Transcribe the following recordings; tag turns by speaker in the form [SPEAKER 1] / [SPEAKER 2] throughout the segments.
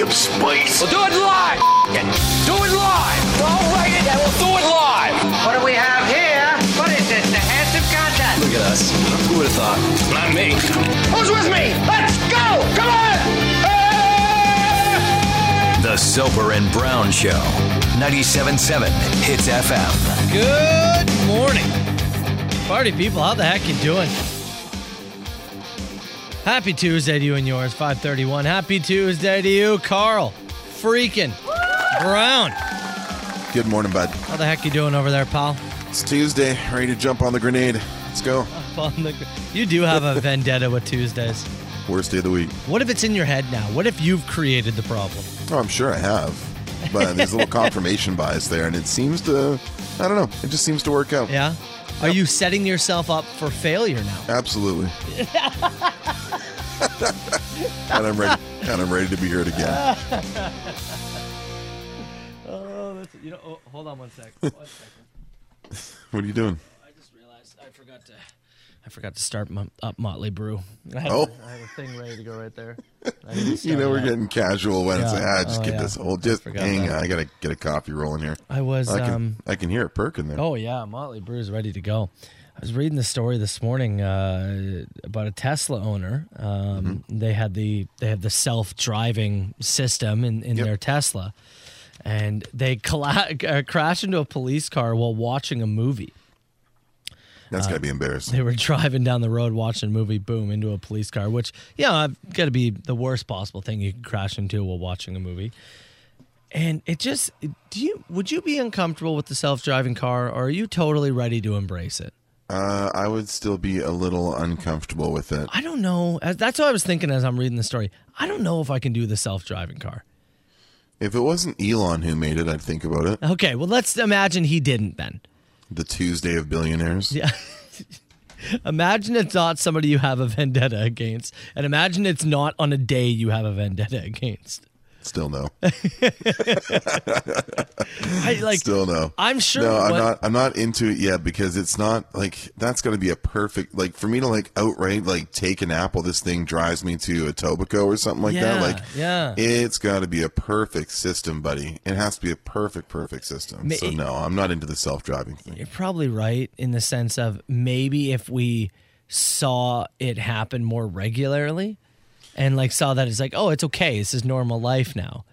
[SPEAKER 1] of spice.
[SPEAKER 2] We'll do it live. F- it. Do it live. Don't write it and we'll do it live.
[SPEAKER 3] What do we have here? What is this? The handsome contest.
[SPEAKER 4] Look at us. Who would have thought?
[SPEAKER 1] Not me.
[SPEAKER 3] Who's with me? Let's go! Come on!
[SPEAKER 4] The Sober and Brown Show. 97.7 Hits FM.
[SPEAKER 5] Good morning. Party people, how the heck you doing? Happy Tuesday to you and yours, 531. Happy Tuesday to you, Carl. Freaking Brown.
[SPEAKER 6] Good morning, bud.
[SPEAKER 5] How the heck you doing over there, pal?
[SPEAKER 6] It's Tuesday. Ready to jump on the grenade. Let's go.
[SPEAKER 5] On the- You do have a vendetta with Tuesdays.
[SPEAKER 6] Worst day of the week.
[SPEAKER 5] What if it's in your head now? What if you've created the problem?
[SPEAKER 6] Oh, I'm sure I have. But there's a little confirmation bias there, and it seems to, I don't know, it just seems to work out.
[SPEAKER 5] Yeah? Are you setting yourself up for failure now?
[SPEAKER 6] Absolutely. and I'm ready. And I'm ready to be heard again.
[SPEAKER 5] Oh, that's, you know, oh, hold on one sec. One second.
[SPEAKER 6] What are you doing?
[SPEAKER 5] I just realized I forgot to. I forgot to start my, up Motley Brew. I had,
[SPEAKER 6] Oh.
[SPEAKER 5] I had a thing ready to go right there.
[SPEAKER 6] You know we're getting casual when it's
[SPEAKER 5] Yeah.
[SPEAKER 6] like, ah, just
[SPEAKER 5] Oh,
[SPEAKER 6] get
[SPEAKER 5] yeah.
[SPEAKER 6] this whole. Just
[SPEAKER 5] Forgot
[SPEAKER 6] hang.
[SPEAKER 5] that.
[SPEAKER 6] on. I gotta get a coffee rolling here.
[SPEAKER 5] I was.
[SPEAKER 6] I can.
[SPEAKER 5] um,
[SPEAKER 6] I can hear it perking there.
[SPEAKER 5] oh yeah, Motley Brew's ready to go. I was reading the story this morning uh, about a Tesla owner. Um, They had the they have the self driving system in, in
[SPEAKER 6] Yep.
[SPEAKER 5] their Tesla, and they colla- uh, crashed into a police car while watching a movie.
[SPEAKER 6] That's
[SPEAKER 5] uh,
[SPEAKER 6] gotta be embarrassing.
[SPEAKER 5] they were driving down the road watching a movie, boom, into a police car, which, yeah, I've got to be the worst possible thing you could crash into while watching a movie. And it just, do you, would you be uncomfortable with the self driving car or are you totally ready to embrace it?
[SPEAKER 6] Uh, I would still be a little uncomfortable with it.
[SPEAKER 5] I don't know. As- That's what I was thinking as I'm reading the story. I don't know if I can do the self driving car.
[SPEAKER 6] If it wasn't Elon who made it, I'd think about it.
[SPEAKER 5] Okay, well, let's imagine he didn't then.
[SPEAKER 6] The Tuesday of billionaires.
[SPEAKER 5] Yeah. imagine it's not somebody you have a vendetta against, and imagine it's not on a day you have a vendetta against.
[SPEAKER 6] Still no.
[SPEAKER 5] I like.
[SPEAKER 6] Still no.
[SPEAKER 5] I'm sure
[SPEAKER 6] No, I'm
[SPEAKER 5] what-
[SPEAKER 6] not. I'm not into it yet because it's not like that's got to be a perfect like for me to like outright like take an apple. This thing drives me to a Tobico or something like
[SPEAKER 5] Yeah,
[SPEAKER 6] that. Like
[SPEAKER 5] yeah.
[SPEAKER 6] it's got to be a perfect system, buddy. It has to be a perfect, perfect system.
[SPEAKER 5] Ma-
[SPEAKER 6] so no, I'm not into the self-driving thing.
[SPEAKER 5] You're probably right in the sense of maybe if we saw it happen more regularly and like saw that it's like, oh, it's okay. This is normal life now.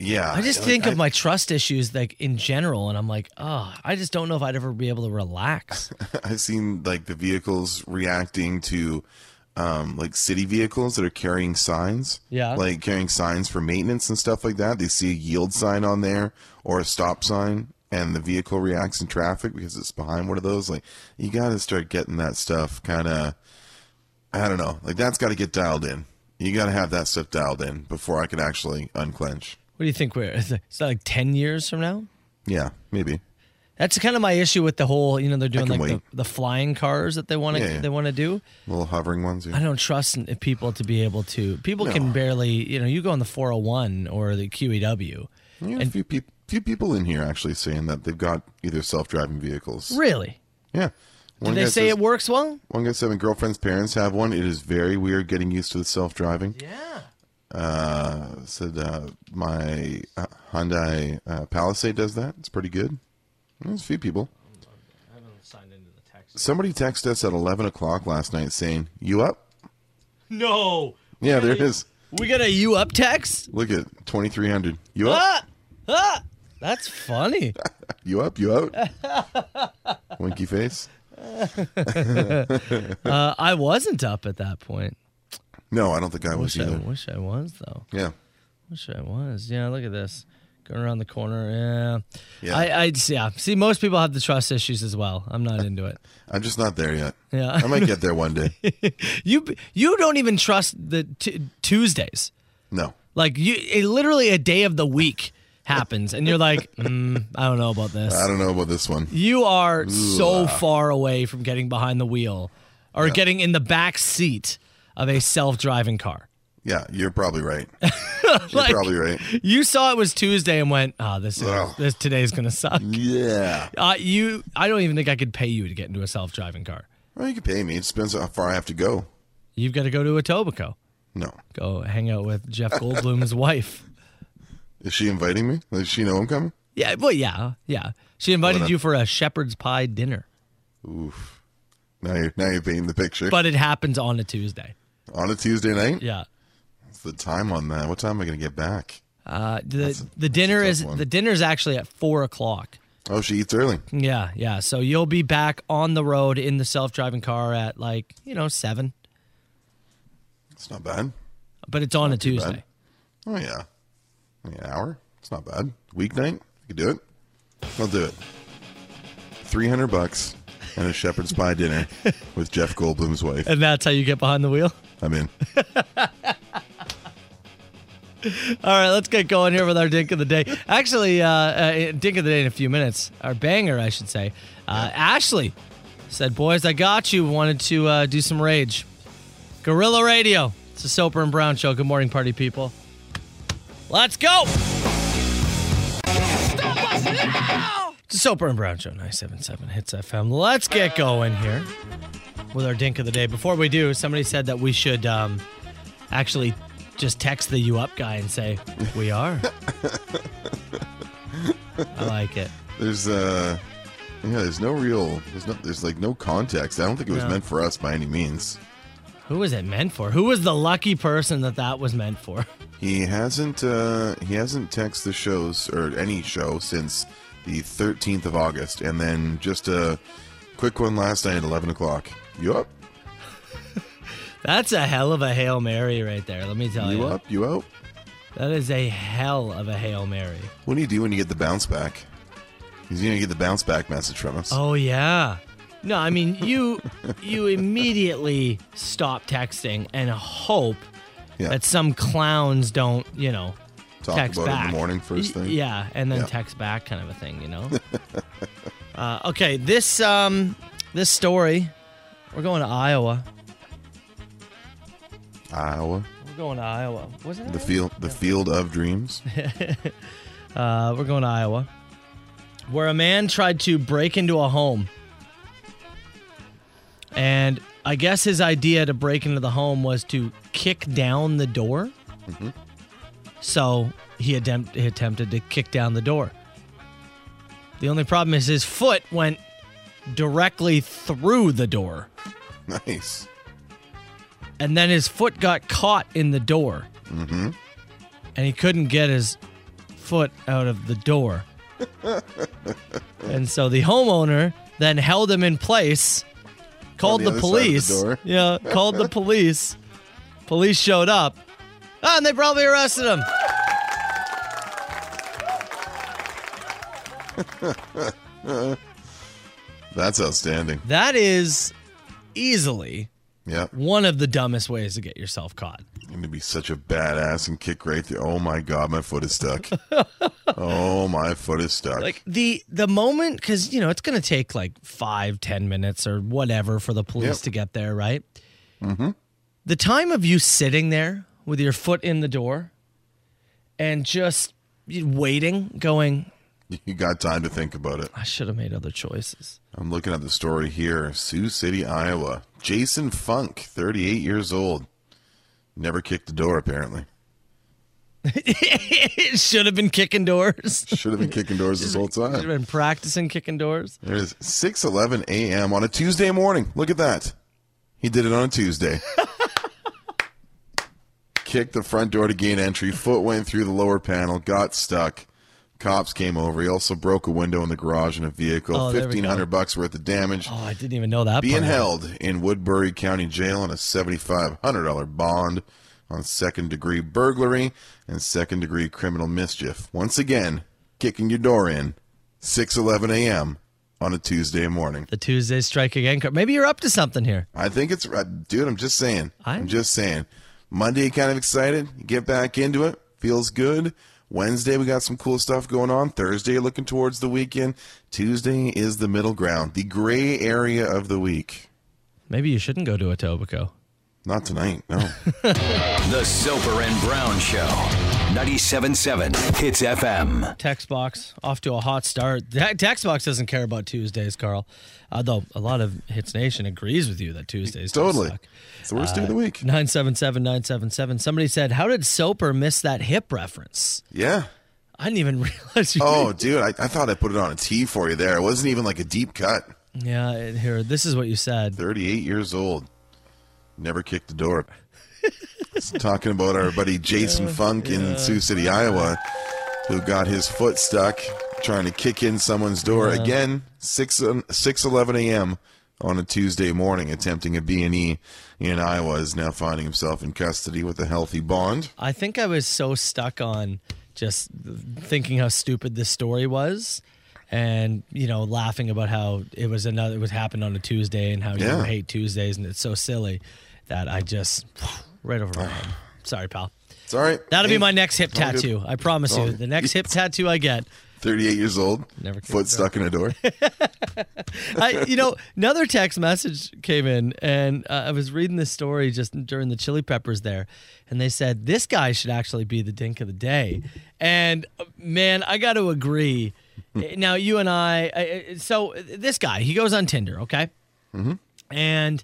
[SPEAKER 6] Yeah,
[SPEAKER 5] I just
[SPEAKER 6] like,
[SPEAKER 5] think
[SPEAKER 6] I-
[SPEAKER 5] of my trust issues like in general and I'm like, oh, I just don't know if I'd ever be able to relax.
[SPEAKER 6] I've seen like the vehicles reacting to um, like city vehicles that are carrying signs.
[SPEAKER 5] Yeah.
[SPEAKER 6] Like carrying signs for maintenance and stuff like that. They see a yield sign on there or a stop sign and the vehicle reacts in traffic because it's behind one of those. Like you gotta start getting that stuff kinda I don't know. Like that's gotta get dialed in. You gotta have that stuff dialed in before I can actually unclench.
[SPEAKER 5] What do you think we're it's like ten years from now?
[SPEAKER 6] Yeah, maybe.
[SPEAKER 5] That's kind of my issue with the whole, you know, they're doing
[SPEAKER 6] can
[SPEAKER 5] like the,
[SPEAKER 6] wait.
[SPEAKER 5] the flying cars that they want to
[SPEAKER 6] Yeah, yeah.
[SPEAKER 5] they want to do.
[SPEAKER 6] Little hovering ones.
[SPEAKER 5] I don't trust n- people to be able to. People can
[SPEAKER 6] No.
[SPEAKER 5] barely, you know, you go on the 401 or the E QEW.
[SPEAKER 6] Yeah, a few, peop few people in here actually saying that they've got either self-driving vehicles.
[SPEAKER 5] Really?
[SPEAKER 6] Yeah. One
[SPEAKER 5] Did they
[SPEAKER 6] guy
[SPEAKER 5] say
[SPEAKER 6] says-
[SPEAKER 5] it works well?
[SPEAKER 6] One guy said my girlfriend's parents have one. It is very weird getting used to the self-driving.
[SPEAKER 5] Yeah.
[SPEAKER 6] Uh, said uh, my uh, Hyundai uh, Palisade does that. It's pretty good. There's a few people. Somebody texted us at 11 o'clock last night saying, you up?
[SPEAKER 5] No.
[SPEAKER 6] Yeah, there it is.
[SPEAKER 5] We got a you up text?
[SPEAKER 6] Look at 2300. You up?
[SPEAKER 5] Ah! Ah! That's funny.
[SPEAKER 6] You up? You out? Winky face.
[SPEAKER 5] Uh, I wasn't up at that point.
[SPEAKER 6] No, I don't think I was
[SPEAKER 5] Wish I,
[SPEAKER 6] either.
[SPEAKER 5] wish I was, though.
[SPEAKER 6] Yeah.
[SPEAKER 5] Wish I was. Yeah, look at this. Going around the corner. Yeah.
[SPEAKER 6] Yeah.
[SPEAKER 5] I, I, yeah. See, most people have the trust issues as well. I'm not into it.
[SPEAKER 6] I'm just not there yet.
[SPEAKER 5] Yeah.
[SPEAKER 6] I might get there one day.
[SPEAKER 5] You, you don't even trust the t- Tuesdays.
[SPEAKER 6] No.
[SPEAKER 5] Like you, it, literally a day of the week happens, and you're like, mm, I don't know about this.
[SPEAKER 6] I don't know about this one.
[SPEAKER 5] You are so
[SPEAKER 6] uh.
[SPEAKER 5] far away from getting behind the wheel or getting in the back seat of a self-driving car.
[SPEAKER 6] Yeah, you're probably right. You're
[SPEAKER 5] Like-
[SPEAKER 6] probably right.
[SPEAKER 5] You saw it was Tuesday and went, "Ah, this is,
[SPEAKER 6] Ugh.
[SPEAKER 5] this today's gonna suck."
[SPEAKER 6] Yeah.
[SPEAKER 5] Uh, you, I don't even think I could pay you to get into a self-driving car.
[SPEAKER 6] Well, you can pay me. It depends how far I have to go.
[SPEAKER 5] You've got to go to Etobicoke.
[SPEAKER 6] No.
[SPEAKER 5] Go hang out with Jeff Goldblum's wife.
[SPEAKER 6] Is she inviting me? Does she know I'm coming?
[SPEAKER 5] Yeah, well, yeah, yeah. She invited
[SPEAKER 6] Well,
[SPEAKER 5] you for a shepherd's pie dinner,
[SPEAKER 6] Oof. Now you're now you're painting the picture.
[SPEAKER 5] but it happens on a Tuesday.
[SPEAKER 6] on a Tuesday night?
[SPEAKER 5] Yeah.
[SPEAKER 6] What's the time on that? What time am I gonna get back?
[SPEAKER 5] Uh, the the dinner
[SPEAKER 6] tough
[SPEAKER 5] is
[SPEAKER 6] one.
[SPEAKER 5] the dinner's actually at four o'clock.
[SPEAKER 6] Oh, she eats early.
[SPEAKER 5] Yeah, yeah. So you'll be back on the road in the self driving car at like you know seven,
[SPEAKER 6] It's not bad.
[SPEAKER 5] but it's on a
[SPEAKER 6] too bad.
[SPEAKER 5] Tuesday.
[SPEAKER 6] Oh yeah. Only an hour. It's not bad. Weeknight? You can do it. I'll do it. Three hundred bucks and a shepherd's pie dinner with Jeff Goldblum's wife.
[SPEAKER 5] And that's how you get behind the wheel.
[SPEAKER 6] I'm in.
[SPEAKER 5] All right, let's get going here with our dink of the day. Actually, uh, uh, dink of the day in a few minutes. Our banger, I should say. Uh, Ashley said, "Boys, I got you." Wanted to uh, do some rage. Gorilla Radio. It's a Soper and Brown show. Good morning, party people. Let's go. It's a Soper and Brown show. 977 hits FM. Let's get going here with our dink of the day. Before we do, somebody said that we should. Um, actually just text the you up guy and say we are i like it
[SPEAKER 6] There's uh yeah, there's no real there's no there's like no context. I don't think it was
[SPEAKER 5] No.
[SPEAKER 6] meant for us by any means.
[SPEAKER 5] who was it meant for who was the lucky person that that was meant for
[SPEAKER 6] He hasn't uh he hasn't texted the shows or any show since the thirteenth of August and then just a quick one last night at eleven o'clock. You up?
[SPEAKER 5] that's a hell of a hail mary right there let me tell you,
[SPEAKER 6] You up? You out?
[SPEAKER 5] that is a hell of a hail mary
[SPEAKER 6] What do you do when you get the bounce back? He's gonna get the bounce back message from us.
[SPEAKER 5] oh yeah no i mean you you immediately stop texting and hope
[SPEAKER 6] yeah.
[SPEAKER 5] that some clowns don't you know
[SPEAKER 6] Talk
[SPEAKER 5] text
[SPEAKER 6] about it
[SPEAKER 5] back.
[SPEAKER 6] in the morning first
[SPEAKER 5] Y-
[SPEAKER 6] thing.
[SPEAKER 5] Yeah, and then
[SPEAKER 6] Yeah.
[SPEAKER 5] text back kind of a thing, you know. uh, okay, this um this story, we're going to Iowa.
[SPEAKER 6] Iowa.
[SPEAKER 5] We're going to Iowa. Was it?
[SPEAKER 6] The field the field of dreams.
[SPEAKER 5] Uh, we're going to Iowa, where a man tried to break into a home, and I guess his idea to break into the home was to kick down the door. So he, attempt, he attempted to kick down the door. The only problem is his foot went directly through the door,
[SPEAKER 6] nice.
[SPEAKER 5] and then his foot got caught in the door,
[SPEAKER 6] Mm-hmm.
[SPEAKER 5] and he couldn't get his foot out of the door. and so the homeowner then held him in place, called
[SPEAKER 6] the
[SPEAKER 5] the,
[SPEAKER 6] other side of the
[SPEAKER 5] police.
[SPEAKER 6] door.
[SPEAKER 5] Yeah, called the police. Police showed up, Ah, and they probably arrested him.
[SPEAKER 6] That's outstanding.
[SPEAKER 5] That is easily
[SPEAKER 6] Yeah.
[SPEAKER 5] one of the dumbest ways to get yourself caught.
[SPEAKER 6] I'm gonna be such a badass and kick right through. Oh my god, my foot is stuck. oh my foot is stuck.
[SPEAKER 5] like the the moment because you know it's gonna take like five ten minutes or whatever for the police
[SPEAKER 6] Yep.
[SPEAKER 5] to get there right mm-hmm. the time of you sitting there with your foot in the door and just waiting going
[SPEAKER 6] you got time to think about it.
[SPEAKER 5] i should have made other choices
[SPEAKER 6] I'm looking at the story here. Sioux City, Iowa. Jason Funk, 38 years old, never kicked the door apparently.
[SPEAKER 5] it should have been kicking doors
[SPEAKER 6] Should have been kicking doors this whole
[SPEAKER 5] should have
[SPEAKER 6] time.
[SPEAKER 5] been practicing kicking doors
[SPEAKER 6] There it is 6:11 a.m. on a Tuesday morning. Look at that. He did it on a Tuesday. Kicked the front door to gain entry. Foot went through the lower panel. Got stuck. Cops came over. He also broke a window in the garage in a vehicle.
[SPEAKER 5] Oh, there we go.
[SPEAKER 6] 1500 bucks worth of damage.
[SPEAKER 5] oh i didn't even know that
[SPEAKER 6] being
[SPEAKER 5] part.
[SPEAKER 6] held in Woodbury County Jail on a $7,500 bond on second degree burglary and second degree criminal mischief. Once again, kicking your door in, 6:11 a.m. on a Tuesday morning.
[SPEAKER 5] the tuesday strike again card. maybe you're up to something here
[SPEAKER 6] I think it's uh, dude. I'm just saying.
[SPEAKER 5] I-
[SPEAKER 6] I'm just saying. Monday, kind of excited. Get back into it. Feels good. Wednesday, we got some cool stuff going on. Thursday, looking towards the weekend. Tuesday is the middle ground, the gray area of the week.
[SPEAKER 5] maybe you shouldn't go to etobicoke
[SPEAKER 6] Not tonight, no.
[SPEAKER 4] The Soper and Brown Show. 97.7 Hits FM.
[SPEAKER 5] Text box off to a hot start. Te- Text box doesn't care about Tuesdays, Carl. Although a lot of Hits Nation agrees with you that Tuesdays do
[SPEAKER 6] totally.
[SPEAKER 5] suck. Uh,
[SPEAKER 6] It's the worst day of the week.
[SPEAKER 5] 977 977. Somebody said, How did Soper miss that hip reference?
[SPEAKER 6] Yeah.
[SPEAKER 5] I didn't even realize you.
[SPEAKER 6] Oh, dude, I, I thought I put it on a tee for you there. It wasn't even like a deep cut.
[SPEAKER 5] Yeah, it- here, this is what you said.
[SPEAKER 6] 38 years old. Never kicked a door. It's talking about our buddy Jason Funk in Sioux City, Iowa, who got his foot stuck trying to kick in someone's door again, 6 six eleven a.m. on a Tuesday morning, attempting a B&E in Iowa, is now finding himself in custody with a healthy bond.
[SPEAKER 5] I think I was so stuck on just thinking how stupid this story was. And you know, laughing about how it was another it was happened on a Tuesday and how you
[SPEAKER 6] Yeah.
[SPEAKER 5] hate Tuesdays and it's so silly that I just right over my head. Sorry, pal.
[SPEAKER 6] It's all right.
[SPEAKER 5] That'll be
[SPEAKER 6] Ain't-
[SPEAKER 5] my next hip
[SPEAKER 6] it's all good.
[SPEAKER 5] tattoo. I promise
[SPEAKER 6] It's all
[SPEAKER 5] you.
[SPEAKER 6] good.
[SPEAKER 5] The next hip tattoo I get,
[SPEAKER 6] 38 years old,
[SPEAKER 5] Never kicked a door.
[SPEAKER 6] foot stuck in a door.
[SPEAKER 5] I, you know, another text message came in, and uh, I was reading this story just during the Chili Peppers there, and they said this guy should actually be the dink of the day, and uh, man, I got to agree. Eh, now you and I, I, I- so uh, this guy he goes on Tinder, okay, and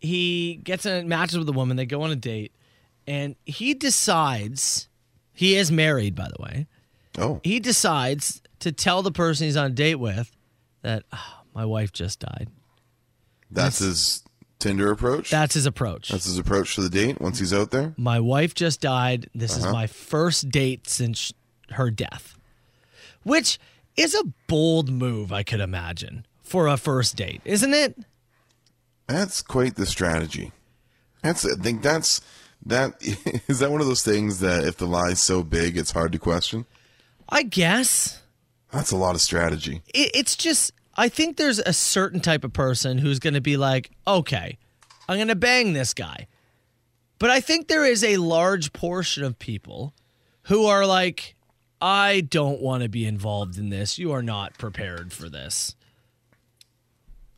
[SPEAKER 5] he gets in matches with a woman. They go on a date, and he decides he is married, by the way
[SPEAKER 6] Oh,
[SPEAKER 5] he decides to tell the person he's on a date with that "Ah, my wife just died.
[SPEAKER 6] that's his Tinder approach.
[SPEAKER 5] That's his approach.
[SPEAKER 6] That's his approach to the date once he's out there.
[SPEAKER 5] my wife just died. This is my first date since sh- her death, which is a bold move, I could imagine, for a first date, isn't it?
[SPEAKER 6] That's quite the strategy. That's I think that's that is that one of those things that if the lie's so big it's hard to question.
[SPEAKER 5] I guess.
[SPEAKER 6] That's a lot of strategy.
[SPEAKER 5] it, it's just I think there's a certain type of person who's going to be like, okay, I'm going to bang this guy. But I think there is a large portion of people who are like, I don't want to be involved in this. You are not prepared for this.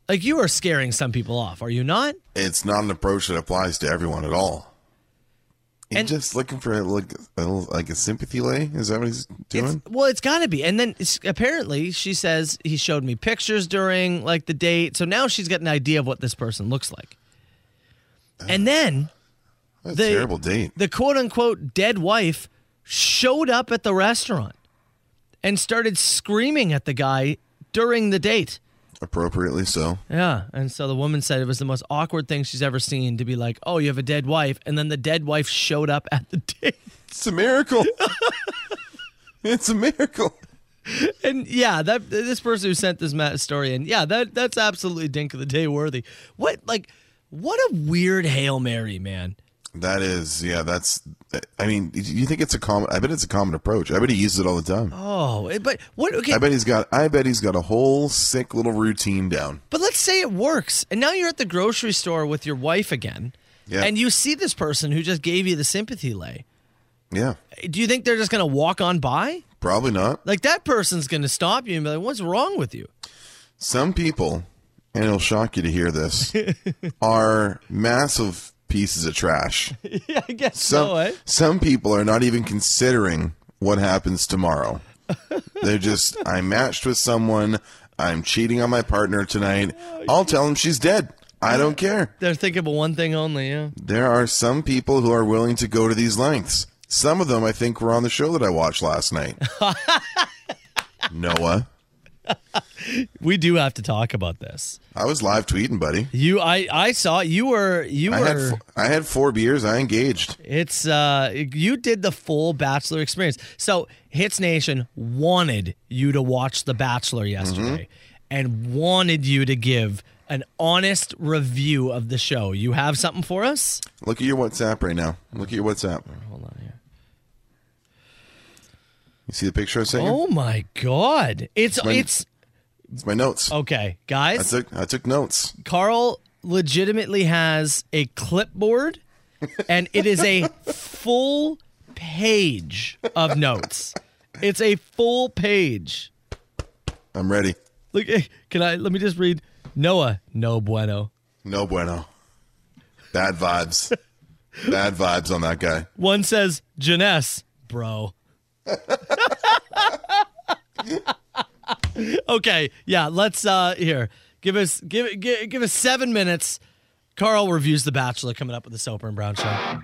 [SPEAKER 5] Like you are scaring some people off, are you not?
[SPEAKER 6] It's not an approach that applies to everyone at all. He's
[SPEAKER 5] And-
[SPEAKER 6] just looking for like a, like a sympathy lay. Is that what he's doing?
[SPEAKER 5] It's, well, it's got to be. And then s- apparently she says he showed me pictures during like the date. So now she's got an idea of what this person looks like. And then
[SPEAKER 6] That's
[SPEAKER 5] the-
[SPEAKER 6] a terrible date.
[SPEAKER 5] the quote unquote dead wife showed up at the restaurant and started screaming at the guy during the date.
[SPEAKER 6] Appropriately so.
[SPEAKER 5] Yeah. And so the woman said it was the most awkward thing she's ever seen to be like, oh, you have a dead wife. And then the dead wife showed up at the date.
[SPEAKER 6] It's a miracle. it's a miracle.
[SPEAKER 5] And yeah, that this person who sent this ma- story in, yeah, that that's absolutely dink of the day worthy. What like, what a weird hail mary, man.
[SPEAKER 6] That is, yeah. That's. I mean, you think it's a common? I bet it's a common approach. I bet he uses it all the time.
[SPEAKER 5] Oh, eh, but what? Okay,
[SPEAKER 6] I bet he's got. I bet he's got a whole sick little routine down.
[SPEAKER 5] But let's say it works, and now you're at the grocery store with your wife again,
[SPEAKER 6] Yeah.
[SPEAKER 5] and you see this person who just gave you the sympathy lay.
[SPEAKER 6] Yeah,
[SPEAKER 5] Do you think they're just going to walk on by?
[SPEAKER 6] probably not.
[SPEAKER 5] Like that person's going to stop you and be like, "What's wrong with you?"
[SPEAKER 6] Some people, and it'll shock you to hear this, are massive pieces of trash.
[SPEAKER 5] yeah, I guess
[SPEAKER 6] Some
[SPEAKER 5] so. Eh?
[SPEAKER 6] some people are not even considering what happens tomorrow. They're just. I matched with someone. I'm cheating on my partner tonight. I'll tell him she's dead. I don't care.
[SPEAKER 5] They're thinking about one thing only. Yeah.
[SPEAKER 6] There are some people who are willing to go to these lengths. Some of them, I think, were on the show that I watched last night. Noah,
[SPEAKER 5] We do have to talk about this.
[SPEAKER 6] I was live tweeting, buddy.
[SPEAKER 5] You, I, I saw you were you
[SPEAKER 6] I had
[SPEAKER 5] were.
[SPEAKER 6] fo- I had four beers. I engaged.
[SPEAKER 5] It's uh you did the full bachelor experience. So Hits Nation wanted you to watch The Bachelor yesterday and wanted you to give an honest review of the show. You have something for us?
[SPEAKER 6] Look at your WhatsApp right now. Look at your WhatsApp.
[SPEAKER 5] Hold on here.
[SPEAKER 6] You see the picture I sent you?
[SPEAKER 5] Oh my god. It's
[SPEAKER 6] When-
[SPEAKER 5] it's
[SPEAKER 6] It's my notes.
[SPEAKER 5] okay,
[SPEAKER 6] I
[SPEAKER 5] guys.
[SPEAKER 6] took I took notes.
[SPEAKER 5] Carl legitimately has a clipboard and it is a full page of notes. It's a full page.
[SPEAKER 6] I'm ready.
[SPEAKER 5] Look, eh, can I? Let me just read. Noah, no bueno.
[SPEAKER 6] No bueno. Bad vibes. Bad vibes on that guy.
[SPEAKER 5] One says, Janess, bro. okay, yeah, let's uh here. Give us give give, give us seven minutes. Carl reviews The Bachelor coming up with the Soper and Brown show.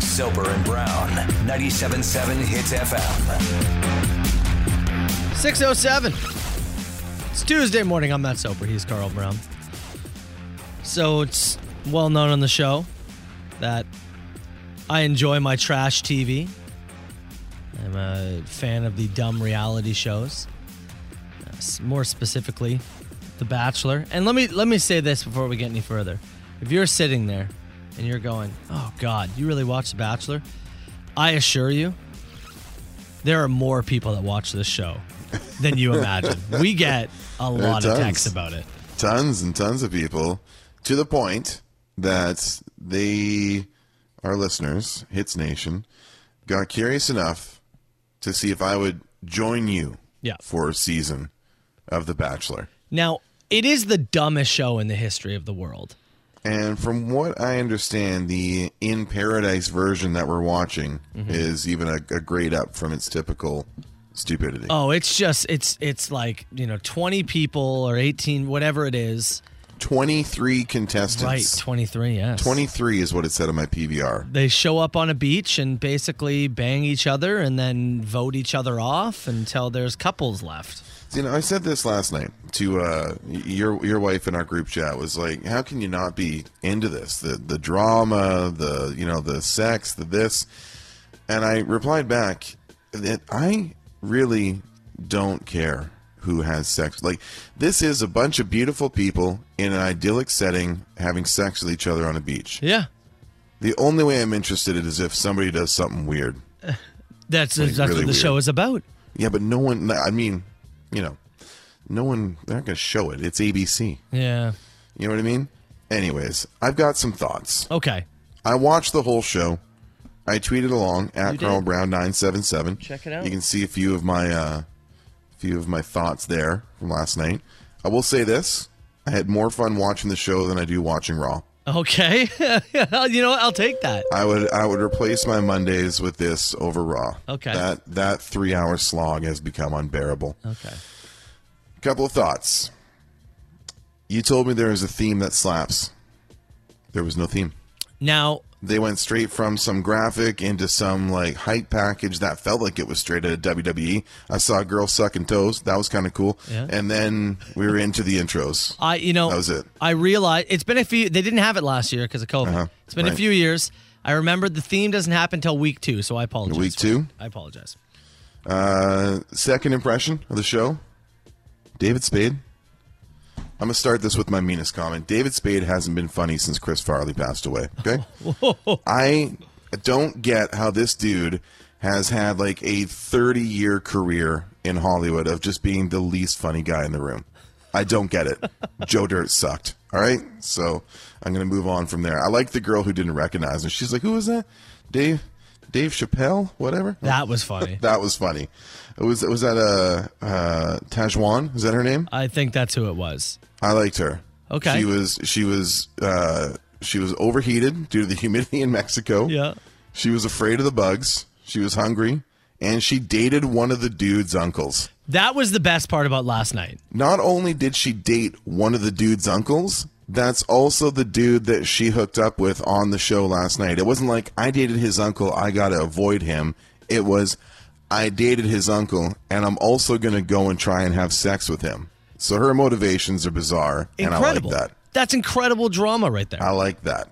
[SPEAKER 4] Soper and Brown, 97.7 Hits FM.
[SPEAKER 5] 607. It's Tuesday morning. I'm Matt Soper. He's Carl Brown. So it's well known on the show that I enjoy my trash TV. I'm a fan of the dumb reality shows. Uh, s- More specifically, The Bachelor. And let me let me say this before we get any further. If you're sitting there and you're going, "Oh god, you really watch The Bachelor?" I assure you, there are more people that watch this show than you imagine. we get a lot of
[SPEAKER 6] tons.
[SPEAKER 5] texts about it.
[SPEAKER 6] Tons and tons of people to the point that they, our listeners, Hits Nation, got curious enough to see if I would join you
[SPEAKER 5] Yeah.
[SPEAKER 6] for a season of The Bachelor.
[SPEAKER 5] Now, it is the dumbest show in the history of the world.
[SPEAKER 6] And from what I understand, the in paradise version that we're watching
[SPEAKER 5] Mm-hmm.
[SPEAKER 6] is even a, a grade up from its typical stupidity.
[SPEAKER 5] Oh, it's just it's it's like, you know, 20 people or 18 whatever it is.
[SPEAKER 6] 23
[SPEAKER 5] Right,
[SPEAKER 6] contestants.
[SPEAKER 5] 23, yes.
[SPEAKER 6] 23 is what it said on my PVR.
[SPEAKER 5] They show up on a beach and basically bang each other and then vote each other off until there's couples left.
[SPEAKER 6] You know, I said this last night to uh, y- your your wife in our group chat was like, "How can you not be into this? The the drama, the you know, the sex, the this." And I replied back that I really don't care who has sex. Like this is a bunch of beautiful people in an idyllic setting having sex with each other on a beach.
[SPEAKER 5] Yeah.
[SPEAKER 6] The only way I'm interested in is if somebody does something weird.
[SPEAKER 5] That's that's
[SPEAKER 6] really
[SPEAKER 5] what the show
[SPEAKER 6] weird.
[SPEAKER 5] is about.
[SPEAKER 6] Yeah, but no one. I mean, you know, no one. They're not going to show it. It's ABC.
[SPEAKER 5] Yeah.
[SPEAKER 6] You know what I mean? Anyways, I've got some thoughts.
[SPEAKER 5] Okay.
[SPEAKER 6] I watched the whole show. I tweeted along at
[SPEAKER 5] You
[SPEAKER 6] Carl
[SPEAKER 5] did?
[SPEAKER 6] Brown nine seven seven.
[SPEAKER 5] Check it out.
[SPEAKER 6] You can see a few of my uh, few of my thoughts there from last night. I will say this: I had more fun watching the show than I do watching Raw.
[SPEAKER 5] Okay. you know what? I'll take that.
[SPEAKER 6] I would I would replace my Mondays with this over Raw.
[SPEAKER 5] Okay.
[SPEAKER 6] That that three hour slog has become unbearable.
[SPEAKER 5] Okay.
[SPEAKER 6] Couple of thoughts. You told me there was a theme that slaps. There was no theme.
[SPEAKER 5] Now,
[SPEAKER 6] They went straight from some graphic into some like hype package that felt like it was straight out of WWE. E. I saw a girl sucking toes. That was kind of cool.
[SPEAKER 5] Yeah.
[SPEAKER 6] And then we were into the intros.
[SPEAKER 5] I you know
[SPEAKER 6] That was it.
[SPEAKER 5] I realized it's been a few. They didn't have it last year because of COVID.
[SPEAKER 6] Uh-huh,
[SPEAKER 5] It's been a
[SPEAKER 6] right.
[SPEAKER 5] few years. I remembered the theme doesn't happen until week two, so I apologize.
[SPEAKER 6] Week
[SPEAKER 5] for
[SPEAKER 6] two?
[SPEAKER 5] that. I apologize.
[SPEAKER 6] Uh, second impression of the show David Spade. I'm going to start this with my meanest comment. David Spade hasn't been funny since Chris Farley passed away. Okay. I don't get how this dude has had like a 30 year career in Hollywood of just being the least funny guy in the room. I don't get it. Joe Dirt sucked. All right. So I'm going to move on from there. I like the girl who didn't recognize her. She's like, who was that? Dave, Dave Chappelle, whatever.
[SPEAKER 5] That was funny.
[SPEAKER 6] That was funny. It was was that uh, uh Tajwan? Is that her name?
[SPEAKER 5] I think that's who it was.
[SPEAKER 6] I liked her.
[SPEAKER 5] Okay.
[SPEAKER 6] She was she was uh she was overheated due to the humidity in Mexico.
[SPEAKER 5] Yeah.
[SPEAKER 6] She was afraid of the bugs. She was hungry, and she dated one of the dude's uncles.
[SPEAKER 5] That was the best part about last night.
[SPEAKER 6] Not only did she date one of the dude's uncles, that's also the dude that she hooked up with on the show last night. It wasn't like I dated his uncle, I got to avoid him. It was I dated his uncle and I'm also going to go and try and have sex with him. So her motivations are bizarre
[SPEAKER 5] Incredible.
[SPEAKER 6] and I like that. Uh,
[SPEAKER 5] That's incredible drama right there.
[SPEAKER 6] I like that.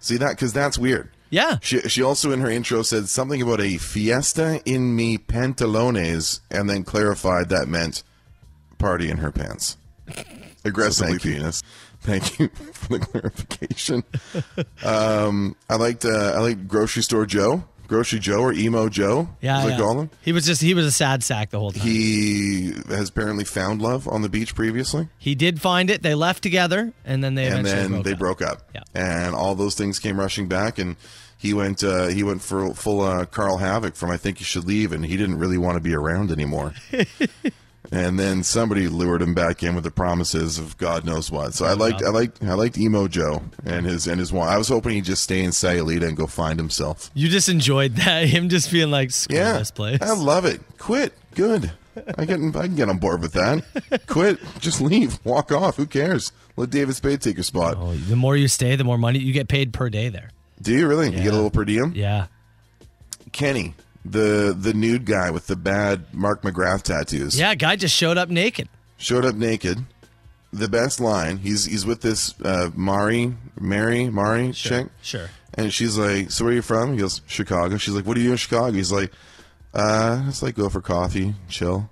[SPEAKER 6] See that cuz that's weird.
[SPEAKER 5] yeah.
[SPEAKER 6] She, she also in her intro said something about a fiesta in me pantalones and then clarified that meant party in her pants. Aggressively penis. Thank you for the clarification. um, I liked uh, I liked grocery store Joe, grocery Joe or emo Joe.
[SPEAKER 5] Yeah.
[SPEAKER 6] as I
[SPEAKER 5] yeah.
[SPEAKER 6] call him.
[SPEAKER 5] He was just he was a sad sack the whole time. He,
[SPEAKER 6] He has apparently found love on the beach previously,
[SPEAKER 5] did find it. They left together, and then they
[SPEAKER 6] and
[SPEAKER 5] eventually
[SPEAKER 6] then
[SPEAKER 5] broke
[SPEAKER 6] they
[SPEAKER 5] up.
[SPEAKER 6] broke up.
[SPEAKER 5] Yeah.
[SPEAKER 6] And all those things came rushing back, and he went uh, he went for full uh, Carl Havoc from I think you should leave, and he didn't really want to be around anymore. and then somebody lured him back in with the promises of God knows what. So I liked, I liked, I liked Emo Joe and his and his one. I was hoping he'd just stay in Sayulita and go find himself.
[SPEAKER 5] You just enjoyed that him just being like, "Screw
[SPEAKER 6] Yeah,
[SPEAKER 5] this place."
[SPEAKER 6] I love it. Quit. Good. I can I can get on board with that. Quit. Just leave. Walk off. Who cares? Let David Spade take your spot.
[SPEAKER 5] Oh, the more you stay, the more money you get paid per day there.
[SPEAKER 6] Do you really? You get a little per diem.
[SPEAKER 5] Yeah.
[SPEAKER 6] Kenny, the the nude guy with the bad Mark McGrath tattoos,
[SPEAKER 5] Yeah, guy just showed up naked.
[SPEAKER 6] showed up naked. The best line. He's he's with this uh, Mari, Mary, Mari chick,
[SPEAKER 5] Sure.
[SPEAKER 6] and she's like, "So where are you from?" He goes, "Chicago." She's like, "What do you do in Chicago?" He's like, "Uh, it's like go for coffee, chill."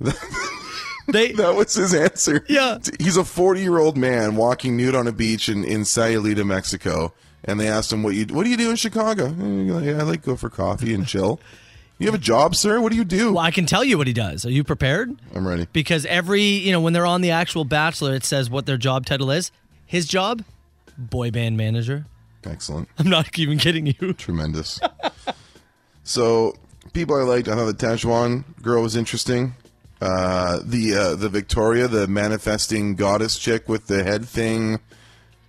[SPEAKER 5] They
[SPEAKER 6] That was his answer.
[SPEAKER 5] Yeah.
[SPEAKER 6] He's a 40 year old man walking nude on a beach in, in Sayulita, Mexico. And they asked him, what, you, what do you do in Chicago? And he's like, "Yeah, I like go for coffee and chill. you have a job, sir? What do you do?
[SPEAKER 5] well, I can tell you what he does. Are you prepared?
[SPEAKER 6] I'm ready.
[SPEAKER 5] Because every, you know, when they're on the actual Bachelor, it says what their job title is. His job, boy band manager.
[SPEAKER 6] Excellent.
[SPEAKER 5] I'm not even kidding you.
[SPEAKER 6] Tremendous. so, people I liked, I thought the Tajwan girl was interesting. Uh, the uh, the Victoria, the manifesting goddess chick with the head thing,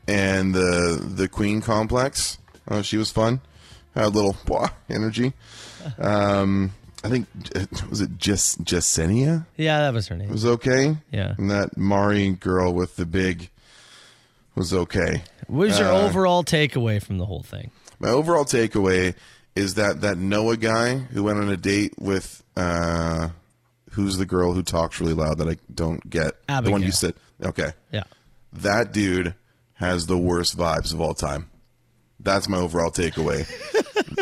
[SPEAKER 6] and the the queen complex. Uh, she was fun. Had a little wah, energy. Um, I think was it just Jessenia
[SPEAKER 5] Yeah, that was her name.
[SPEAKER 6] was okay.
[SPEAKER 5] Yeah.
[SPEAKER 6] and that Mari girl with the big was okay.
[SPEAKER 5] What was
[SPEAKER 6] Uh.
[SPEAKER 5] your overall takeaway from the whole thing?
[SPEAKER 6] My overall takeaway is that that Noah guy who went on a date with uh, who's the girl who talks really loud that I don't get. The one
[SPEAKER 5] Abigail.
[SPEAKER 6] you said. Okay,
[SPEAKER 5] Yeah.
[SPEAKER 6] that dude has the worst vibes of all time. That's my overall takeaway.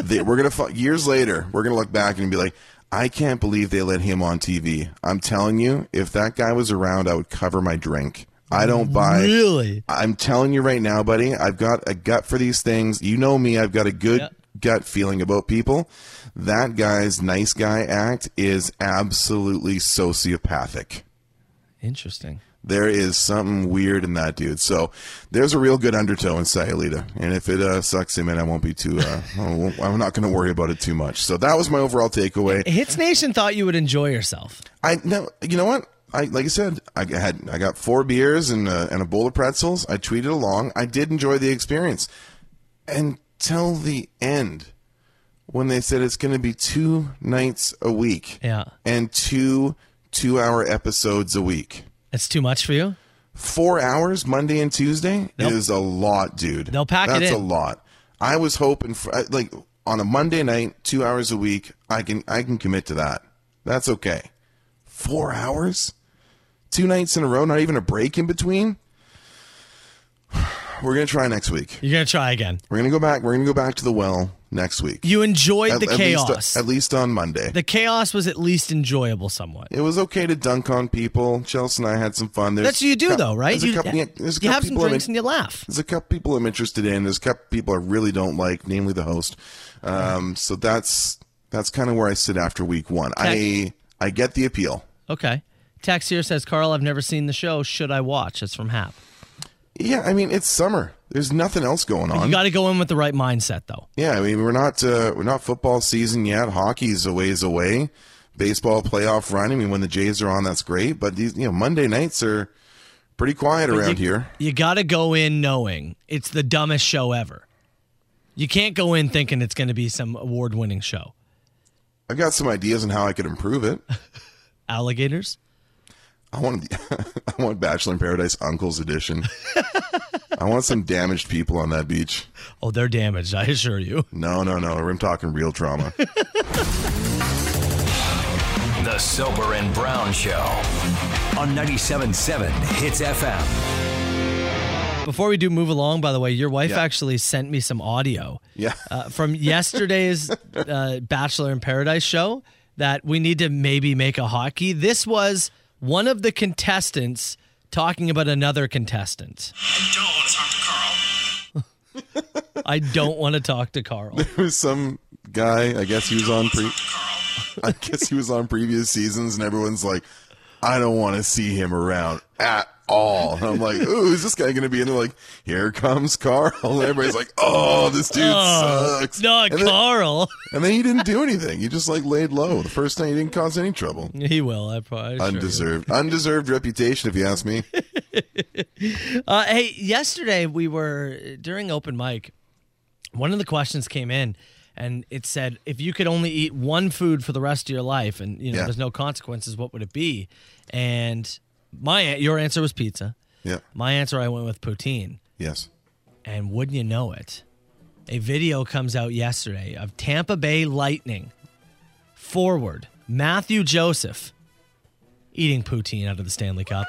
[SPEAKER 6] they, we're gonna fi- years later, we're gonna look back and be like, I can't believe they let him on TV. I'm telling you, if that guy was around, I would cover my drink. I don't buy.
[SPEAKER 5] Really?
[SPEAKER 6] I'm telling you right now, buddy, I've got a gut for these things. You know me, I've got a good
[SPEAKER 5] Yep.
[SPEAKER 6] gut feeling about people. That guy's nice guy act is absolutely sociopathic.
[SPEAKER 5] Interesting.
[SPEAKER 6] There is something weird in that dude. So there's a real good undertow in Sayulita. And if it uh, sucks him in, I won't be too, uh, I won't- I'm not going to worry about it too much. So that was my overall takeaway.
[SPEAKER 5] Hits Nation thought you would enjoy yourself.
[SPEAKER 6] I no, you know what? I like I said, I had I got four beers and a, and a bowl of pretzels. I tweeted along. I did enjoy the experience until the end, when they said it's going to be two nights a week,
[SPEAKER 5] Yeah.
[SPEAKER 6] and two two-hour episodes a week.
[SPEAKER 5] It's too much for you?
[SPEAKER 6] Four hours Monday and Tuesday
[SPEAKER 5] Nope.
[SPEAKER 6] is a lot, dude.
[SPEAKER 5] They'll pack it
[SPEAKER 6] That's
[SPEAKER 5] in.
[SPEAKER 6] a lot. I was hoping for I- like on a Monday night, two hours a week. I can I can commit to that. That's okay. Four hours, two nights in a row, not even a break in between. We're gonna try next week.
[SPEAKER 5] You're going to try again.
[SPEAKER 6] We're gonna go back. We're gonna go back to the well next week.
[SPEAKER 5] You enjoyed the chaos.
[SPEAKER 6] Least, uh, at least on Monday.
[SPEAKER 5] the chaos was at least enjoyable somewhat.
[SPEAKER 6] it was okay to dunk on people. Chelsea and I had some fun. There's
[SPEAKER 5] That's what you do,
[SPEAKER 6] cou-
[SPEAKER 5] though, right?
[SPEAKER 6] There's a
[SPEAKER 5] You,
[SPEAKER 6] couple, yeah, there's a
[SPEAKER 5] you
[SPEAKER 6] couple
[SPEAKER 5] have some
[SPEAKER 6] people I'm in-
[SPEAKER 5] drinks and you laugh.
[SPEAKER 6] There's a couple people I'm interested in. There's a couple people I really don't like, namely the host. Um, so that's that's kind of where I sit after week one. I I get the appeal.
[SPEAKER 5] Okay. Text here says, Carl, I've never seen the show. Should I watch? It's from Hap.
[SPEAKER 6] Yeah, I mean it's summer. There's nothing else going
[SPEAKER 5] You
[SPEAKER 6] on.
[SPEAKER 5] got to go in with the right mindset, though.
[SPEAKER 6] yeah, I mean we're not uh, we're not football season yet. Hockey's a ways away. Baseball playoff run. I mean when the Jays are on, that's great. But these you know Monday nights are pretty quiet around here.
[SPEAKER 5] You got to go in knowing it's the dumbest show ever. You can't go in thinking it's going to be some award winning show.
[SPEAKER 6] I've got some ideas on how I could improve it.
[SPEAKER 5] Alligators?
[SPEAKER 6] I want I want Bachelor in Paradise Uncles edition. I want some damaged people on that beach.
[SPEAKER 5] Oh, they're damaged, I assure you.
[SPEAKER 6] No, no, no. I'm talking real trauma.
[SPEAKER 4] The Sober and Brown Show on 97.7 Hits FM.
[SPEAKER 5] Before we do move along, by the way, your wife actually sent me some audio
[SPEAKER 6] Yeah.
[SPEAKER 5] uh, from yesterday's uh, Bachelor in Paradise show that we need to maybe make a hockey. This was one of the contestants talking about another contestant.
[SPEAKER 1] don't want to talk to Carl.
[SPEAKER 5] I don't want to talk to Carl.
[SPEAKER 6] There's some guy. I guess he was on pre.
[SPEAKER 1] Carl.
[SPEAKER 6] I guess he was on previous seasons, and everyone's like, I don't want to see him around at all. And I'm like, ooh, is this guy going to be in there? Like, here comes Carl. And everybody's like, oh, this dude
[SPEAKER 5] Oh,
[SPEAKER 6] sucks.
[SPEAKER 5] Not
[SPEAKER 6] and, then,
[SPEAKER 5] Carl.
[SPEAKER 6] and then he didn't do anything. He just like laid low. The first night he didn't cause any trouble.
[SPEAKER 5] he will. I probably sure he will.
[SPEAKER 6] Undeserved, undeserved reputation, if you ask me.
[SPEAKER 5] Uh, hey, yesterday we were uh, during open mic. One of the questions came in, and it said, "If you could only eat one food for the rest of your life, and you know
[SPEAKER 6] Yeah.
[SPEAKER 5] there's no consequences, what would it be?" And my an- your answer was pizza.
[SPEAKER 6] Yeah.
[SPEAKER 5] My answer, I went with poutine.
[SPEAKER 6] Yes.
[SPEAKER 5] And wouldn't you know it, a video comes out yesterday of Tampa Bay Lightning forward Matthew Joseph eating poutine out of the Stanley Cup.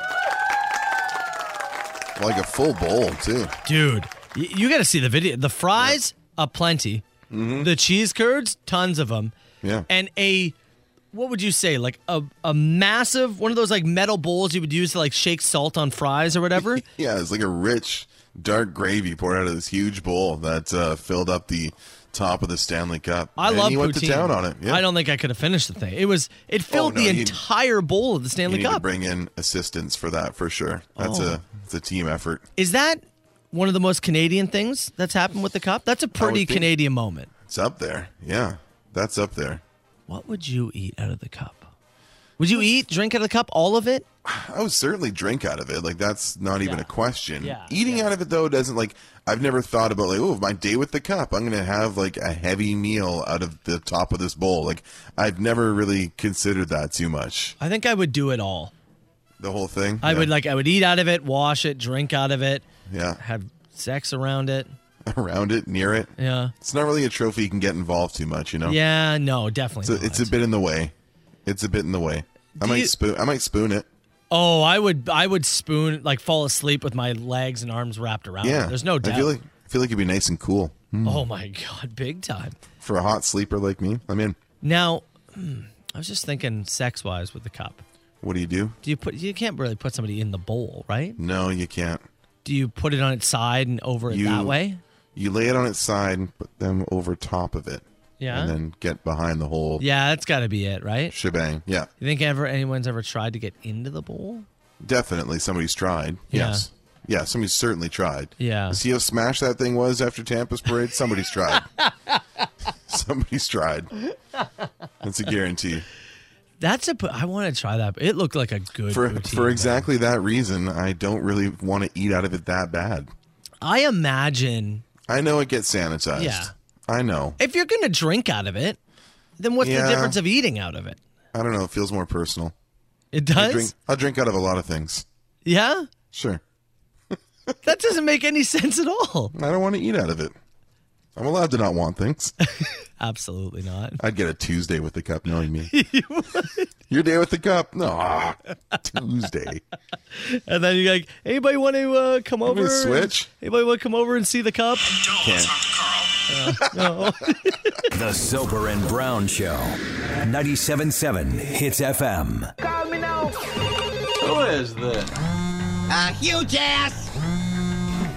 [SPEAKER 6] Like a full bowl too.
[SPEAKER 5] dude y- you gotta see the video the fries a plenty
[SPEAKER 6] Mm-hmm.
[SPEAKER 5] the cheese curds tons of them
[SPEAKER 6] Yeah.
[SPEAKER 5] and a what would you say like a, a massive one of those like metal bowls you would use to like shake salt on fries or whatever
[SPEAKER 6] Yeah, it's like a rich, dark gravy poured out of this huge bowl that uh, filled up the top of the Stanley Cup.
[SPEAKER 5] I
[SPEAKER 6] and
[SPEAKER 5] love
[SPEAKER 6] he went
[SPEAKER 5] poutine.
[SPEAKER 6] to town on it. Yeah. Oh,
[SPEAKER 5] I don't think I could have finished the thing. It was it filled
[SPEAKER 6] no,
[SPEAKER 5] the
[SPEAKER 6] you-
[SPEAKER 5] entire bowl of the
[SPEAKER 6] You
[SPEAKER 5] Stanley
[SPEAKER 6] need to
[SPEAKER 5] Cup. Oh.
[SPEAKER 6] bring in assistance for that for sure. That's a it's a team effort.
[SPEAKER 5] Is that one of the most Canadian things that's happened with the cup? That's a pretty
[SPEAKER 6] think-
[SPEAKER 5] Canadian moment.
[SPEAKER 6] It's up there. Yeah, that's up there.
[SPEAKER 5] What would you eat out of the cup? Would you eat, drink out of the cup, all of it?
[SPEAKER 6] I would certainly drink out of it. Like that's not even
[SPEAKER 5] Yeah.
[SPEAKER 6] a question.
[SPEAKER 5] Yeah,
[SPEAKER 6] Eating out of it though doesn't like I've never thought about like, oh, my day with the cup, I'm gonna have like a heavy meal out of the top of this bowl. Like I've never really considered that too much.
[SPEAKER 5] I think I would do it all.
[SPEAKER 6] The whole thing.
[SPEAKER 5] I
[SPEAKER 6] Yeah.
[SPEAKER 5] would like I would eat out of it, wash it, drink out of it,
[SPEAKER 6] Yeah.
[SPEAKER 5] have sex around it.
[SPEAKER 6] Around it, near it.
[SPEAKER 5] Yeah.
[SPEAKER 6] It's not really a trophy you can get involved too much, you know?
[SPEAKER 5] Yeah, no, definitely.
[SPEAKER 6] It's a, it's a
[SPEAKER 5] not.
[SPEAKER 6] bit in the way. It's a bit in the way.
[SPEAKER 5] Do
[SPEAKER 6] I might
[SPEAKER 5] you-
[SPEAKER 6] spoon I might spoon it.
[SPEAKER 5] Oh, I would I would spoon like fall asleep with my legs and arms wrapped around. it.
[SPEAKER 6] Yeah.
[SPEAKER 5] Oh, There's no doubt.
[SPEAKER 6] I feel like I feel like it'd be nice and cool. Hmm.
[SPEAKER 5] oh my god, big time.
[SPEAKER 6] For a hot sleeper like me. I mean,
[SPEAKER 5] Now, hmm, I was just thinking sex wise with the cup.
[SPEAKER 6] what do you do?
[SPEAKER 5] Do you put you can't really put somebody in the bowl, right?
[SPEAKER 6] No, you can't.
[SPEAKER 5] Do you put it on its side and over it
[SPEAKER 6] You-
[SPEAKER 5] that way?
[SPEAKER 6] You lay it on its side and put them over top of it.
[SPEAKER 5] Yeah.
[SPEAKER 6] And then get behind the whole
[SPEAKER 5] Yeah, that's got to be it, right?
[SPEAKER 6] shebang. Yeah.
[SPEAKER 5] You think ever anyone's ever tried to get into the bowl?
[SPEAKER 6] Definitely somebody's tried.
[SPEAKER 5] Yeah.
[SPEAKER 6] Yes. Yeah, somebody's certainly tried.
[SPEAKER 5] Yeah.
[SPEAKER 6] See how smashed that thing was after Tampa's parade? Somebody's tried. somebody's tried. That's a guarantee.
[SPEAKER 5] That's a. p- I want to try that. It looked like a good
[SPEAKER 6] For
[SPEAKER 5] poutine,
[SPEAKER 6] for
[SPEAKER 5] man.
[SPEAKER 6] exactly that reason, I don't really want to eat out of it that bad.
[SPEAKER 5] I imagine
[SPEAKER 6] I know it gets sanitized.
[SPEAKER 5] Yeah.
[SPEAKER 6] I know.
[SPEAKER 5] if you're going to drink out of it, then what's
[SPEAKER 6] Yeah.
[SPEAKER 5] the difference of eating out of it?
[SPEAKER 6] I don't know. It feels more personal.
[SPEAKER 5] It
[SPEAKER 6] I
[SPEAKER 5] does.
[SPEAKER 6] drink, I'll drink out of a lot of things.
[SPEAKER 5] Yeah,
[SPEAKER 6] Sure.
[SPEAKER 5] that doesn't make any sense at all.
[SPEAKER 6] I don't want to eat out of it. I'm allowed to not want things.
[SPEAKER 5] Absolutely not.
[SPEAKER 6] I'd get a Tuesday with the cup, knowing me. Your day with the cup? No, ah, Tuesday.
[SPEAKER 5] And then you're like, anybody want to uh, come over?
[SPEAKER 6] gonna
[SPEAKER 5] and-
[SPEAKER 6] switch.
[SPEAKER 5] Anybody want to come over and see the cup?
[SPEAKER 4] The Soper and Brown Show. 97.7 Hits FM.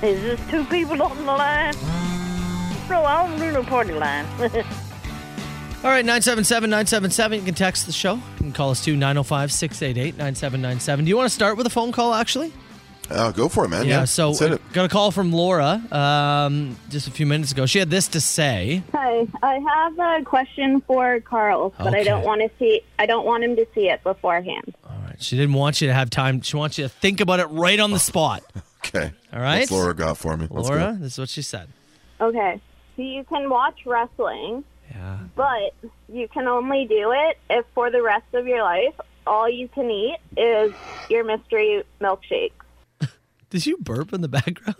[SPEAKER 1] Is this two people on the line? No, I don't do no party line.
[SPEAKER 5] All right, 977 977. You can text the show. You can call us oh to 905 688 9797. Do you want to start with a phone call, actually?
[SPEAKER 6] Oh, go for it, man.
[SPEAKER 5] Yeah,
[SPEAKER 6] Yeah.
[SPEAKER 5] so
[SPEAKER 6] Said
[SPEAKER 5] I
[SPEAKER 6] it.
[SPEAKER 5] got a call from Laura um, just a few minutes ago. She had this to say.
[SPEAKER 7] Hi, I have a question for Carl, but I don't
[SPEAKER 5] Okay.
[SPEAKER 7] want to see. I don't want him to see it beforehand.
[SPEAKER 5] All right, she didn't want you to have time. She wants you to think about it right on the spot.
[SPEAKER 6] Okay.
[SPEAKER 5] All right.
[SPEAKER 6] What's Laura got for me? Let's go.
[SPEAKER 5] Laura, this is what she said.
[SPEAKER 7] Okay, so you can watch wrestling,
[SPEAKER 5] Yeah.
[SPEAKER 7] but you can only do it if for the rest of your life all you can eat is your mystery milkshake.
[SPEAKER 5] Did you burp in the background?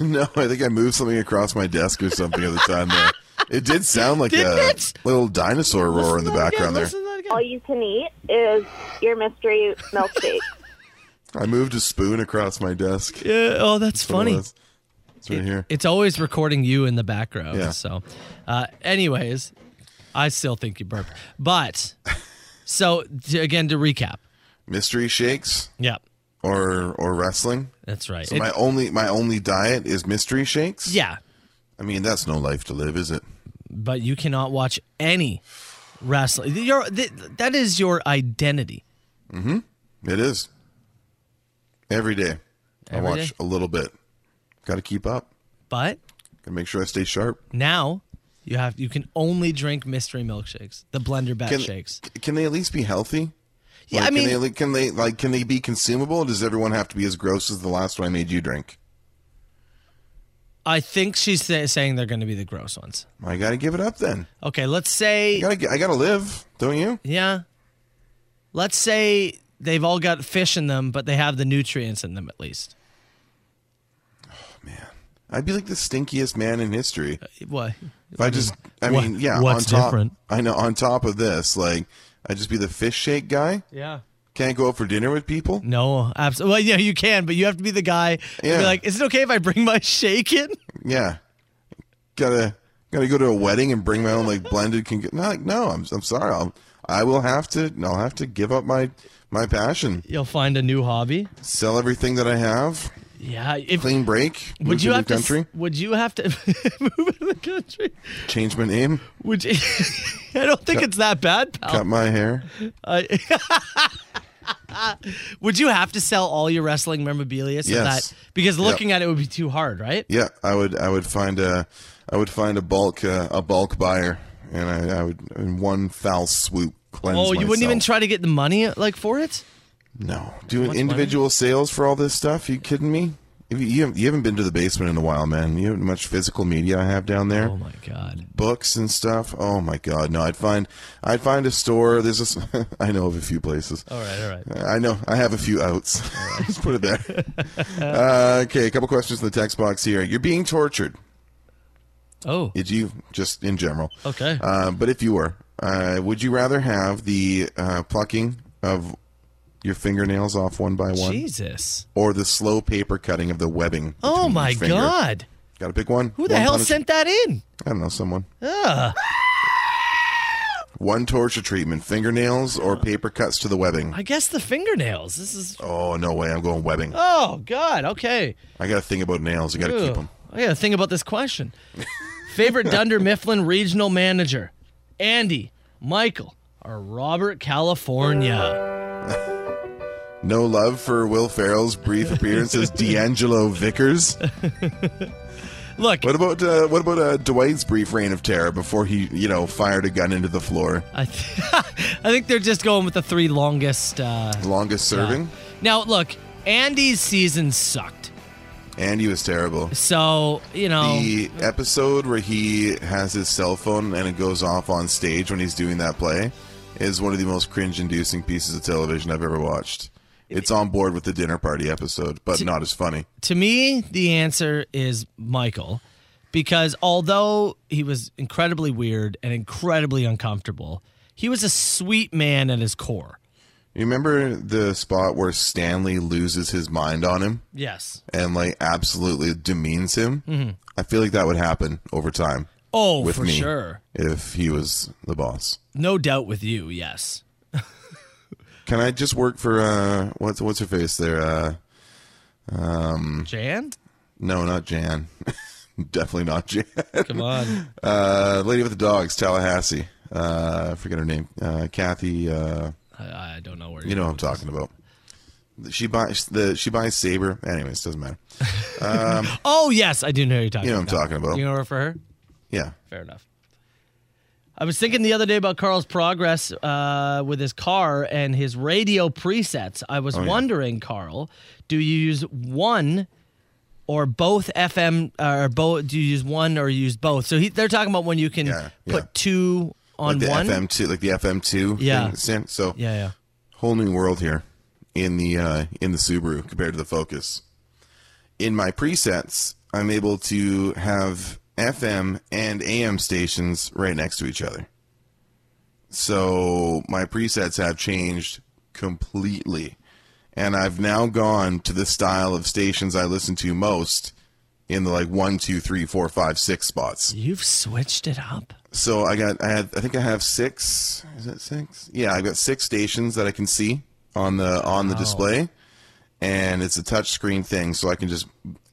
[SPEAKER 6] No, I think I moved something across my desk or something at the time there. It did sound like
[SPEAKER 5] Didn't
[SPEAKER 6] a
[SPEAKER 5] it?
[SPEAKER 6] little dinosaur roar in the background there.
[SPEAKER 7] All you can eat is your mystery milkshake.
[SPEAKER 6] I moved a spoon across my desk.
[SPEAKER 5] Yeah, oh, that's
[SPEAKER 6] What it
[SPEAKER 5] funny.
[SPEAKER 6] was. It's right here.
[SPEAKER 5] It's always recording you in the background.
[SPEAKER 6] Yeah.
[SPEAKER 5] So, uh, anyways, I still think you burped. But, so to, again, to recap.
[SPEAKER 6] Mystery shakes
[SPEAKER 5] Yep,
[SPEAKER 6] or or wrestling.
[SPEAKER 5] that's right.
[SPEAKER 6] So
[SPEAKER 5] It-
[SPEAKER 6] my only my only diet is mystery shakes.
[SPEAKER 5] yeah,
[SPEAKER 6] I mean that's no life to live, is it?
[SPEAKER 5] but you cannot watch any wrestling. Your, th- that is your identity.
[SPEAKER 6] It is. Every day. I
[SPEAKER 5] Every
[SPEAKER 6] watch
[SPEAKER 5] day?
[SPEAKER 6] a little bit. Got to keep up.
[SPEAKER 5] But
[SPEAKER 6] Got to make sure I stay sharp.
[SPEAKER 5] now you have you can only drink mystery milkshakes, the blender bet
[SPEAKER 6] Can-
[SPEAKER 5] shakes.
[SPEAKER 6] Can they at least be healthy?
[SPEAKER 5] Yeah,
[SPEAKER 6] Like,
[SPEAKER 5] I mean,
[SPEAKER 6] can they, can they like can they be consumable? Or does everyone have to be as gross as the last one I made you drink?
[SPEAKER 5] I think she's sa- saying they're going to be the gross ones.
[SPEAKER 6] I got to give it up then.
[SPEAKER 5] Okay, let's say
[SPEAKER 6] I got to I got to live, don't you?
[SPEAKER 5] yeah. Let's say they've all got fish in them, but they have the nutrients in them at least.
[SPEAKER 6] I'd be like the stinkiest man in history.
[SPEAKER 5] What?
[SPEAKER 6] If I just, I
[SPEAKER 5] What-
[SPEAKER 6] mean, yeah,
[SPEAKER 5] what's
[SPEAKER 6] on top,
[SPEAKER 5] different?
[SPEAKER 6] I know. On top of this, like, I'd just be the fish shake guy.
[SPEAKER 5] Yeah.
[SPEAKER 6] Can't go out for dinner with people.
[SPEAKER 5] No, absolutely. Well, yeah, you can, but you have to be the guy. to
[SPEAKER 6] Yeah.
[SPEAKER 5] Be like, is it okay if I bring my shake in?
[SPEAKER 6] Yeah, gotta gotta go to a wedding and bring my own like blended. Con- no, like, no, I'm I'm sorry. I'll I will have to. I'll have to give up my my passion.
[SPEAKER 5] You'll find a new hobby.
[SPEAKER 6] Sell everything that I have.
[SPEAKER 5] Yeah. If
[SPEAKER 6] Clean break. Move
[SPEAKER 5] would
[SPEAKER 6] to
[SPEAKER 5] you
[SPEAKER 6] a new
[SPEAKER 5] have to? s-
[SPEAKER 6] country?
[SPEAKER 5] Would you have to move out of the country?
[SPEAKER 6] Change my name.
[SPEAKER 5] Would you? I don't think it's that bad, pal.
[SPEAKER 6] Cut my hair. Oh.
[SPEAKER 5] I- Uh, would you have to sell all your wrestling memorabilia so
[SPEAKER 6] Yes.
[SPEAKER 5] that because looking at it would be too hard, right?
[SPEAKER 6] Yeah, I would. I would find a. I would find a bulk uh, a bulk buyer, and I, I would in one foul swoop cleanse.
[SPEAKER 5] Oh, you wouldn't even
[SPEAKER 6] myself.
[SPEAKER 5] try to get the money like for it?
[SPEAKER 6] No, doing
[SPEAKER 5] much
[SPEAKER 6] individual sales for all this stuff. you kidding me? If you, you haven't- you haven't been to the basement in a while, man. You haven't much physical media I have down there.
[SPEAKER 5] Oh my god.
[SPEAKER 6] Books and stuff. Oh my god, no! I'd find, I'd find a store. There's a, s- I know of a few places.
[SPEAKER 5] All right, all right.
[SPEAKER 6] I know. I have a few outs. Let's put it there. uh, okay, a couple questions in the text box here. You're being tortured.
[SPEAKER 5] Oh,
[SPEAKER 6] Did you just in general?
[SPEAKER 5] okay.
[SPEAKER 6] Uh, but if you were, uh, would you rather have the uh, plucking of your fingernails off one by one,
[SPEAKER 5] Jesus.
[SPEAKER 6] or the slow paper cutting of the webbing?
[SPEAKER 5] Oh
[SPEAKER 6] between
[SPEAKER 5] my
[SPEAKER 6] each finger?
[SPEAKER 5] god.
[SPEAKER 6] Gotta pick one.
[SPEAKER 5] Who the
[SPEAKER 6] One
[SPEAKER 5] hell
[SPEAKER 6] punish-
[SPEAKER 5] sent Ah! that in?
[SPEAKER 6] I don't know someone.
[SPEAKER 5] Ugh.
[SPEAKER 6] One torture treatment: fingernails or paper cuts to the webbing.
[SPEAKER 5] I guess the fingernails. This is
[SPEAKER 6] Oh no way! I'm going webbing.
[SPEAKER 5] Oh god. Okay.
[SPEAKER 6] I got to think about nails. I got to keep them.
[SPEAKER 5] I gotta think about this question. Favorite Dunder Mifflin regional manager? Andy, Michael, or Robert California?
[SPEAKER 6] No love for Will Ferrell's brief appearance as D'Angelo Vickers.
[SPEAKER 5] Look,
[SPEAKER 6] What about uh, what about uh, Dwight's brief reign of terror before he, you know, fired a gun into the floor?
[SPEAKER 5] I, th- I think they're just going with the three longest. Uh,
[SPEAKER 6] Longest serving.
[SPEAKER 5] now, look, Andy's season sucked.
[SPEAKER 6] And he was terrible.
[SPEAKER 5] So, you know,
[SPEAKER 6] The episode where he has his cell phone and it goes off on stage when he's doing that play is one of the most cringe inducing pieces of television I've ever watched. It's on board with the dinner party episode, but not as funny.
[SPEAKER 5] to me, the answer is Michael. Because although he was incredibly weird and incredibly uncomfortable, he was a sweet man at his core.
[SPEAKER 6] You remember the spot where Stanley loses his mind on him
[SPEAKER 5] Yes.
[SPEAKER 6] and like absolutely demeans him? Mm-hmm. I feel like that would happen over time
[SPEAKER 5] Oh,
[SPEAKER 6] With
[SPEAKER 5] for
[SPEAKER 6] me.
[SPEAKER 5] sure.
[SPEAKER 6] if he was the boss.
[SPEAKER 5] No doubt with you, yes.
[SPEAKER 6] Can I just work for uh what's what's her face there? Uh
[SPEAKER 5] Jan?
[SPEAKER 6] no, not Jan. Definitely not Jan.
[SPEAKER 5] Come on.
[SPEAKER 6] Uh, lady with the dogs, Tallahassee. Uh, I forget her name. Uh, Kathy. Uh,
[SPEAKER 5] I, I don't know where
[SPEAKER 6] you know what I'm talking about. She buys the she buys Saber. Anyways, doesn't matter.
[SPEAKER 5] Oh, yes, I do know who you're talking
[SPEAKER 6] You know what I'm
[SPEAKER 5] about.
[SPEAKER 6] talking about.
[SPEAKER 5] You know her for her?
[SPEAKER 6] Yeah.
[SPEAKER 5] Fair enough. I was thinking the other day about Carl's progress uh, with his car and his radio presets. I was
[SPEAKER 6] Oh, yeah.
[SPEAKER 5] wondering, Carl, do you use one or both FM or both? Do you use one or use both? So he, they're talking about when you can
[SPEAKER 6] Yeah,
[SPEAKER 5] put
[SPEAKER 6] yeah.
[SPEAKER 5] two on
[SPEAKER 6] Like the
[SPEAKER 5] one.
[SPEAKER 6] FM two, like the FM two.
[SPEAKER 5] Yeah.
[SPEAKER 6] thing, Stan- so
[SPEAKER 5] Yeah, yeah.
[SPEAKER 6] whole new world here in the uh, in the Subaru compared to the Focus. In my presets, I'm able to have FM and AM stations right next to each other. So my presets have changed completely, and I've now gone to the style of stations I listen to most in the like one, two, three, four, five, six spots.
[SPEAKER 5] You've switched it up.
[SPEAKER 6] So I got I had I think I have six is that six? Yeah, I've got six stations that I can see on the on the display. And it's a touch screen thing, so I can just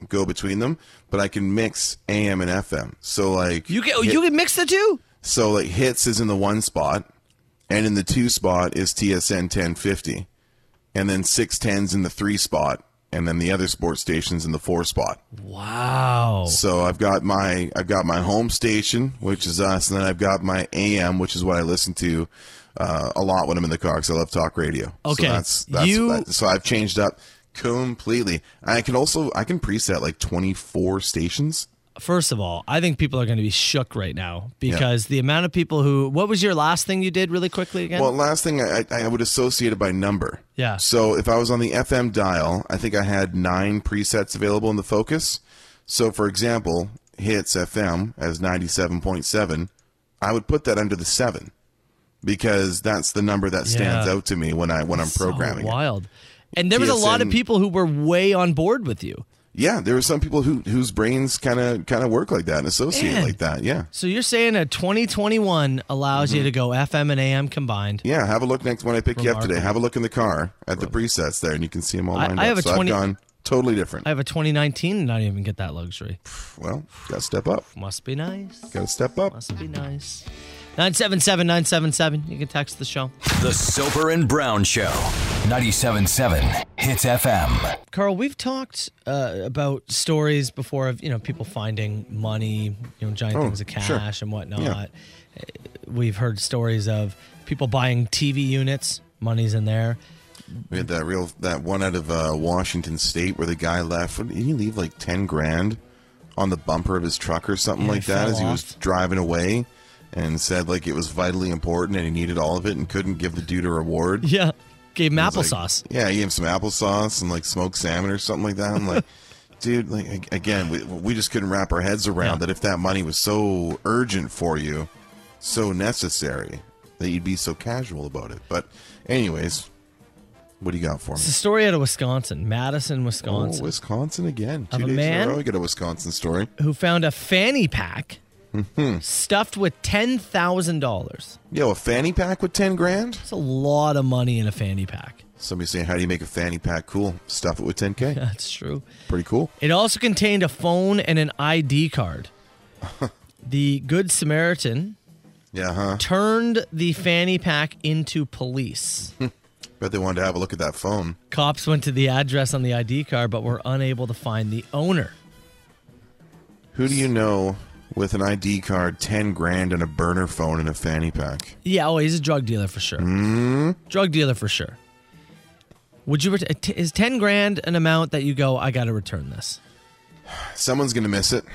[SPEAKER 6] go between them. But I can mix AM and FM. So like
[SPEAKER 5] You can
[SPEAKER 6] hit-
[SPEAKER 5] you can mix the two.
[SPEAKER 6] so like hits is in the one spot, and in the two spot is TSN ten fifty, and then six tens in the three spot, and then the other sports station's in the four spot.
[SPEAKER 5] Wow.
[SPEAKER 6] So I've got my I've got my home station, which is us, and then I've got my AM, which is what I listen to uh, a lot when I'm in the car because I love talk radio.
[SPEAKER 5] Okay.
[SPEAKER 6] so that's, that's
[SPEAKER 5] You-
[SPEAKER 6] that- so I've changed up completely. I can also I can preset like 24 stations.
[SPEAKER 5] First of all, I think people are going to be shook right now because the amount of people who. What was your last thing you did really quickly again?
[SPEAKER 6] Well, last thing I, I I would associate it by number.
[SPEAKER 5] Yeah.
[SPEAKER 6] So if I was on the FM dial, I think I had nine presets available in the focus. So for example, hits FM as 97.7, I would put that under the seven because that's the number that stands
[SPEAKER 5] Yeah.
[SPEAKER 6] out to me when I when I'm
[SPEAKER 5] So
[SPEAKER 6] programming. it.
[SPEAKER 5] wild. And there was a lot of
[SPEAKER 6] TSN
[SPEAKER 5] people who were way on board with you.
[SPEAKER 6] Yeah, there were some people who whose brains kind of kind of work like that and associate
[SPEAKER 5] Man.
[SPEAKER 6] like that. Yeah.
[SPEAKER 5] So you're saying a 2021 allows
[SPEAKER 6] Mm-hmm.
[SPEAKER 5] you to go FM and AM combined.
[SPEAKER 6] Yeah, have a look next when I pick you up today.
[SPEAKER 5] Remarkable.
[SPEAKER 6] Have a look in the car at the presets there, and you can see them all
[SPEAKER 5] I-
[SPEAKER 6] lined
[SPEAKER 5] I have
[SPEAKER 6] up.
[SPEAKER 5] a
[SPEAKER 6] so
[SPEAKER 5] 20
[SPEAKER 6] I've gone totally different.
[SPEAKER 5] I have a 2019 and I don't even get that luxury.
[SPEAKER 6] well, gotta step up.
[SPEAKER 5] Must be nice.
[SPEAKER 6] Gotta step up.
[SPEAKER 5] Must be nice. 977 977. You can text the show.
[SPEAKER 4] The Soper and Brown Show. 97.7 Hits FM.
[SPEAKER 5] Carl, we've talked uh, about stories before of you know people finding money, you know, giant things of cash
[SPEAKER 6] Oh, sure.
[SPEAKER 5] and whatnot. Uh, We've heard stories of people buying TV units, money's in there.
[SPEAKER 6] We had that real that one out of uh, Washington State where the guy left. What, did he leave like ten grand on the bumper of his truck or something
[SPEAKER 5] Yeah,
[SPEAKER 6] like
[SPEAKER 5] it
[SPEAKER 6] that
[SPEAKER 5] fell
[SPEAKER 6] as he was
[SPEAKER 5] off.
[SPEAKER 6] driving away, and said like it was vitally important and he needed all of it and couldn't give the dude a reward.
[SPEAKER 5] Yeah, gave him
[SPEAKER 6] It's like-
[SPEAKER 5] applesauce.
[SPEAKER 6] yeah, he gave him some applesauce and like smoked salmon or something like that. I'm like, dude, like ag- again, we, we just couldn't wrap our heads around
[SPEAKER 5] Yeah.
[SPEAKER 6] that if that money was so urgent for you, so necessary that you'd be so casual about it. But, anyways, what do you got for me?
[SPEAKER 5] it's a story out of Wisconsin, Madison, Wisconsin,
[SPEAKER 6] Oh, Wisconsin again. Two
[SPEAKER 5] Of a
[SPEAKER 6] days
[SPEAKER 5] man?
[SPEAKER 6] in a row, we get a Wisconsin story.
[SPEAKER 5] who found a fanny pack
[SPEAKER 6] Mm-hmm.
[SPEAKER 5] stuffed with ten thousand dollars.
[SPEAKER 6] Yo, a fanny pack with ten grand.
[SPEAKER 5] That's a lot of money in a fanny pack.
[SPEAKER 6] Somebody saying, "How do you make a fanny pack cool? Stuff it with 10k.
[SPEAKER 5] That's true.
[SPEAKER 6] Pretty cool."
[SPEAKER 5] It also contained a phone and an ID card. the Good Samaritan
[SPEAKER 6] Yeah, huh?
[SPEAKER 5] turned the fanny pack into police.
[SPEAKER 6] Bet they wanted to have a look at that phone.
[SPEAKER 5] Cops went to the address on the ID card but were unable to find the owner.
[SPEAKER 6] Who do you know with an ID card, 10 grand, and a burner phone and a fanny pack?
[SPEAKER 5] Yeah, oh, he's a drug dealer for sure. Drug dealer for sure. Would you ret- t- is 10 grand an amount that you go I got to return this?
[SPEAKER 6] Someone's going to miss it.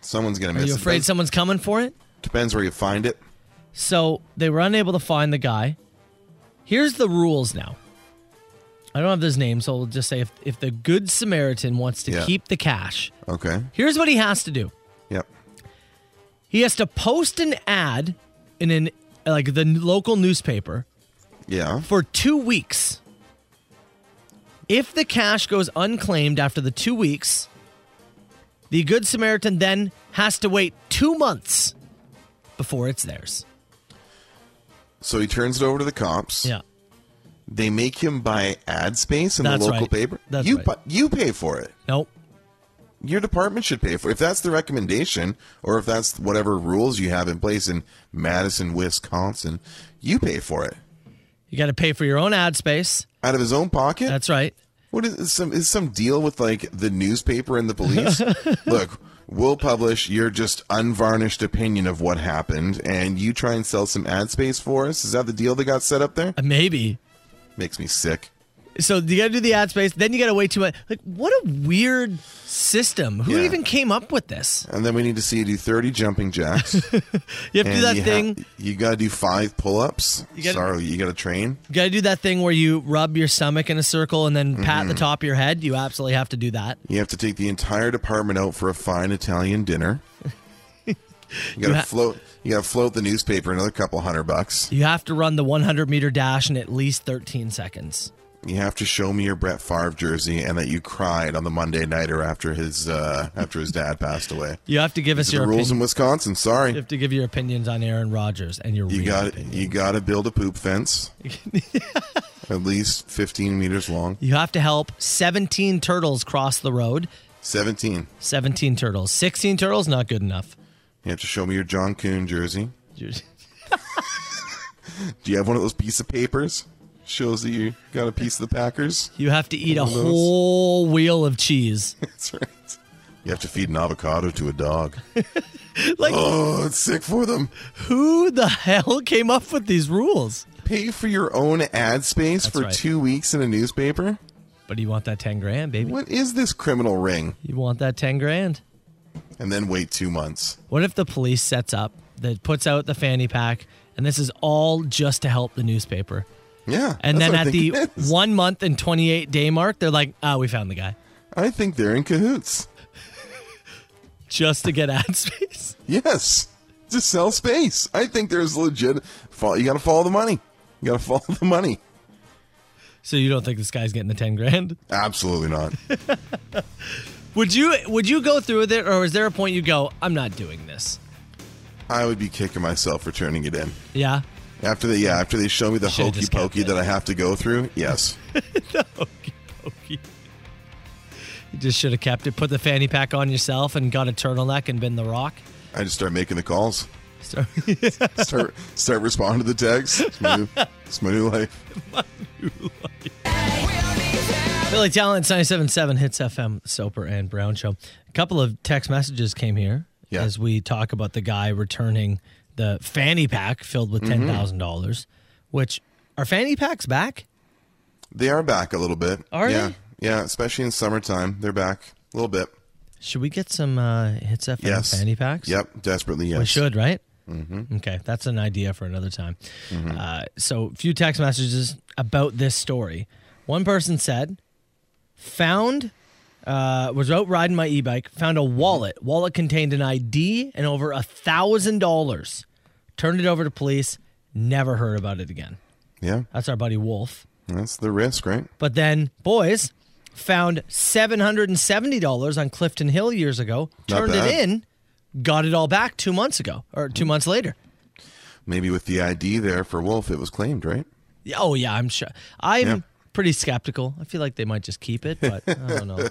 [SPEAKER 6] Someone's going to
[SPEAKER 5] Are
[SPEAKER 6] miss
[SPEAKER 5] you
[SPEAKER 6] it.
[SPEAKER 5] afraid
[SPEAKER 6] Depends-
[SPEAKER 5] someone's coming for it?
[SPEAKER 6] Depends where you find it.
[SPEAKER 5] So they were unable to find the guy. Here's the rules now. I don't have his name, so we'll just say if, if the Good Samaritan wants to
[SPEAKER 6] Yeah.
[SPEAKER 5] keep the cash,
[SPEAKER 6] Okay.
[SPEAKER 5] here's what he has to do.
[SPEAKER 6] Yep.
[SPEAKER 5] He has to post an ad in an like the n- local newspaper
[SPEAKER 6] Yeah.
[SPEAKER 5] for two weeks. If the cash goes unclaimed after the two weeks, the Good Samaritan then has to wait two months before it's theirs.
[SPEAKER 6] So he turns it over to the cops.
[SPEAKER 5] Yeah.
[SPEAKER 6] They make him buy ad space in
[SPEAKER 5] That's
[SPEAKER 6] the local
[SPEAKER 5] right.
[SPEAKER 6] paper.
[SPEAKER 5] That's
[SPEAKER 6] you
[SPEAKER 5] right.
[SPEAKER 6] bu- you pay for it.
[SPEAKER 5] Nope.
[SPEAKER 6] Your department should pay for it. If that's the recommendation, or if that's whatever rules you have in place in Madison, Wisconsin, you pay for it
[SPEAKER 5] You got to pay for your own ad space.
[SPEAKER 6] out of his own pocket.
[SPEAKER 5] That's right.
[SPEAKER 6] What is is some is some deal with like the newspaper and the police? Look, we'll publish your just unvarnished opinion of what happened, and you try and sell some ad space for us. Is that the deal they got set up there?
[SPEAKER 5] Uh, Maybe.
[SPEAKER 6] Makes me sick.
[SPEAKER 5] So you got to do the ad space, then you got to wait too much. Like, what a weird system. Who
[SPEAKER 6] Yeah.
[SPEAKER 5] even came up with this?
[SPEAKER 6] And then we need to see you do thirty jumping jacks.
[SPEAKER 5] You have to do
[SPEAKER 6] and
[SPEAKER 5] that
[SPEAKER 6] you ha-
[SPEAKER 5] thing.
[SPEAKER 6] you gotta do five pull-ups.
[SPEAKER 5] You gotta-
[SPEAKER 6] Sorry, you gotta train.
[SPEAKER 5] you got to do that thing where you rub your stomach in a circle and then pat
[SPEAKER 6] Mm-hmm.
[SPEAKER 5] the top of your head. You absolutely have to do that.
[SPEAKER 6] You have to take the entire department out for a fine Italian dinner. You gotta
[SPEAKER 5] ha-
[SPEAKER 6] float. You gotta float the newspaper another couple hundred bucks.
[SPEAKER 5] You have to run the 100 meter dash in at least 13 seconds.
[SPEAKER 6] You have to show me your Brett Favre jersey and that you cried on the Monday nighter after his uh, after his dad passed away.
[SPEAKER 5] You have to give us
[SPEAKER 6] The
[SPEAKER 5] your
[SPEAKER 6] rules
[SPEAKER 5] opinion.
[SPEAKER 6] in Wisconsin. Sorry,
[SPEAKER 5] You have to give your opinions on Aaron Rodgers and your
[SPEAKER 6] you
[SPEAKER 5] real
[SPEAKER 6] got
[SPEAKER 5] opinion.
[SPEAKER 6] you got to build a poop fence, at least fifteen meters long.
[SPEAKER 5] You have to help 17 turtles cross the road.
[SPEAKER 6] Seventeen.
[SPEAKER 5] 17 turtles. 16 turtles, not good enough.
[SPEAKER 6] You have to show me your John Coon jersey. Do you have one of those piece of papers? Shows that you got a piece of the Packers.
[SPEAKER 5] You have to eat a
[SPEAKER 6] One of those.
[SPEAKER 5] whole wheel of cheese.
[SPEAKER 6] That's right. You have to feed an avocado to a dog.
[SPEAKER 5] Like-
[SPEAKER 6] oh, it's sick for them.
[SPEAKER 5] Who the hell came up with these rules?
[SPEAKER 6] Pay for your own ad space for
[SPEAKER 5] right.
[SPEAKER 6] two weeks in a newspaper.
[SPEAKER 5] But you want that 10 grand, baby.
[SPEAKER 6] What is this criminal ring?
[SPEAKER 5] You want that 10 grand.
[SPEAKER 6] And then wait two months.
[SPEAKER 5] What if the police sets up that puts out the fanny pack and this is all just to help the newspaper?
[SPEAKER 6] Yeah.
[SPEAKER 5] And
[SPEAKER 6] that's
[SPEAKER 5] then
[SPEAKER 6] what I
[SPEAKER 5] at the
[SPEAKER 6] think it is.
[SPEAKER 5] one month and 28 day mark, they're like, ah, we found the guy
[SPEAKER 6] I think they're in cahoots.
[SPEAKER 5] just to get ad space.
[SPEAKER 6] Yes. Just sell space. I think there's legit. Follow, you got to follow the money. You got to follow the money.
[SPEAKER 5] So you don't think this guy's getting the 10 grand?
[SPEAKER 6] Absolutely not.
[SPEAKER 5] Would you would you go through with it or is there a point you go, I'm not doing this?
[SPEAKER 6] I would be kicking myself for turning it in.
[SPEAKER 5] Yeah.
[SPEAKER 6] After they, yeah, after they show me the
[SPEAKER 5] Should've
[SPEAKER 6] hokey
[SPEAKER 5] just kept
[SPEAKER 6] pokey
[SPEAKER 5] it.
[SPEAKER 6] that I have to go through, yes.
[SPEAKER 5] Okey dokey. You just should have kept it, put the fanny pack on yourself and got a turtleneck and been the rock.
[SPEAKER 6] I just start making the calls.
[SPEAKER 5] So-
[SPEAKER 6] Start start responding to the texts. It's my new, it's my new life.
[SPEAKER 5] Billy Talent, 97.7 Hits FM, Soper and Brown Show. A couple of text messages came here
[SPEAKER 6] Yeah.
[SPEAKER 5] as we talk about the guy returning the fanny pack filled with
[SPEAKER 6] Mm-hmm.
[SPEAKER 5] $10,000, which are fanny packs back?
[SPEAKER 6] They are back a little bit.
[SPEAKER 5] Are
[SPEAKER 6] yeah.
[SPEAKER 5] they?
[SPEAKER 6] Yeah, especially in summertime. They're back a little bit.
[SPEAKER 5] Should we get some uh, Hits FM
[SPEAKER 6] Yes.
[SPEAKER 5] fanny packs?
[SPEAKER 6] Yep, desperately yes.
[SPEAKER 5] We should, right?
[SPEAKER 6] Mm-hmm.
[SPEAKER 5] Okay, that's an idea for another time. Uh, so, a few text messages about this story. One person said, found, uh, was out riding my e bike, found a wallet. Wallet contained an ID and over a $1,000. Turned it over to police, never heard about it again.
[SPEAKER 6] Yeah,
[SPEAKER 5] That's our buddy Wolf.
[SPEAKER 6] that's the risk, right?
[SPEAKER 5] But then, boys found $770 on Clifton Hill years ago,
[SPEAKER 6] Not
[SPEAKER 5] turned it
[SPEAKER 6] bad.
[SPEAKER 5] in, got it all back two months ago or 2 months later.
[SPEAKER 6] Maybe with the ID there for Wolf, it was claimed, right?
[SPEAKER 5] Yeah, Oh yeah, I'm sure. I'm
[SPEAKER 6] Yeah.
[SPEAKER 5] pretty skeptical. I feel like they might just keep it, but I don't know.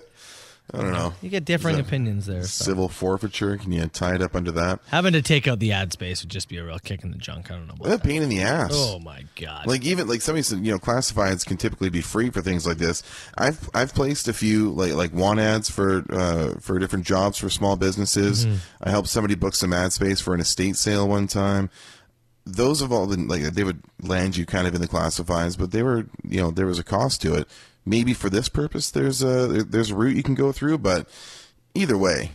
[SPEAKER 6] I don't know.
[SPEAKER 5] You get differing
[SPEAKER 6] Is that
[SPEAKER 5] opinions there. so.
[SPEAKER 6] Civil forfeiture. Can you tie it up under that?
[SPEAKER 5] Having to take out the ad space would just be a real kick in the junk. I don't know. About
[SPEAKER 6] What a
[SPEAKER 5] that.
[SPEAKER 6] pain in the ass.
[SPEAKER 5] Oh my god.
[SPEAKER 6] Like even like somebody said, you know, classifieds can typically be free for things like this. I've I've placed a few like like want ads for uh, for different jobs for small businesses. I helped somebody book some ad space for an estate sale one time. Those have all been like they would land you kind of in the classifieds, but they were you know there was a cost to it. Maybe for this purpose, there's a there's a route you can go through, but either way,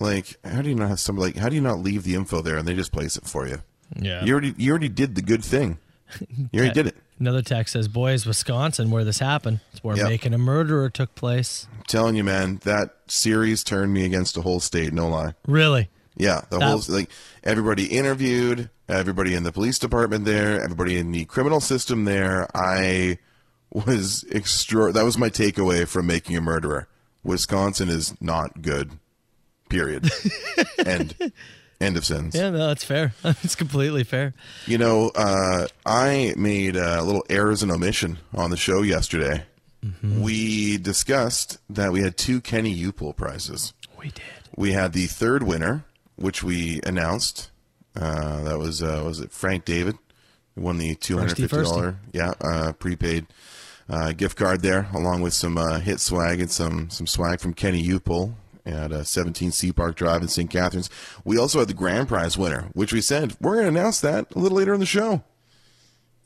[SPEAKER 6] like how do you not have some like how do you not leave the info there and they just place it for you?
[SPEAKER 5] yeah.
[SPEAKER 6] You already you already did the good thing. You already did it.
[SPEAKER 5] Another text says, "Boys, Wisconsin, where this happened. It's where
[SPEAKER 6] Yep.
[SPEAKER 5] making a murderer took place."
[SPEAKER 6] I'm telling you, man, that series turned me against a whole state. No lie.
[SPEAKER 5] Really?
[SPEAKER 6] Yeah, the
[SPEAKER 5] That-
[SPEAKER 6] whole like everybody interviewed, everybody in the police department there, everybody in the criminal system there. I was extra. That was my takeaway from making a murderer. Wisconsin is not good. Period. end. End of sentence.
[SPEAKER 5] Yeah, no, that's fair. That's completely fair.
[SPEAKER 6] You know, uh, I made a little errors and omission on the show yesterday. We discussed that we had two Kenny Upil prizes.
[SPEAKER 5] We did.
[SPEAKER 6] We had the third winner, which we announced. Uh, that was uh, was it Frank David who won the two hundred
[SPEAKER 5] Firsty,
[SPEAKER 6] fifty
[SPEAKER 5] firsty.
[SPEAKER 6] dollar yeah uh, prepaid uh, gift card there, along with some uh, hit swag and some some swag from Kenny Upil at uh, 17 Sea Park Drive in St. Catharines. We also had the grand prize winner, which we said we're going to announce that a little later in the show,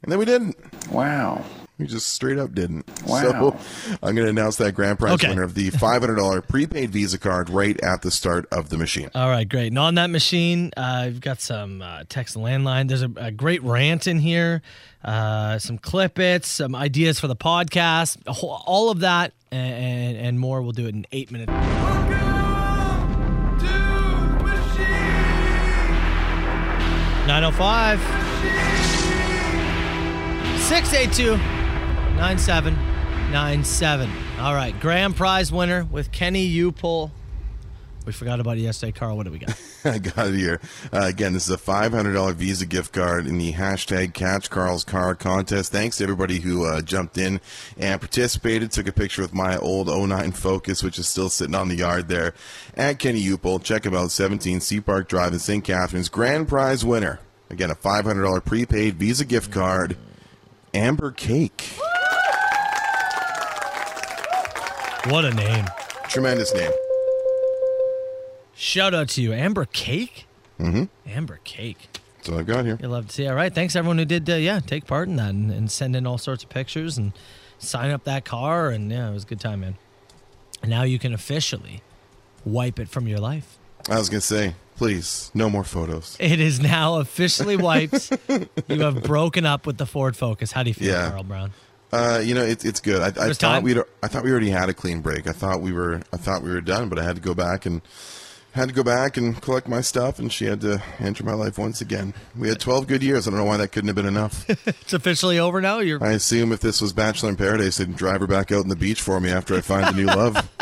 [SPEAKER 6] and then we didn't.
[SPEAKER 2] Wow.
[SPEAKER 6] We just straight up didn't.
[SPEAKER 2] Wow.
[SPEAKER 6] So I'm going to announce that grand prize
[SPEAKER 5] Okay.
[SPEAKER 6] winner of the $500 prepaid Visa card right at the start of the machine.
[SPEAKER 5] All right, great. And on that machine, uh, I've got some uh, text landline. There's a, a great rant in here, uh, some clip its, some ideas for the podcast, a whole- all of that and, and, and more. We'll do it in eight minutes. Nine oh five. 682-9797. All right, grand prize winner with Kenny Upol. We forgot about it yesterday, Carl. What do we got?
[SPEAKER 6] I got it here. Uh, again, this is a $500 Visa gift card in the hashtag Catch Carl's Car contest. Thanks to everybody who uh, jumped in and participated. Took a picture with my old 09 Focus, which is still sitting on the yard there at Kenny Upel. Check him out, 17 Sea Park Drive in St. Catharines. Grand prize winner. Again, a $500 prepaid Visa gift card Amber Cake.
[SPEAKER 5] What a name.
[SPEAKER 6] Tremendous name.
[SPEAKER 5] Shout out to you, Amber Cake. Mm-hmm. Amber Cake.
[SPEAKER 6] That's all I've got here.
[SPEAKER 5] You love to see. All right, thanks everyone who did. Uh, yeah, take part in that and, and send in all sorts of pictures and sign up that car. And yeah, it was a good time, man. And now you can officially wipe it from your life.
[SPEAKER 6] I was going to say, please, no more photos.
[SPEAKER 5] It is now officially wiped. you have broken up with the Ford Focus. How do you feel,
[SPEAKER 6] Yeah.
[SPEAKER 5] Carl Brown?
[SPEAKER 6] Uh, you know, it, it's good. I, I
[SPEAKER 5] There's
[SPEAKER 6] thought
[SPEAKER 5] time.
[SPEAKER 6] we I thought we already had a clean break. I thought we were I thought we were done, but I had to go back and had to go back and collect my stuff, and she had to enter my life once again. We had 12 good years. I don't know why that couldn't have been enough.
[SPEAKER 5] It's officially over now. You're
[SPEAKER 6] I assume if this was Bachelor in Paradise, they'd drive her back out on the beach for me after I find a new love.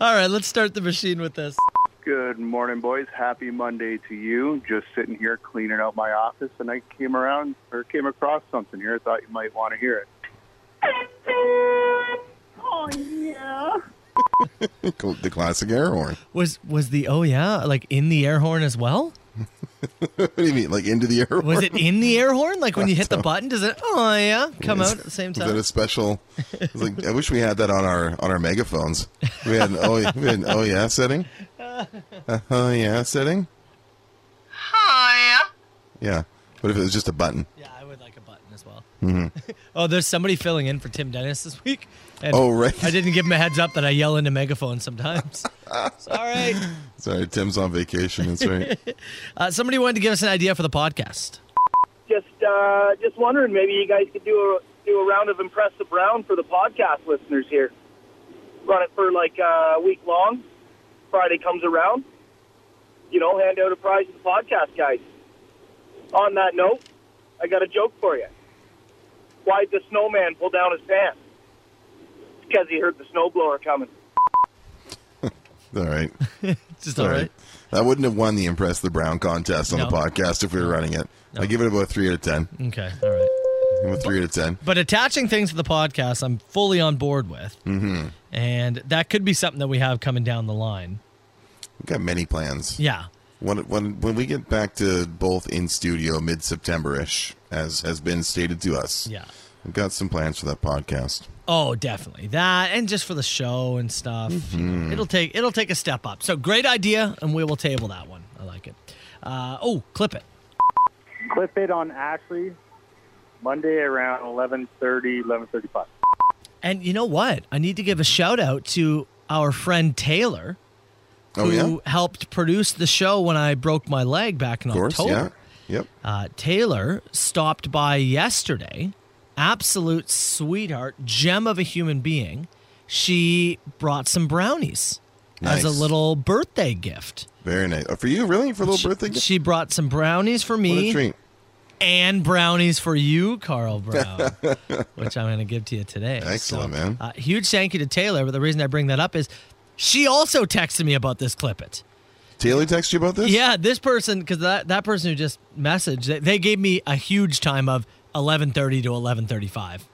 [SPEAKER 5] all right. Let's start the machine with this.
[SPEAKER 8] Good morning, boys. Happy Monday to you. Just sitting here cleaning out my office, and I came around or came across something here. I thought you might want to hear it.
[SPEAKER 7] Oh, yeah.
[SPEAKER 6] the classic air horn.
[SPEAKER 5] Was was the oh yeah like in the air horn as well?
[SPEAKER 6] What do you mean, like into the air horn?
[SPEAKER 5] Was it in the air horn? Like when you hit the button, does it oh yeah come out at the same
[SPEAKER 6] Was that
[SPEAKER 5] time?
[SPEAKER 6] a special? it was like, I wish we had that on our on our megaphones. We had an oh, we had an oh yeah setting. Uh, oh yeah setting. Oh yeah. Yeah, but if it was just a button?
[SPEAKER 5] Yeah, I would like a button as well. oh, there's somebody filling in for Tim Dennis this week. And
[SPEAKER 6] Oh, right.
[SPEAKER 5] I didn't give him a heads up that I yell into megaphone sometimes. Sorry.
[SPEAKER 6] Sorry, Tim's on vacation. That's right.
[SPEAKER 5] Uh, somebody wanted to give us an idea for the podcast.
[SPEAKER 9] just uh, just wondering maybe you guys could do a do a round of impress the brown for the podcast listeners here. Run it for like uh, a week long. Friday comes around, you know, hand out a prize to the podcast guys. On that note, I got a joke for you. Why'd the snowman pull down his pants? Because he heard the snowblower coming.
[SPEAKER 6] All right.
[SPEAKER 5] Just all right.
[SPEAKER 6] I wouldn't have won the impress the Brown contest on
[SPEAKER 5] No. Mm.
[SPEAKER 6] the podcast if we were running it. I give it about a three out of ten.
[SPEAKER 5] Okay. All right.
[SPEAKER 6] I'm a three out of ten.
[SPEAKER 5] But attaching things to the podcast, I'm fully on board with. Mm-hmm. And that could be something that we have coming down the line.
[SPEAKER 6] We've got many plans.
[SPEAKER 5] Yeah.
[SPEAKER 6] When when when we get back to both in studio mid September ish, as has been stated to us.
[SPEAKER 5] Yeah.
[SPEAKER 6] We've got some plans for that podcast.
[SPEAKER 5] Oh, definitely that, and just for the show and stuff,
[SPEAKER 6] Mm-hmm.
[SPEAKER 5] it'll take it'll take a step up. So great idea, and we will table that one. I like it. Uh, oh, clip it.
[SPEAKER 9] Clip it on Ashley Monday around 11:30, 11:35.
[SPEAKER 5] And you know what? I need to give a shout out to our friend Taylor,
[SPEAKER 6] Oh
[SPEAKER 5] who
[SPEAKER 6] yeah.
[SPEAKER 5] helped produce the show when I broke my leg back in
[SPEAKER 6] Of course,
[SPEAKER 5] October.
[SPEAKER 6] yeah. Yep.
[SPEAKER 5] Uh, Taylor stopped by yesterday. Absolute sweetheart, gem of a human being. She brought some brownies as a
[SPEAKER 6] Nice.
[SPEAKER 5] little birthday gift.
[SPEAKER 6] Very nice. Oh, for you, really? For a little
[SPEAKER 5] She-
[SPEAKER 6] birthday gift?
[SPEAKER 5] She brought some brownies for
[SPEAKER 6] What a
[SPEAKER 5] me
[SPEAKER 6] treat.
[SPEAKER 5] and brownies for you, Carl Brown, which I'm going to give to you today.
[SPEAKER 6] Excellent, man.
[SPEAKER 5] Uh, huge thank you to Taylor. But the reason I bring that up is she also texted me about this clip it.
[SPEAKER 6] Taylor texted you about this?
[SPEAKER 5] Yeah, this person because that, that person who just messaged, they, they gave me a huge time of 11:30 to 11:35.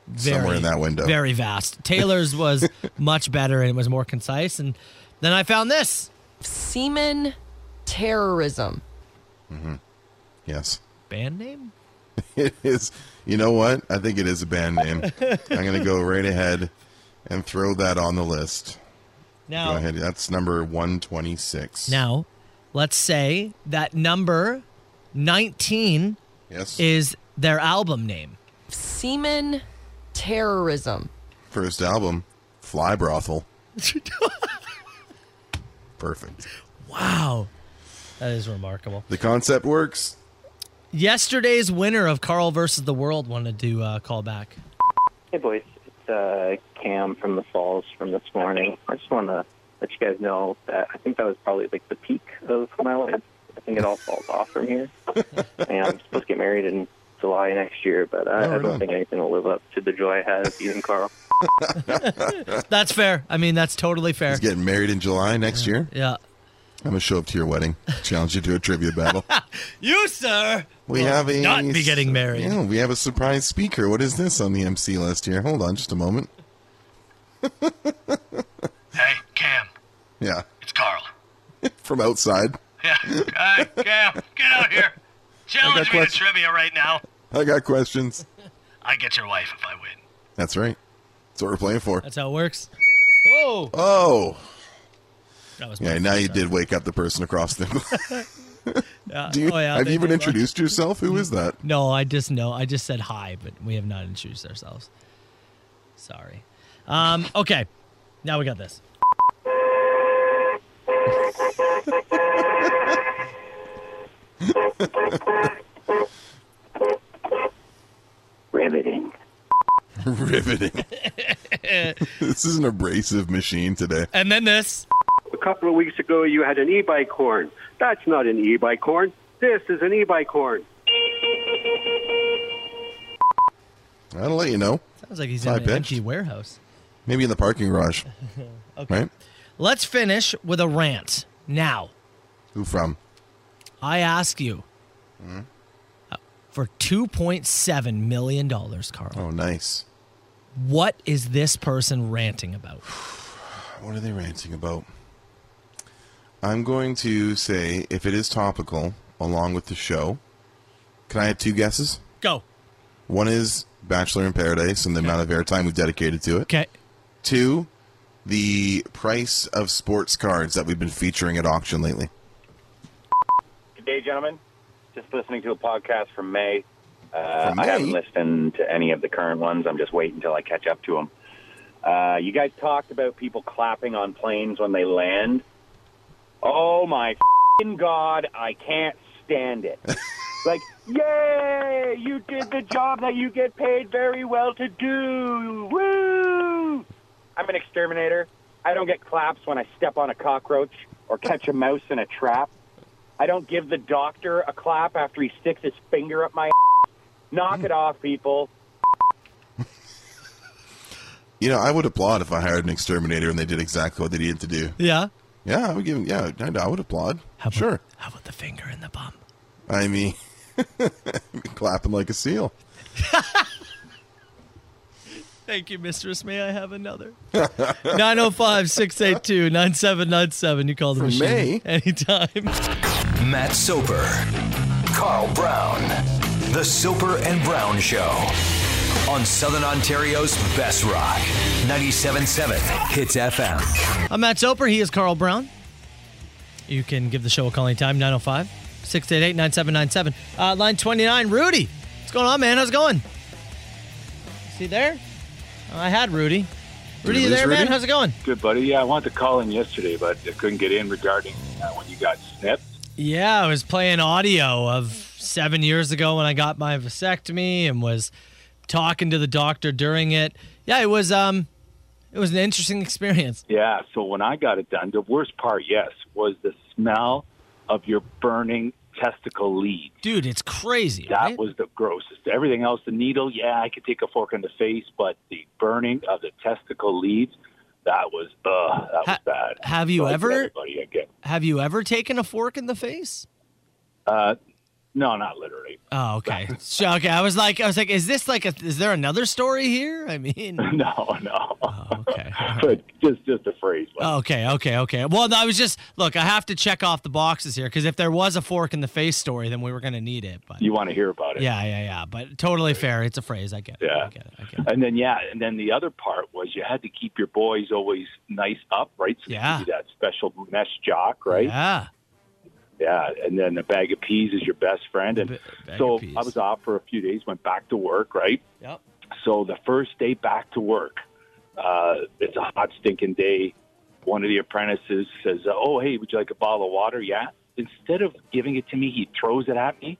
[SPEAKER 5] Very,
[SPEAKER 6] Somewhere in that window.
[SPEAKER 5] Very vast. Taylor's was much better and it was more concise. And then I found this.
[SPEAKER 10] Semen terrorism.
[SPEAKER 6] Yes.
[SPEAKER 5] Band name?
[SPEAKER 6] It is. You know what? I think it is a band name. I'm going to go right ahead and throw that on the list.
[SPEAKER 5] Now,
[SPEAKER 6] Go ahead. That's number 126.
[SPEAKER 5] Now, let's say that number 19
[SPEAKER 6] yes.
[SPEAKER 5] is their album name.
[SPEAKER 10] Semen terrorism.
[SPEAKER 6] First album, Fly Brothel. Perfect.
[SPEAKER 5] Wow. That is remarkable.
[SPEAKER 6] The concept works.
[SPEAKER 5] Yesterday's winner of Carl versus the World wanted to uh, call back.
[SPEAKER 11] Hey, boys. It's uh, Cam from the Falls from this morning. I just want to let you guys know that I think that was probably like the peak of my life. I think it all falls off from here. and I'm supposed to get married in July next year, but I,
[SPEAKER 6] Oh,
[SPEAKER 11] I
[SPEAKER 6] right
[SPEAKER 11] don't
[SPEAKER 6] on.
[SPEAKER 11] think anything will live up to the joy I had of you and Carl.
[SPEAKER 5] That's fair. I mean, that's totally fair.
[SPEAKER 6] He's getting married in July next year.
[SPEAKER 5] Yeah.
[SPEAKER 6] I'm going to show up to your wedding, challenge you to a trivia battle.
[SPEAKER 5] You, sir,
[SPEAKER 6] We
[SPEAKER 5] will
[SPEAKER 6] have a
[SPEAKER 5] not be getting married.
[SPEAKER 6] Yeah, we have a surprise speaker. What is this on the MC list here? Hold on, just a moment.
[SPEAKER 8] Hey, Cam,
[SPEAKER 6] Yeah,
[SPEAKER 8] it's Carl.
[SPEAKER 6] from outside.
[SPEAKER 8] Yeah, Cam, get out here.
[SPEAKER 6] Challenge me to questions.
[SPEAKER 8] trivia right now.
[SPEAKER 6] I got questions.
[SPEAKER 5] I get your wife if I win.
[SPEAKER 6] That's right. That's what we're playing for.
[SPEAKER 5] That's how it works. Whoa.
[SPEAKER 6] Oh.
[SPEAKER 5] That was
[SPEAKER 6] Yeah, now you did wake up the person across the room.
[SPEAKER 5] Yeah.
[SPEAKER 6] Do you,
[SPEAKER 5] Oh, yeah,
[SPEAKER 6] have
[SPEAKER 5] they
[SPEAKER 6] you even
[SPEAKER 5] did.
[SPEAKER 6] introduced yourself? Who is that?
[SPEAKER 5] No, I just know. I just said hi, but we have not introduced ourselves. Sorry. Um, okay. Now we got this.
[SPEAKER 11] Riveting.
[SPEAKER 6] Riveting. this is an abrasive machine today.
[SPEAKER 5] And then this.
[SPEAKER 12] A couple of weeks ago, you had an e-bike horn. That's not an e-bike horn. This is an e-bike horn.
[SPEAKER 6] I'll let you know.
[SPEAKER 5] Sounds like he's
[SPEAKER 6] High
[SPEAKER 5] in an
[SPEAKER 6] pitched.
[SPEAKER 5] empty warehouse.
[SPEAKER 6] Maybe in the parking garage,
[SPEAKER 5] okay.
[SPEAKER 6] right?
[SPEAKER 5] Let's finish with a rant. Now,
[SPEAKER 6] Who from?
[SPEAKER 5] I ask you uh, for $2.7 million, Carl.
[SPEAKER 6] Oh, nice.
[SPEAKER 5] What is this person ranting about?
[SPEAKER 6] What are they ranting about? I'm going to say if it is topical, along with the show. Can I have two guesses?
[SPEAKER 5] Go.
[SPEAKER 6] One is Bachelor in Paradise and the amount of airtime we've dedicated to it.
[SPEAKER 5] Okay.
[SPEAKER 6] Two, the price of sports cards that we've been featuring at auction lately.
[SPEAKER 13] Good day, gentlemen. Just listening to a podcast from May. Uh,
[SPEAKER 6] From
[SPEAKER 13] I
[SPEAKER 6] May?
[SPEAKER 13] haven't listened to any of the current ones. I'm just waiting until I catch up to them. Uh, you guys talked about people clapping on planes when they land. Oh my fing god, I can't stand it. like, yay, you did the job that you get paid very well to do. Woo! I'm an exterminator. I don't get claps when I step on a cockroach or catch a mouse in a trap. I don't give the doctor a clap after he sticks his finger up my. Knock it off, people.
[SPEAKER 6] You know, I would applaud if I hired an exterminator and they did exactly what they needed to do.
[SPEAKER 5] Yeah.
[SPEAKER 6] Yeah, I would give. Yeah, I, I would applaud. sure.
[SPEAKER 5] How about the finger in the bum?
[SPEAKER 6] I mean, clapping like a seal.
[SPEAKER 5] Thank you, Mistress. May I have another? 905 682 9797. You call the
[SPEAKER 4] For
[SPEAKER 5] machine
[SPEAKER 4] me?
[SPEAKER 5] anytime.
[SPEAKER 4] Matt Soper, Carl Brown, The Soper and Brown Show on Southern Ontario's best rock, 97.7 Hits FM.
[SPEAKER 5] I'm Matt Soper. He is Carl Brown. You can give the show a call anytime 905 688 9797. Uh, Line 29, Rudy. What's going on, man? How's it going? See there? Oh, I had Rudy. Rudy, you there, man? How's it going?
[SPEAKER 14] Good, buddy. Yeah, I wanted to call in yesterday, but I couldn't get in regarding uh, when you got snipped.
[SPEAKER 5] Yeah, I was playing audio of seven years ago when I got my vasectomy and was talking to the doctor during it. Yeah, it was um, it was an interesting experience.
[SPEAKER 14] Yeah, so when I got it done, the worst part, yes, was the smell of your burning testicle lead.
[SPEAKER 5] Dude, it's crazy.
[SPEAKER 14] That was the grossest. Everything else, the needle, yeah, I could take a fork in the face, but the burning of the testicle leads, that was, ugh, that was bad.
[SPEAKER 5] have you
[SPEAKER 14] Sorry for
[SPEAKER 5] ever-
[SPEAKER 14] Everybody again.
[SPEAKER 5] Have you ever taken a fork in the face?
[SPEAKER 14] Uh, no, not literally.
[SPEAKER 5] Oh, okay. so, okay, I was like, I was like, is this like a? Is there another story here? I mean, oh,
[SPEAKER 14] no, no.
[SPEAKER 5] okay. Oh,
[SPEAKER 14] but just, just a phrase. like,
[SPEAKER 5] Okay, okay, okay. Well, I was just look. I have to check off the boxes here because if there was a fork in the face story, then we were gonna need it. But
[SPEAKER 14] You want to hear about it.
[SPEAKER 5] yeah, yeah, yeah. But totally fair. It's a phrase. I get. it.
[SPEAKER 14] Yeah. And then yeah, and then the other part was you had to keep your boys always nice up, right? So they
[SPEAKER 5] Yeah.
[SPEAKER 14] give you that special mesh jock, right?
[SPEAKER 5] Yeah.
[SPEAKER 14] Yeah. And then the bag of peas is your best friend. And
[SPEAKER 5] bag
[SPEAKER 14] so
[SPEAKER 5] of peas.
[SPEAKER 14] I was off for a few days, went back to work, right?
[SPEAKER 5] Yep.
[SPEAKER 14] So the first day back to work, uh, it's a hot stinking day. One of the apprentices says, "Oh, hey, would you like a bottle of water?" Yeah. Instead of giving it to me, he throws it at me,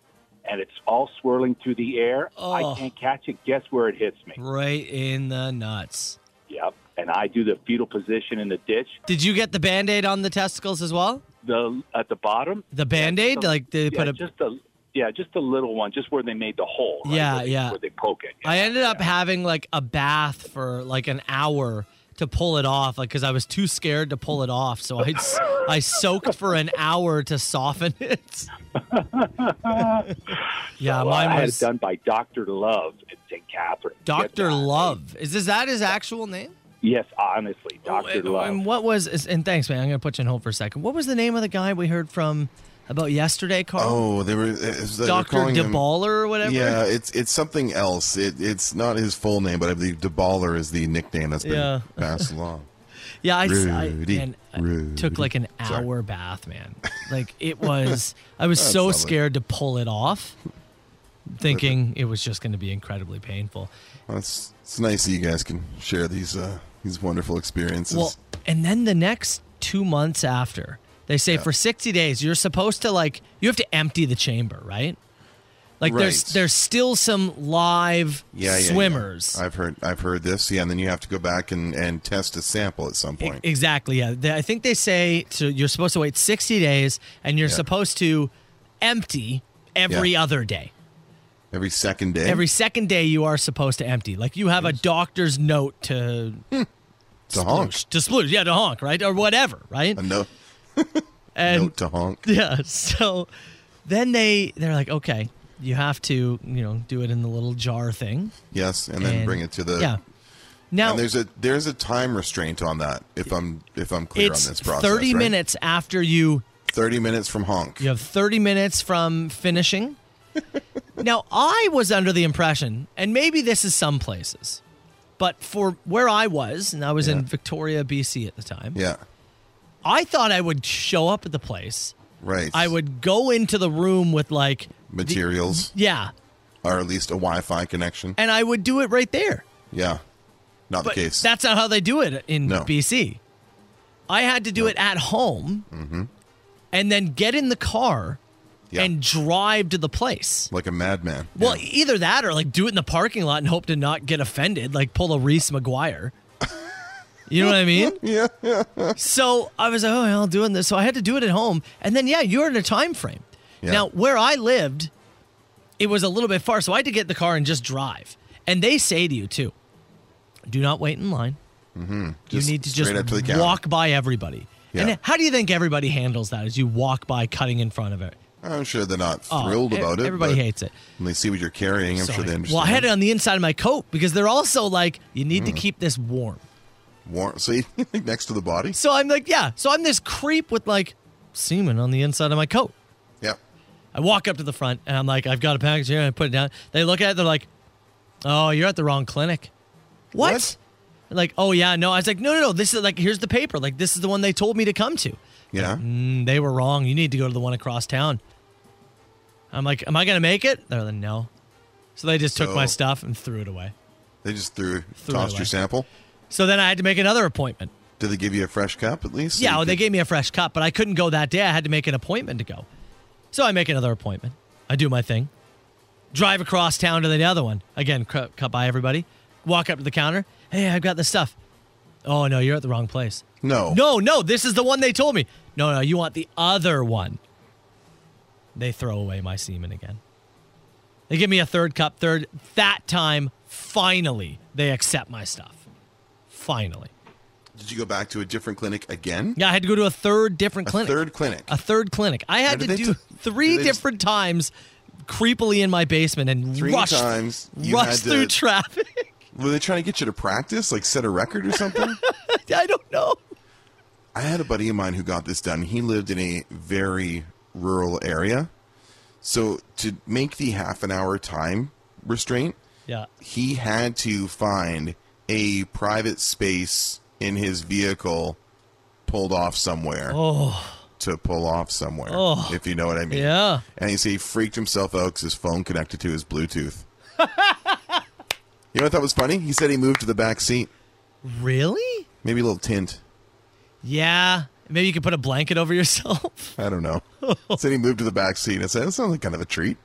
[SPEAKER 14] and it's all swirling through the air.
[SPEAKER 5] Oh.
[SPEAKER 14] I can't catch it. Guess where it hits me?
[SPEAKER 5] Right in the nuts.
[SPEAKER 14] Yep. And I do the fetal position in the ditch.
[SPEAKER 5] Did you get the band aid on the testicles as well?
[SPEAKER 14] The at the bottom.
[SPEAKER 5] The band aid? like they
[SPEAKER 14] yeah,
[SPEAKER 5] put a.
[SPEAKER 14] just a yeah, just a little one, just where they made the hole. right?
[SPEAKER 5] Yeah,
[SPEAKER 14] Where they-
[SPEAKER 5] yeah.
[SPEAKER 14] Where they poke it.
[SPEAKER 5] I ended up having like a bath for like an hour to pull it off, like because I was too scared to pull it off. So I, s- I soaked for an hour to soften it. yeah,
[SPEAKER 14] Well, I
[SPEAKER 5] mine
[SPEAKER 14] had
[SPEAKER 5] was
[SPEAKER 14] it done by Doctor Love in St. Catherine.
[SPEAKER 5] Doctor Love. Is this that his actual name? Oh,
[SPEAKER 14] Yes, honestly, Doctor Love.
[SPEAKER 5] And what was? is- And thanks, man. I'm gonna put you on hold for a second. What was the name of the guy we heard from about yesterday, Carl?
[SPEAKER 6] Oh, they were it was- they were
[SPEAKER 5] Dr.
[SPEAKER 6] calling him-
[SPEAKER 5] DeBaller or whatever?
[SPEAKER 6] Yeah, it's it's something else. It, it's not his full name, but I believe DeBaller is the nickname that's been
[SPEAKER 5] Yeah.
[SPEAKER 6] passed along.
[SPEAKER 5] Yeah, I, s- I-
[SPEAKER 6] Rudy,
[SPEAKER 5] man, I
[SPEAKER 6] Rudy.
[SPEAKER 5] took like an
[SPEAKER 6] Sorry.
[SPEAKER 5] hour bath, man. Like it was, I was
[SPEAKER 6] That's
[SPEAKER 5] so
[SPEAKER 6] solid.
[SPEAKER 5] scared to pull it off, thinking it was just going to be incredibly painful.
[SPEAKER 6] Well, it's it's nice that you guys can share these uh, these wonderful experiences.
[SPEAKER 5] Well, and then the next two months after, they say for 60 days, you're supposed to like, you have to empty the chamber, right? Like there's
[SPEAKER 6] Right.
[SPEAKER 5] there's still some live swimmers.
[SPEAKER 6] I've heard I've heard this. Yeah, and then you have to go back and, and test a sample at some point.
[SPEAKER 5] Exactly. Yeah. They- I think they say to, you're supposed to wait 60 days and you're
[SPEAKER 6] Yeah.
[SPEAKER 5] supposed to empty every
[SPEAKER 6] Yeah.
[SPEAKER 5] other day.
[SPEAKER 6] Every second day.
[SPEAKER 5] Every second day you are supposed to empty. Like you have a doctor's note to
[SPEAKER 6] to honk.
[SPEAKER 5] sploosh, to sploosh, yeah, to honk, right? Or whatever, right?
[SPEAKER 6] A note,
[SPEAKER 5] And
[SPEAKER 6] note to honk.
[SPEAKER 5] yeah, so then they they're like, "Okay, you have to, you know, do it in the little jar thing."
[SPEAKER 6] Yes, and then
[SPEAKER 5] And-
[SPEAKER 6] bring it to the
[SPEAKER 5] Yeah. Now
[SPEAKER 6] and there's a there's a time restraint on that. If I'm if I'm clear
[SPEAKER 5] it's
[SPEAKER 6] on this process,
[SPEAKER 5] 30
[SPEAKER 6] right?
[SPEAKER 5] minutes after you
[SPEAKER 6] Thirty minutes from honk.
[SPEAKER 5] You have 30 minutes from finishing. now, I was under the impression, and maybe this is some places, but for where I was, and I was in Victoria, BC at the time,
[SPEAKER 6] Yeah,
[SPEAKER 5] I thought I would show up at the place.
[SPEAKER 6] right.
[SPEAKER 5] I would go into the room with, like,
[SPEAKER 6] Materials
[SPEAKER 5] yeah,
[SPEAKER 6] or at least a Wi-Fi connection.
[SPEAKER 5] and I would do it right there.
[SPEAKER 6] Yeah, not
[SPEAKER 5] But
[SPEAKER 6] the case.
[SPEAKER 5] that's not how they do it in
[SPEAKER 6] No.
[SPEAKER 5] BC. I had to do it at home
[SPEAKER 6] mm-hmm.
[SPEAKER 5] and then get in the car and drive to the place.
[SPEAKER 6] Like a madman.
[SPEAKER 5] Well, either that or like do it in the parking lot and hope to not get offended, like pull a Reese McGuire. You know what I mean?
[SPEAKER 6] yeah,
[SPEAKER 5] So I was like, oh, I'll do it. in this. So I had to do it at home, and then yeah, you're in a time frame.
[SPEAKER 6] Yeah.
[SPEAKER 5] Now where I lived, it was a little bit far, so I had to get in the car and just drive. And they say to you too, do not wait in line.
[SPEAKER 6] Mm-hmm.
[SPEAKER 5] you need to just
[SPEAKER 6] straight up to the counter.
[SPEAKER 5] walk by everybody.
[SPEAKER 6] Yeah.
[SPEAKER 5] And how do you think everybody handles that as you walk by, cutting in front of it?
[SPEAKER 6] I'm sure they're not
[SPEAKER 5] Oh,
[SPEAKER 6] thrilled
[SPEAKER 5] e-
[SPEAKER 6] about it.
[SPEAKER 5] everybody
[SPEAKER 6] but
[SPEAKER 5] hates it.
[SPEAKER 6] When they see what you're carrying, I'm
[SPEAKER 5] So
[SPEAKER 6] sure
[SPEAKER 5] I-
[SPEAKER 6] they understand. Mm.
[SPEAKER 5] well, I had it on the inside of my coat because they're also like, you need to keep this warm.
[SPEAKER 6] Warm, see, next to the body.
[SPEAKER 5] So I'm like, yeah. So I'm this creep with like semen on the inside of my coat.
[SPEAKER 6] Yeah.
[SPEAKER 5] I walk up to the front and I'm like, I've got a package here. And I put it down. They look at it. They're like, oh, you're at the wrong clinic. What? Like, oh, yeah, no. I was like, no, no, no. This is like, here's the paper. Like, this is the one they told me to come to.
[SPEAKER 6] Yeah.
[SPEAKER 5] Mm, they were wrong. You need to go to the one across town. I'm like, am I going to make it? They're like, no. So they just took my
[SPEAKER 6] So-
[SPEAKER 5] stuff and threw it away.
[SPEAKER 6] They just threw,
[SPEAKER 5] Threw it
[SPEAKER 6] tossed
[SPEAKER 5] away.
[SPEAKER 6] your sample.
[SPEAKER 5] So then I had to make another appointment.
[SPEAKER 6] Did they give you a fresh cup at least?
[SPEAKER 5] yeah,
[SPEAKER 6] You
[SPEAKER 5] well, they
[SPEAKER 6] could-
[SPEAKER 5] gave me a fresh cup, but I couldn't go that day. I had to make an appointment to go. So I make another appointment. I do my thing. Drive across town to the other one. Again, cu- cut by everybody. Walk up to the counter. Hey, I've got this stuff. Oh, no, you're at the wrong place.
[SPEAKER 6] No.
[SPEAKER 5] No, no, this is the one they told me. No, no, you want the other one. They throw away my semen again. They give me a third cup, third. That time, finally, they accept my stuff. Finally.
[SPEAKER 6] Did you go back to a different clinic again?
[SPEAKER 5] Yeah, I had to go to a third different clinic.
[SPEAKER 6] A third clinic.
[SPEAKER 5] A third clinic. I had
[SPEAKER 6] Now,
[SPEAKER 5] to
[SPEAKER 6] did
[SPEAKER 5] do
[SPEAKER 6] they
[SPEAKER 5] three
[SPEAKER 6] did they just-
[SPEAKER 5] different times creepily in my basement and
[SPEAKER 6] Three
[SPEAKER 5] rush,
[SPEAKER 6] times you
[SPEAKER 5] rush
[SPEAKER 6] had to-
[SPEAKER 5] through traffic.
[SPEAKER 6] Were they trying to get you to practice, like set a record or something?
[SPEAKER 5] I don't know.
[SPEAKER 6] I had a buddy of mine who got this done. He lived in a very rural area. So to make the half an hour time restraint,
[SPEAKER 5] Yeah.
[SPEAKER 6] he had to find a private space in his vehicle pulled off somewhere
[SPEAKER 5] Oh.
[SPEAKER 6] to pull off somewhere
[SPEAKER 5] Oh.
[SPEAKER 6] if you know what i mean
[SPEAKER 5] Yeah.
[SPEAKER 6] and he said he freaked himself out because his phone connected to his bluetooth you know what that was funny he said he moved to the back seat
[SPEAKER 5] Really?
[SPEAKER 6] maybe a little tint
[SPEAKER 5] Yeah. Maybe you could put a blanket over yourself.
[SPEAKER 6] i don't know said he moved to the back seat i said that sounds like kind of a treat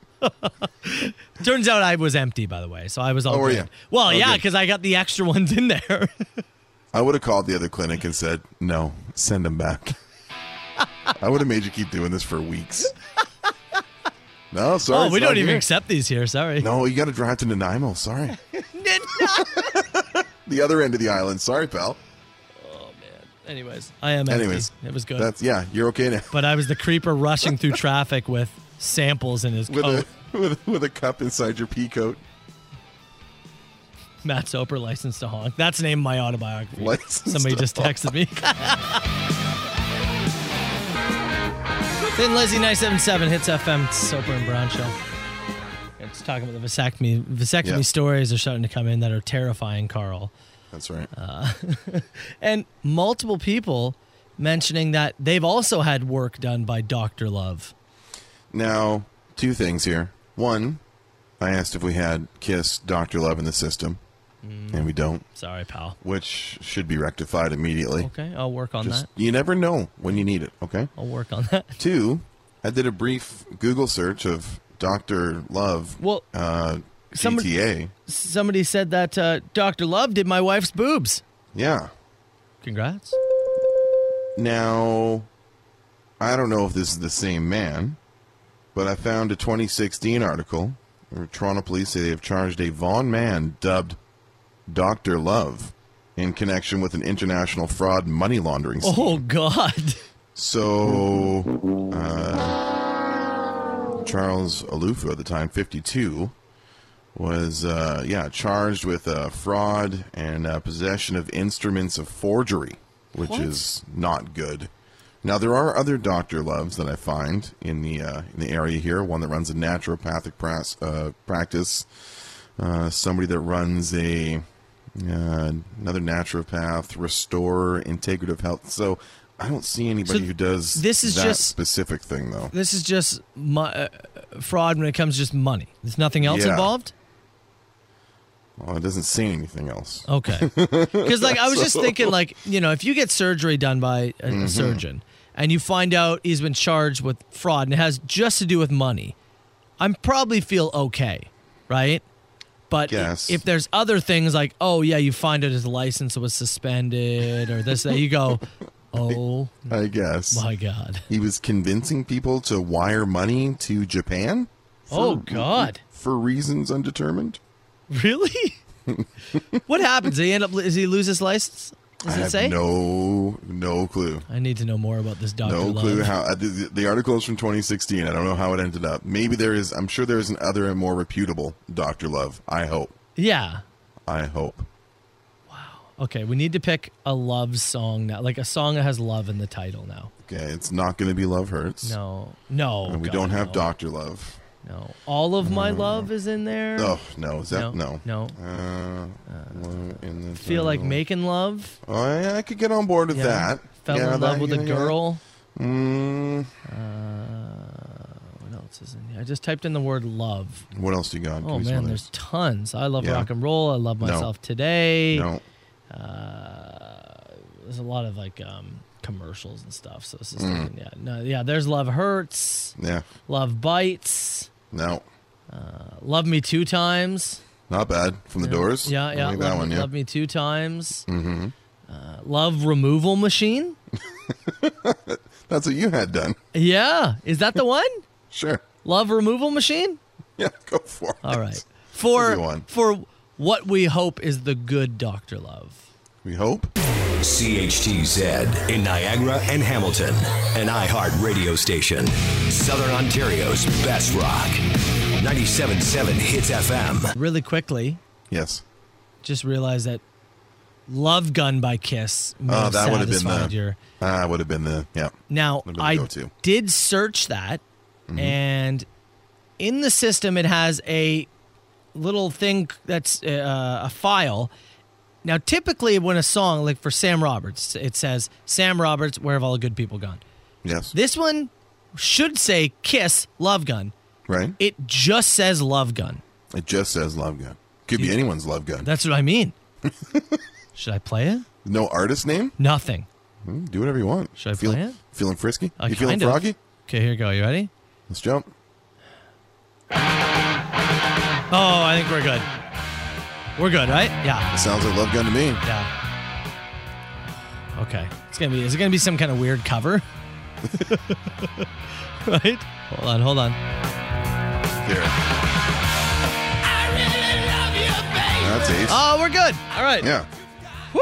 [SPEAKER 5] Turns out I was empty, by the way, so I was all
[SPEAKER 6] Oh, were
[SPEAKER 5] good.
[SPEAKER 6] you?
[SPEAKER 5] Well,
[SPEAKER 6] Oh,
[SPEAKER 5] yeah,
[SPEAKER 6] good.
[SPEAKER 5] because I got the extra ones in there.
[SPEAKER 6] i would have called the other clinic and said no send him back i would have made you keep doing this for weeks no sorry
[SPEAKER 5] oh, we
[SPEAKER 6] it's
[SPEAKER 5] don't
[SPEAKER 6] not
[SPEAKER 5] even
[SPEAKER 6] here.
[SPEAKER 5] accept these here. Sorry.
[SPEAKER 6] No, you got to drive to Nanaimo. Sorry. the other end of the island. Sorry, pal.
[SPEAKER 5] Anyways, I am.
[SPEAKER 6] Anyways,
[SPEAKER 5] empty. it was good.
[SPEAKER 6] That's yeah. You're okay now.
[SPEAKER 5] But I was the creeper rushing through traffic with samples in his
[SPEAKER 6] With
[SPEAKER 5] coat.
[SPEAKER 6] a with, with a cup inside your pea coat.
[SPEAKER 5] Matt Soper, License to Honk. That's the name of my autobiography.
[SPEAKER 6] License
[SPEAKER 5] Somebody
[SPEAKER 6] to
[SPEAKER 5] just
[SPEAKER 6] Honk.
[SPEAKER 5] texted me.
[SPEAKER 2] Good
[SPEAKER 5] Thin Lizzy 977 hits FM It's Soper and Brown Show. It's talking about the vasectomy. Vasectomy
[SPEAKER 6] Yeah.
[SPEAKER 5] stories are starting to come in that are terrifying, Carl.
[SPEAKER 6] That's right.
[SPEAKER 5] Uh, and multiple people mentioning that they've also had work done by Dr. Love.
[SPEAKER 6] Now, two things here. One, I asked if we had Kiss Dr. Love in the system,
[SPEAKER 5] Mm.
[SPEAKER 6] and we don't.
[SPEAKER 5] Sorry, pal.
[SPEAKER 6] Which should be rectified immediately.
[SPEAKER 5] Okay, I'll work on
[SPEAKER 6] Just,
[SPEAKER 5] that.
[SPEAKER 6] You never know when you need it, okay?
[SPEAKER 5] I'll work on that.
[SPEAKER 6] Two, I did a brief Google search of Dr. Love
[SPEAKER 5] well,
[SPEAKER 6] uh, GTA.
[SPEAKER 5] somebody- Somebody said that uh, Dr. Love did my wife's boobs.
[SPEAKER 6] Yeah.
[SPEAKER 5] Congrats.
[SPEAKER 6] Now, I don't know if this is the same man, but I found a 2016 article where Toronto police say they have charged a Vaughn man dubbed Dr. Love in connection with an international fraud money laundering scheme.
[SPEAKER 5] Oh, God.
[SPEAKER 6] So, uh, Charles Alufu at the time, 52, was uh, yeah charged with uh, fraud and uh, possession of instruments of forgery, which
[SPEAKER 15] What?
[SPEAKER 6] is not good. Now there are other doctor loves that I find in the uh, in the area here. One that runs a naturopathic pras- uh, practice, uh, somebody that runs a uh, another naturopath, restorer, integrative health. So I don't see anybody
[SPEAKER 5] So
[SPEAKER 6] who does
[SPEAKER 5] this is
[SPEAKER 6] that
[SPEAKER 5] just-
[SPEAKER 6] specific thing though.
[SPEAKER 5] This is just mo- uh, fraud when it comes to just money. There's nothing else
[SPEAKER 6] Yeah.
[SPEAKER 5] involved?
[SPEAKER 6] Well, it doesn't say anything else.
[SPEAKER 5] Okay. Because, like, I was just
[SPEAKER 6] So-
[SPEAKER 5] thinking, like, you know, if you get surgery done by a, a
[SPEAKER 6] Mhm.
[SPEAKER 5] surgeon and you find out he's been charged with fraud and it has just to do with money, I'm probably feel okay, right? But i-
[SPEAKER 6] Yes.
[SPEAKER 5] if there's other things like, oh, yeah, you find out his license was suspended or this, that, you go, oh,
[SPEAKER 6] I guess.
[SPEAKER 5] My God.
[SPEAKER 6] He was convincing people to wire money to Japan?
[SPEAKER 5] Oh, God.
[SPEAKER 6] For reasons undetermined?
[SPEAKER 5] Really? what happens? Does he end up? Does he lose his license? Does
[SPEAKER 6] I
[SPEAKER 5] it
[SPEAKER 6] have
[SPEAKER 5] say?
[SPEAKER 6] no no clue.
[SPEAKER 5] I need to know more about this doctor.
[SPEAKER 6] no clue how uh, the, the article is from 2016. I don't know how it ended up. Maybe there is. I'm sure there is an other and more reputable Doctor Love. I hope.
[SPEAKER 5] Yeah.
[SPEAKER 6] I hope.
[SPEAKER 5] Okay, we need to pick a love song now, like a song that has love in the title now.
[SPEAKER 6] Okay, it's not going to be Love Hurts.
[SPEAKER 5] No. No,
[SPEAKER 6] And we
[SPEAKER 5] God,
[SPEAKER 6] don't have
[SPEAKER 5] no.
[SPEAKER 6] Doctor Love.
[SPEAKER 5] No. All of my love is in there.
[SPEAKER 6] Oh no, is that no?
[SPEAKER 5] No.
[SPEAKER 6] Uh, love in the
[SPEAKER 5] Feel like
[SPEAKER 6] title.
[SPEAKER 5] making love.
[SPEAKER 6] Oh, yeah, I could get on board with
[SPEAKER 5] Yeah.
[SPEAKER 6] that.
[SPEAKER 5] Fell
[SPEAKER 6] Yeah,
[SPEAKER 5] in love
[SPEAKER 6] that-
[SPEAKER 5] with
[SPEAKER 6] yeah,
[SPEAKER 5] a
[SPEAKER 6] yeah.
[SPEAKER 5] girl.
[SPEAKER 6] Mm.
[SPEAKER 5] Uh, what else is in here? I just typed in the word love.
[SPEAKER 6] What else you got?
[SPEAKER 5] Oh
[SPEAKER 6] Give me some
[SPEAKER 5] man,
[SPEAKER 6] of
[SPEAKER 5] there's tons. I love
[SPEAKER 6] Yeah.
[SPEAKER 5] rock and roll. I love
[SPEAKER 6] No.
[SPEAKER 5] myself today.
[SPEAKER 6] No.
[SPEAKER 5] Uh, there's a lot of like um, commercials and stuff. So this is
[SPEAKER 6] Mm.
[SPEAKER 5] yeah, no, yeah. There's love hurts.
[SPEAKER 6] Yeah.
[SPEAKER 5] Love bites.
[SPEAKER 6] No.
[SPEAKER 5] Uh, love me two times.
[SPEAKER 6] Not bad from the
[SPEAKER 5] Yeah.
[SPEAKER 6] Doors.
[SPEAKER 5] Yeah,
[SPEAKER 6] I
[SPEAKER 5] yeah.
[SPEAKER 6] like
[SPEAKER 5] love,
[SPEAKER 6] that one. Yeah.
[SPEAKER 5] Love me two times.
[SPEAKER 6] Mm-hmm.
[SPEAKER 5] Uh, love removal machine.
[SPEAKER 6] That's what you had done.
[SPEAKER 5] Yeah, is that the one?
[SPEAKER 6] Sure.
[SPEAKER 5] Love removal machine.
[SPEAKER 6] Yeah, go for it.
[SPEAKER 5] All right. For for what we hope is the good Doctor Love.
[SPEAKER 6] We hope.
[SPEAKER 4] CHTZ in Niagara and Hamilton, an iHeart radio station. Southern Ontario's best rock. 97.7 Hits FM.
[SPEAKER 5] Really quickly,
[SPEAKER 6] Yes.
[SPEAKER 5] just realized that Love Gun by Kiss. may
[SPEAKER 6] Oh,
[SPEAKER 5] have
[SPEAKER 6] that would have been
[SPEAKER 5] satisfied
[SPEAKER 6] the.
[SPEAKER 5] your-
[SPEAKER 6] That would have been the. Yeah.
[SPEAKER 5] Now
[SPEAKER 6] Would've been the
[SPEAKER 5] I
[SPEAKER 6] go-to.
[SPEAKER 5] did search that,
[SPEAKER 6] Mhm.
[SPEAKER 5] and in the system it has a little thing that's uh, a file. Now, typically, when a song like for Sam Roberts, it says Sam Roberts, "Where have all the good people gone?"
[SPEAKER 6] Yes.
[SPEAKER 5] This one should say "Kiss Love Gun."
[SPEAKER 6] Right.
[SPEAKER 5] It just says "Love Gun."
[SPEAKER 6] It just says Love Gun. Could be anyone's Love Gun.
[SPEAKER 5] That's what I mean. Should I play it?
[SPEAKER 6] No artist name?
[SPEAKER 5] Nothing.
[SPEAKER 6] Mm, Do whatever you want. Should I feel,
[SPEAKER 5] play it?
[SPEAKER 6] Feeling frisky?
[SPEAKER 5] Uh,
[SPEAKER 6] you feeling
[SPEAKER 5] kind of.
[SPEAKER 6] froggy?
[SPEAKER 5] Okay, here you go. You ready?
[SPEAKER 6] Let's jump.
[SPEAKER 5] Oh, I think we're good. We're good, right? Yeah.
[SPEAKER 6] sounds like Love Gun to me.
[SPEAKER 5] Yeah. Okay. It's gonna be. Is it gonna be some kind of weird cover? right. Hold on. Hold on.
[SPEAKER 6] Here. That's ace.
[SPEAKER 5] Oh, we're good. Oh, All right.
[SPEAKER 6] Yeah.
[SPEAKER 5] Woo.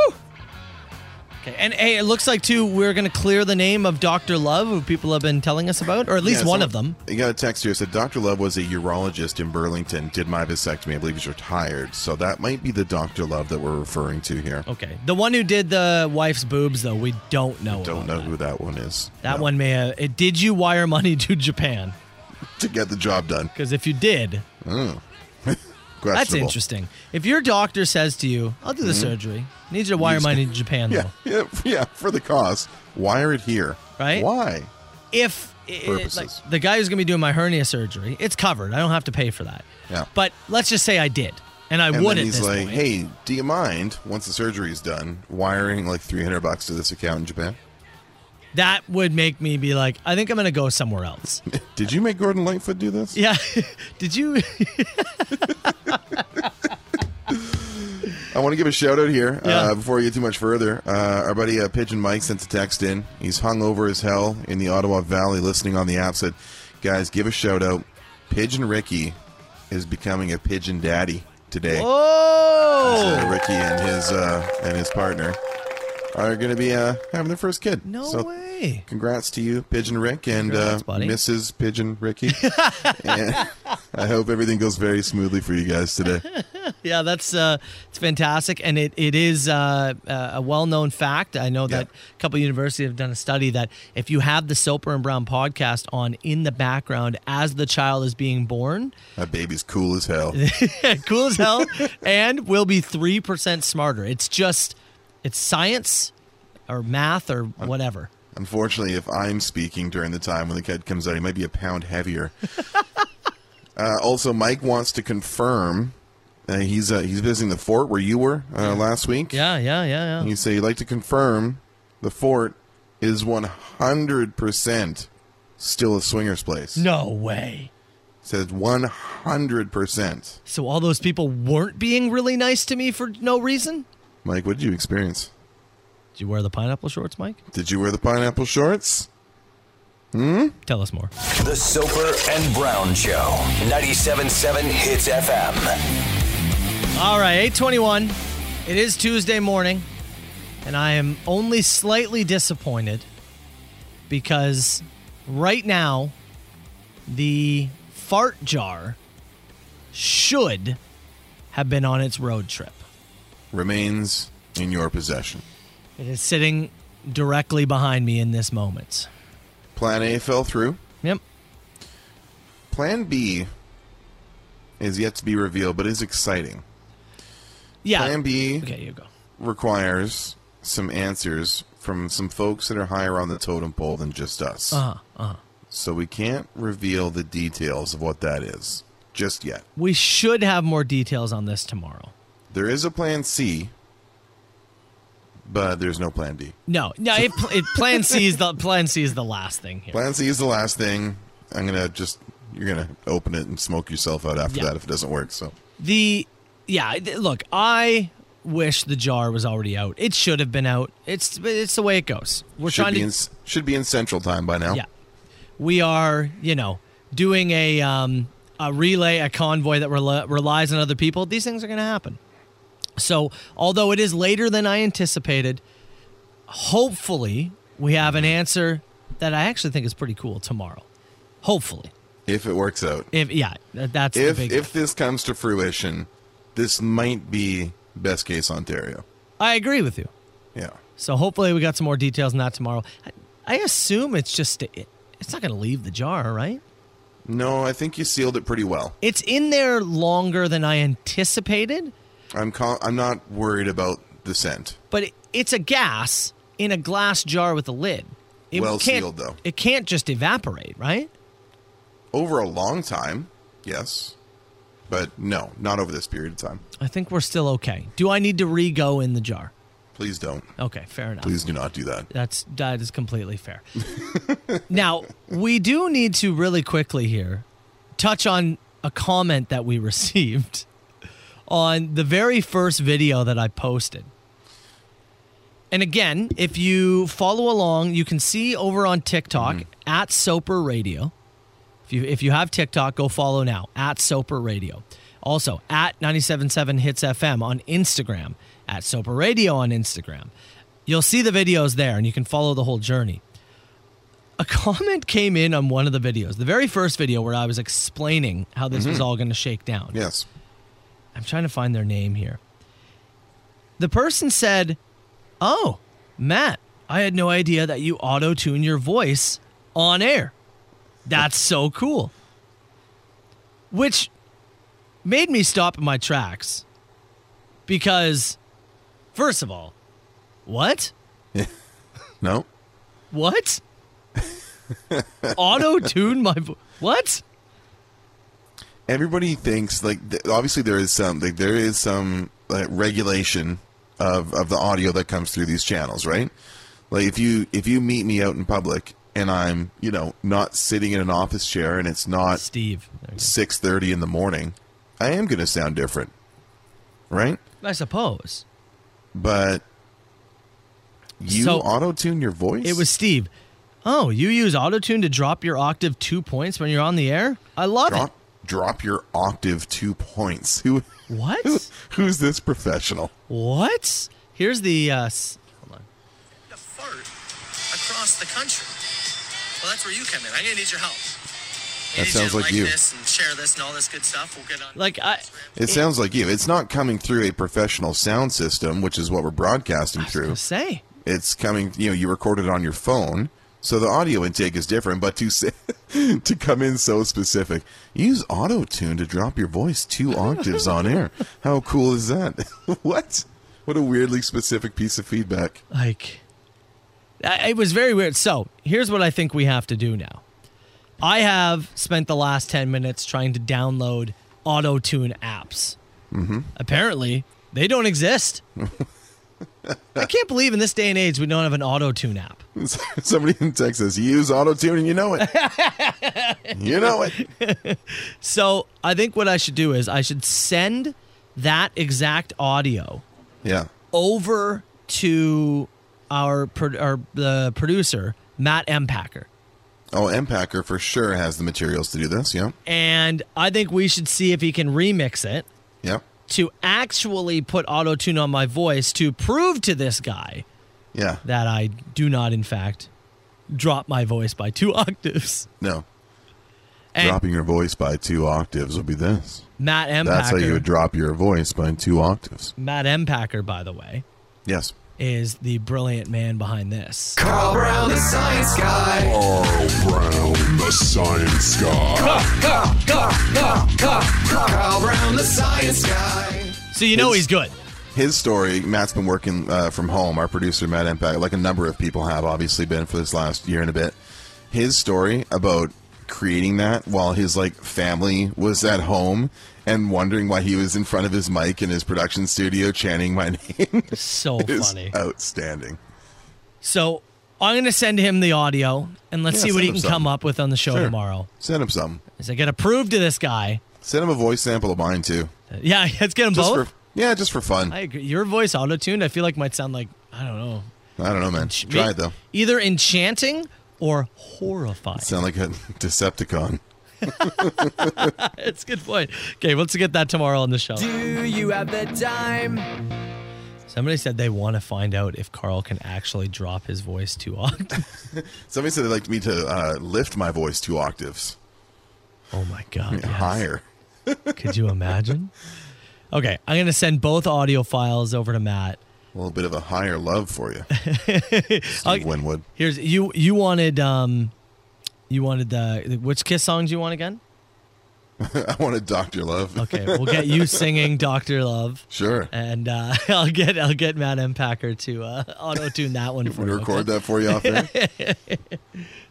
[SPEAKER 5] Okay. And hey, it looks like too we're gonna clear the name of Doctor Love, who people have been telling us about, or at least
[SPEAKER 6] Yeah,
[SPEAKER 5] one
[SPEAKER 6] so-
[SPEAKER 5] of them.
[SPEAKER 6] You got a text here. Said Dr. Love was a urologist in Burlington, did my vasectomy. I believe he's retired. So that might be the Dr. Love that we're referring to here.
[SPEAKER 5] Okay. The one who did the wife's boobs, though, we don't know.
[SPEAKER 6] Don't know who that one is.
[SPEAKER 5] That one may have. It, did you wire money to Japan?
[SPEAKER 6] To get the job done.
[SPEAKER 5] Because if you did,
[SPEAKER 6] Oh.
[SPEAKER 5] that's
[SPEAKER 6] Questionable.
[SPEAKER 5] interesting. If your doctor says to you, "I'll do the
[SPEAKER 6] Mhm.
[SPEAKER 5] surgery," need you to wire money to Japan,
[SPEAKER 6] Yeah,
[SPEAKER 5] though.
[SPEAKER 6] yeah, yeah, for the cost. Wire it here.
[SPEAKER 5] Right?
[SPEAKER 6] Why?
[SPEAKER 5] If it-
[SPEAKER 6] Purposes.
[SPEAKER 5] like, the guy who's gonna be doing my hernia surgery, it's covered. I don't have to pay for that.
[SPEAKER 6] Yeah.
[SPEAKER 5] But let's just say I did, and I
[SPEAKER 6] and
[SPEAKER 5] would
[SPEAKER 6] Then
[SPEAKER 5] at
[SPEAKER 6] he's
[SPEAKER 5] this
[SPEAKER 6] like,
[SPEAKER 5] point.
[SPEAKER 6] hey, do you mind once the surgery is done wiring like 300 bucks to this account in Japan?
[SPEAKER 5] That would make me be like, I think I'm gonna go somewhere else.
[SPEAKER 6] Did you make Gordon Lightfoot do this?
[SPEAKER 5] yeah. did you?
[SPEAKER 6] I want to give a shout out here
[SPEAKER 5] Yeah.
[SPEAKER 6] uh, before we get too much further. Uh, our buddy uh, Pigeon Mike sent a text in. He's hung over as hell in the Ottawa Valley listening on the app. Said, guys, give a shout out. Pigeon Ricky is becoming a pigeon daddy today.
[SPEAKER 5] Oh.
[SPEAKER 6] Uh, Ricky and his uh, and his partner are going to be uh, having their first kid. No
[SPEAKER 5] way!
[SPEAKER 6] Congrats to you, Pigeon Rick, and
[SPEAKER 5] Congrats,
[SPEAKER 6] uh,
[SPEAKER 5] buddy.
[SPEAKER 6] Mrs. Pigeon Ricky. and I hope everything goes very smoothly for you guys today.
[SPEAKER 5] yeah, that's uh, it's fantastic, and it it is uh, uh, a well known fact. I know that a couple of universities have done a study that if you have the Soper and Brown podcast on in the background as the child is being born,
[SPEAKER 6] That baby's cool as hell.
[SPEAKER 5] cool as hell, and will be three percent smarter. It's just it's science or math or whatever.
[SPEAKER 6] Unfortunately, if I'm speaking during the time when the kid comes out, he might be a pound heavier. uh, also, Mike wants to confirm uh, he's uh, he's visiting the fort where you were uh, last week.
[SPEAKER 5] Yeah, yeah, yeah, yeah.
[SPEAKER 6] You say you'd like to confirm the fort is 100% still a swingers place.
[SPEAKER 5] No way.
[SPEAKER 6] Says 100%.
[SPEAKER 5] So all those people weren't being really nice to me for no reason.
[SPEAKER 6] Mike, what did you experience?
[SPEAKER 5] Did you wear the pineapple shorts, Mike?
[SPEAKER 6] Did you wear the pineapple shorts? Hmm?
[SPEAKER 5] Tell us more.
[SPEAKER 4] The Soper and Brown Show, 97.7 Hits FM.
[SPEAKER 5] All right, 821. It is Tuesday morning, and I am only slightly disappointed because right now the fart jar should have been on its road trip.
[SPEAKER 6] Remains in your possession.
[SPEAKER 5] It is sitting directly behind me in this moment.
[SPEAKER 6] Plan A fell through.
[SPEAKER 5] Yep.
[SPEAKER 6] Plan B is yet to be revealed, but is exciting.
[SPEAKER 5] Yeah.
[SPEAKER 6] Plan B
[SPEAKER 5] Okay, you go.
[SPEAKER 6] requires some answers from some folks that are higher on the totem pole than just us.
[SPEAKER 5] Uh huh. Uh huh.
[SPEAKER 6] So we can't reveal the details of what that is just yet.
[SPEAKER 5] We should have more details on this tomorrow.
[SPEAKER 6] There is a plan C, but there's no plan D.
[SPEAKER 5] No, no. It, it plan C is the plan C is the last thing here.
[SPEAKER 6] Plan C is the last thing. I'm gonna just you're gonna open it and smoke yourself out after
[SPEAKER 5] Yeah.
[SPEAKER 6] that if it doesn't work. So
[SPEAKER 5] The yeah, th- look, I wish the jar was already out. It should have been out. It's it's the way it goes. We're
[SPEAKER 6] should
[SPEAKER 5] trying
[SPEAKER 6] be
[SPEAKER 5] to
[SPEAKER 6] in, should be in Central Time by now.
[SPEAKER 5] Yeah. we are, you know, doing a um a relay, a convoy that rel- relies on other people. These things are going to happen. So, although it is later than I anticipated, hopefully we have an answer that I actually think is pretty cool tomorrow. Hopefully.
[SPEAKER 6] If it works out.
[SPEAKER 5] If yeah, th- that's
[SPEAKER 6] if
[SPEAKER 5] the big
[SPEAKER 6] if this comes to fruition, this might be best case Ontario.
[SPEAKER 5] I agree with you.
[SPEAKER 6] Yeah.
[SPEAKER 5] So hopefully we got some more details on that tomorrow. I, I assume it's just it, it's not going to leave the jar, right?
[SPEAKER 6] No, I think you sealed it pretty well.
[SPEAKER 5] It's in there longer than I anticipated,
[SPEAKER 6] I'm cal- I'm not worried about the scent.
[SPEAKER 5] but it, it's a gas in a glass jar with a lid. It
[SPEAKER 6] Well
[SPEAKER 5] can't-
[SPEAKER 6] sealed, though.
[SPEAKER 5] It can't just evaporate, right?
[SPEAKER 6] Over a long time, yes, but no, not over this period of time.
[SPEAKER 5] I think we're still okay. Do I need to re-go in the jar?
[SPEAKER 6] Please don't.
[SPEAKER 5] Okay, fair enough.
[SPEAKER 6] Please do not do that.
[SPEAKER 5] That's that is completely fair. now we do need to really quickly here touch on a comment that we received on the very first video that I posted. And again, if you follow along, you can see over on TikTok at Soper Radio. If you if you have TikTok, go follow now at Soper Radio. Also at 97.7 Hits FM on Instagram, at Soper Radio on Instagram. You'll see the videos there and you can follow the whole journey. A comment came in on one of the videos, the very first video where I was explaining how this was
[SPEAKER 6] Mhm.
[SPEAKER 5] all going to shake down.
[SPEAKER 6] Yes.
[SPEAKER 5] I'm trying to find their name here. The person said, Oh, Matt, I had no idea that you auto tune your voice on air. That's so cool. Which made me stop in my tracks because, first of all, what?
[SPEAKER 6] No.
[SPEAKER 5] What? auto tune my voice? What?
[SPEAKER 6] Everybody thinks like th- obviously there is some like there is some like, regulation of of the audio that comes through these channels, right? Like if you if you meet me out in public and I'm you know not sitting in an office chair and it's not
[SPEAKER 5] Steve
[SPEAKER 6] six thirty in the morning, I am going to sound different, right?
[SPEAKER 5] I suppose.
[SPEAKER 6] But you
[SPEAKER 5] So-
[SPEAKER 6] auto tune your voice.
[SPEAKER 5] It was Steve. Oh, you use autotune to drop your octave two points when you're on the air? I love
[SPEAKER 6] drop drop your octave two points. Who
[SPEAKER 5] what?
[SPEAKER 6] who's this professional?
[SPEAKER 5] it. What? Here's the. Uh, s- hold on.
[SPEAKER 15] across the country. Well, that's where you come in. I'm gonna need your help.
[SPEAKER 6] That
[SPEAKER 15] I need
[SPEAKER 6] sounds
[SPEAKER 15] you to
[SPEAKER 6] like you.
[SPEAKER 15] This and share this and all this good stuff. We'll get on.
[SPEAKER 5] Like I.
[SPEAKER 6] It sounds like you. It's not coming through a professional sound system, which is what we're broadcasting through.
[SPEAKER 5] Say
[SPEAKER 6] It's coming. You know, you record it on your phone, so the audio intake is different. But to say, to come in so specific, use auto tune to drop your voice two octaves on air. How cool is that? what? What a weirdly specific piece of feedback.
[SPEAKER 5] Like, I- it was very weird. So here's what I think we have to do now. I have spent the last 10 minutes trying to download autotune apps.
[SPEAKER 6] Mm-hmm.
[SPEAKER 5] Apparently, they don't exist. I can't believe in this day and age we don't have an autotune app.
[SPEAKER 6] Somebody in Texas use auto tune, and you know it. you know it.
[SPEAKER 5] So I think what I should do is I should send that exact audio
[SPEAKER 6] Yeah.
[SPEAKER 5] over to our, pro- our the producer Matt M. Packer,
[SPEAKER 6] Oh, Empacker for sure has the materials to do this. Yeah.
[SPEAKER 5] and I think we should see if he can remix it
[SPEAKER 6] Yep.
[SPEAKER 5] to actually put auto tune on my voice to prove to this guy
[SPEAKER 6] Yeah.
[SPEAKER 5] that I do not in fact drop my voice by two octaves.
[SPEAKER 6] No. Dropping your voice by two octaves would be this.
[SPEAKER 5] Matt M.
[SPEAKER 6] That's how
[SPEAKER 5] Packer.
[SPEAKER 6] you would drop your voice by two octaves.
[SPEAKER 5] Matt M. Packer, by the way,
[SPEAKER 6] Yes.
[SPEAKER 5] is the brilliant man behind this.
[SPEAKER 2] Carl Brown, the science guy.
[SPEAKER 16] Carl Brown, the science guy.
[SPEAKER 2] Carl, Carl, Carl, Carl, Carl Brown, the science guy.
[SPEAKER 5] So you know he's good.
[SPEAKER 6] His story, Matt's been working uh, from home, our producer, Matt Impact, like a number of people have obviously been for this last year and a bit. His story about creating that while his like family was at home and wondering why he was in front of his mic in his production studio chanting my name.
[SPEAKER 5] So
[SPEAKER 6] is
[SPEAKER 5] funny.
[SPEAKER 6] Outstanding.
[SPEAKER 5] So I'm going to send him the audio and let's
[SPEAKER 6] Yeah,
[SPEAKER 5] see what
[SPEAKER 6] send
[SPEAKER 5] he
[SPEAKER 6] him
[SPEAKER 5] can
[SPEAKER 6] something.
[SPEAKER 5] come up with on the show
[SPEAKER 6] Sure.
[SPEAKER 5] tomorrow.
[SPEAKER 6] Send him some.
[SPEAKER 5] Is I got to prove to this guy. Uh,
[SPEAKER 6] Send him a voice sample of mine too.
[SPEAKER 5] Yeah, let's get them
[SPEAKER 6] Just
[SPEAKER 5] both.
[SPEAKER 6] for- yeah, just for fun.
[SPEAKER 5] I agree. Your voice auto tuned, I feel like might sound like, I don't know,
[SPEAKER 6] I don't know, man. Try it though.
[SPEAKER 5] either enchanting or horrifying.
[SPEAKER 6] Sound like a Decepticon.
[SPEAKER 5] it's a good point. Okay, let's get that tomorrow on the show.
[SPEAKER 2] Do you have the time?
[SPEAKER 5] Somebody said they want to find out if Carl can actually drop his voice too octaves.
[SPEAKER 6] Somebody said they'd like me to uh, lift my voice two octaves
[SPEAKER 5] Oh my God. yes.
[SPEAKER 6] higher.
[SPEAKER 5] Could you imagine? Okay, I'm going to send both audio files over to Matt.
[SPEAKER 6] A little bit of a higher love for you, Steve
[SPEAKER 5] Okay.
[SPEAKER 6] Winwood.
[SPEAKER 5] Here's you. You wanted um, you wanted the which Kiss songs you want again?
[SPEAKER 6] I want to doctor love.
[SPEAKER 5] Okay, we'll get you singing "Doctor Love."
[SPEAKER 6] Sure.
[SPEAKER 5] And uh, I'll get I'll get Matt M. Packer to uh, auto tune that one for
[SPEAKER 6] We
[SPEAKER 5] you.
[SPEAKER 6] record
[SPEAKER 5] okay?
[SPEAKER 6] that for you off air?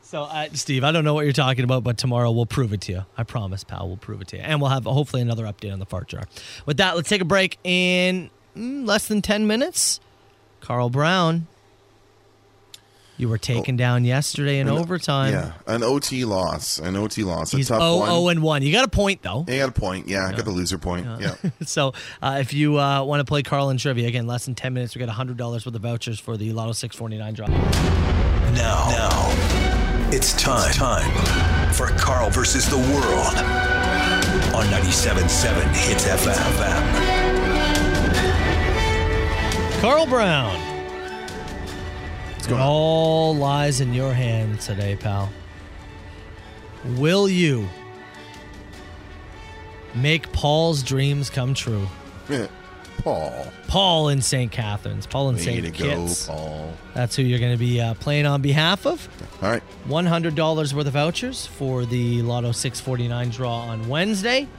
[SPEAKER 5] so, uh, Steve, I don't know what you're talking about, but tomorrow we'll prove it to you. I promise, pal. We'll prove it to you, and we'll have hopefully another update on the fart jar. With that, let's take a break in mm, less than ten minutes. Carl Brown, you were taken down yesterday in
[SPEAKER 6] An-
[SPEAKER 5] overtime.
[SPEAKER 6] Oh. Yeah, an OT loss, an OT loss,
[SPEAKER 5] He's
[SPEAKER 6] a tough
[SPEAKER 5] oh
[SPEAKER 6] one.
[SPEAKER 5] oh and 1. You got a point, though.
[SPEAKER 6] You got a point. Yeah, I got the loser point. Yeah.
[SPEAKER 5] so uh, if you uh, want to play Carl and Trivia, again, less than 10 minutes, we got $100 worth of vouchers for the Lotto 649 drop.
[SPEAKER 4] Now, now, it's time, time for Carl versus the world on 97.7 Hits FM.
[SPEAKER 5] Carl Brown, it
[SPEAKER 6] going on?
[SPEAKER 5] all lies in your hands today, pal. Will you make Paul's dreams come true?
[SPEAKER 6] Paul.
[SPEAKER 5] Paul in St. Catharines. Paul in
[SPEAKER 6] Way to
[SPEAKER 5] St.
[SPEAKER 6] go,
[SPEAKER 5] Kitts.
[SPEAKER 6] Paul.
[SPEAKER 5] That's who you're going to be uh, playing on behalf of.
[SPEAKER 6] All right.
[SPEAKER 5] $100 worth of vouchers for the Lotto 649 draw on Wednesday.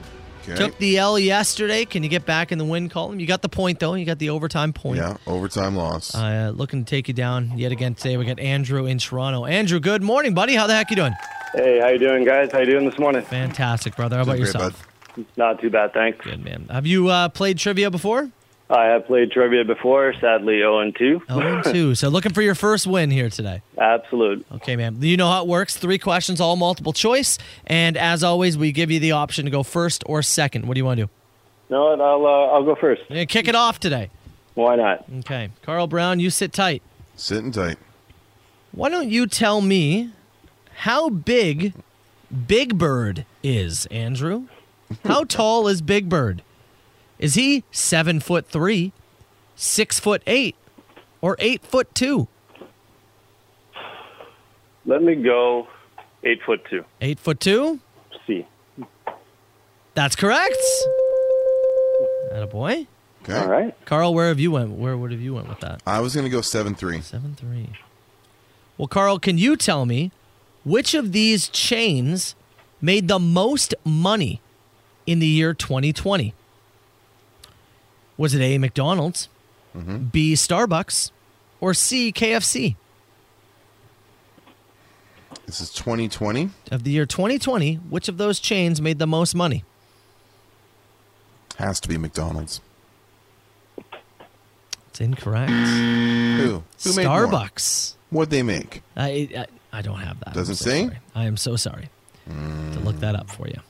[SPEAKER 6] Okay.
[SPEAKER 5] Took the L yesterday. Can you get back in the win column? You got the point, though. You got the overtime point.
[SPEAKER 6] Yeah, overtime loss.
[SPEAKER 5] Uh, looking to take you down yet again today. We got Andrew in Toronto. Andrew, good morning, buddy. How the heck you doing?
[SPEAKER 17] Hey, how you doing, guys? How you doing this morning?
[SPEAKER 5] Fantastic, brother. How about yourself?
[SPEAKER 17] Not too bad, thanks.
[SPEAKER 5] Good man. Have you uh, played trivia before?
[SPEAKER 17] I have played trivia before. Sadly, 0 and 2.
[SPEAKER 5] Oh, and two. So looking for your first win here today.
[SPEAKER 17] Absolute.
[SPEAKER 5] Okay, man. You know how it works. Three questions, all multiple choice, and as always, we give you the option to go first or second. What do you want to do?
[SPEAKER 17] No, what? I'll uh, I'll go first.
[SPEAKER 5] Yeah, kick it off today.
[SPEAKER 17] Why not?
[SPEAKER 5] Okay, Carl Brown, you sit tight.
[SPEAKER 6] Sitting tight.
[SPEAKER 5] Why don't you tell me how big Big Bird is, Andrew? How tall is Big Bird? Is he seven foot three, six foot eight, or eight foot two?
[SPEAKER 17] Let me go. Eight foot two.
[SPEAKER 5] Eight foot two?
[SPEAKER 17] C.
[SPEAKER 5] That's correct. That a boy.
[SPEAKER 6] Okay. All right.
[SPEAKER 5] Carl, where have you went? Where would have you went with that?
[SPEAKER 6] I was going to go 7 3.
[SPEAKER 5] 7 3. Well, Carl, can you tell me which of these chains made the most money in the year 2020? Was it A, McDonald's,
[SPEAKER 6] Mm-hmm.
[SPEAKER 5] B, Starbucks, or C, KFC?
[SPEAKER 6] This is 2020.
[SPEAKER 5] Of the year 2020, which of those chains made the most money?
[SPEAKER 6] Has to be McDonald's.
[SPEAKER 5] It's incorrect.
[SPEAKER 6] Who? Who made more?
[SPEAKER 5] Mm. Starbucks.
[SPEAKER 6] What'd they make?
[SPEAKER 5] I, I, I don't have that. I'm
[SPEAKER 6] Doesn't
[SPEAKER 5] so
[SPEAKER 6] say?
[SPEAKER 5] sorry. I am so sorry to look that up for you.
[SPEAKER 6] Mm.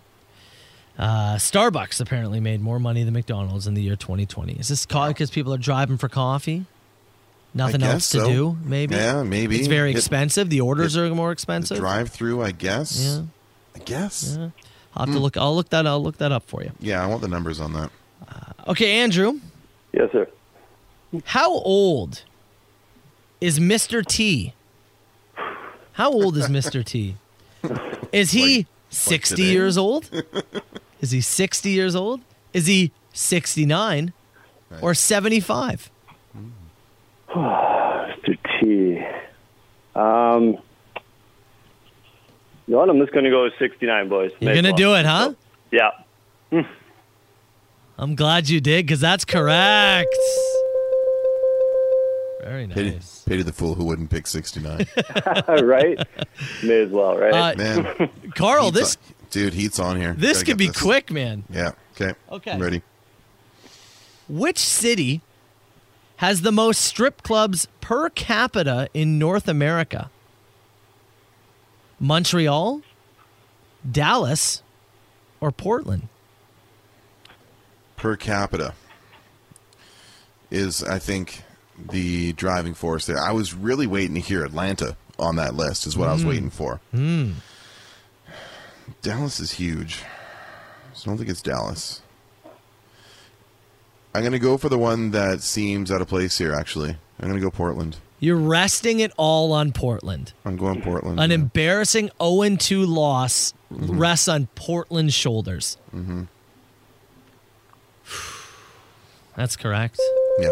[SPEAKER 5] Uh, Starbucks apparently made more money than McDonald's in the year 2020. Is this because people are driving for coffee? Nothing
[SPEAKER 6] guess
[SPEAKER 5] else to
[SPEAKER 6] so.
[SPEAKER 5] do, maybe.
[SPEAKER 6] Yeah, maybe.
[SPEAKER 5] it's very
[SPEAKER 6] It-
[SPEAKER 5] expensive. The orders
[SPEAKER 6] it-
[SPEAKER 5] are more expensive.
[SPEAKER 6] Drive through, I guess.
[SPEAKER 5] Yeah.
[SPEAKER 6] I guess.
[SPEAKER 5] Yeah. I'll have
[SPEAKER 6] Mm.
[SPEAKER 5] to look. I'll look that. I'll look that up for you.
[SPEAKER 6] Yeah, I want the numbers on that.
[SPEAKER 5] Okay, Andrew.
[SPEAKER 17] Yes, sir.
[SPEAKER 5] How old is Mr. T? How old is Mr. T? Is he 60
[SPEAKER 18] today.
[SPEAKER 5] years old? Is he 60 years old? Is he 69 or 75?
[SPEAKER 17] Mr. T. Um, you know what? I'm just going to go with 69, boys.
[SPEAKER 5] You're going to do it, huh?
[SPEAKER 17] Yeah.
[SPEAKER 5] I'm glad you did because that's correct. Very nice.
[SPEAKER 6] Pity, pity the fool who wouldn't pick 69.
[SPEAKER 17] right? May as well, right?
[SPEAKER 6] Man.
[SPEAKER 5] Uh, Carl,
[SPEAKER 6] Heat's
[SPEAKER 5] this-
[SPEAKER 6] on- dude, heat's on here.
[SPEAKER 5] This
[SPEAKER 6] Gotta
[SPEAKER 5] could
[SPEAKER 6] get
[SPEAKER 5] be quick, man.
[SPEAKER 6] Yeah. Okay.
[SPEAKER 5] Okay.
[SPEAKER 6] I'm ready.
[SPEAKER 5] Which city has the most strip clubs per capita in North America? Montreal, Dallas, or Portland?
[SPEAKER 6] per capita is I think the driving force there. I was really waiting to hear Atlanta on that list is what I was
[SPEAKER 5] Mm.
[SPEAKER 6] waiting for.
[SPEAKER 5] Hmm.
[SPEAKER 6] Dallas is huge. So I don't think it's Dallas. I'm going to go for the one that seems out of place here actually. I'm going to go Portland.
[SPEAKER 5] You're resting it all on Portland.
[SPEAKER 6] I'm going Portland.
[SPEAKER 5] An embarrassing 0 2 loss rests on Portland's shoulders.
[SPEAKER 6] Mhm.
[SPEAKER 5] That's correct.
[SPEAKER 6] Yeah.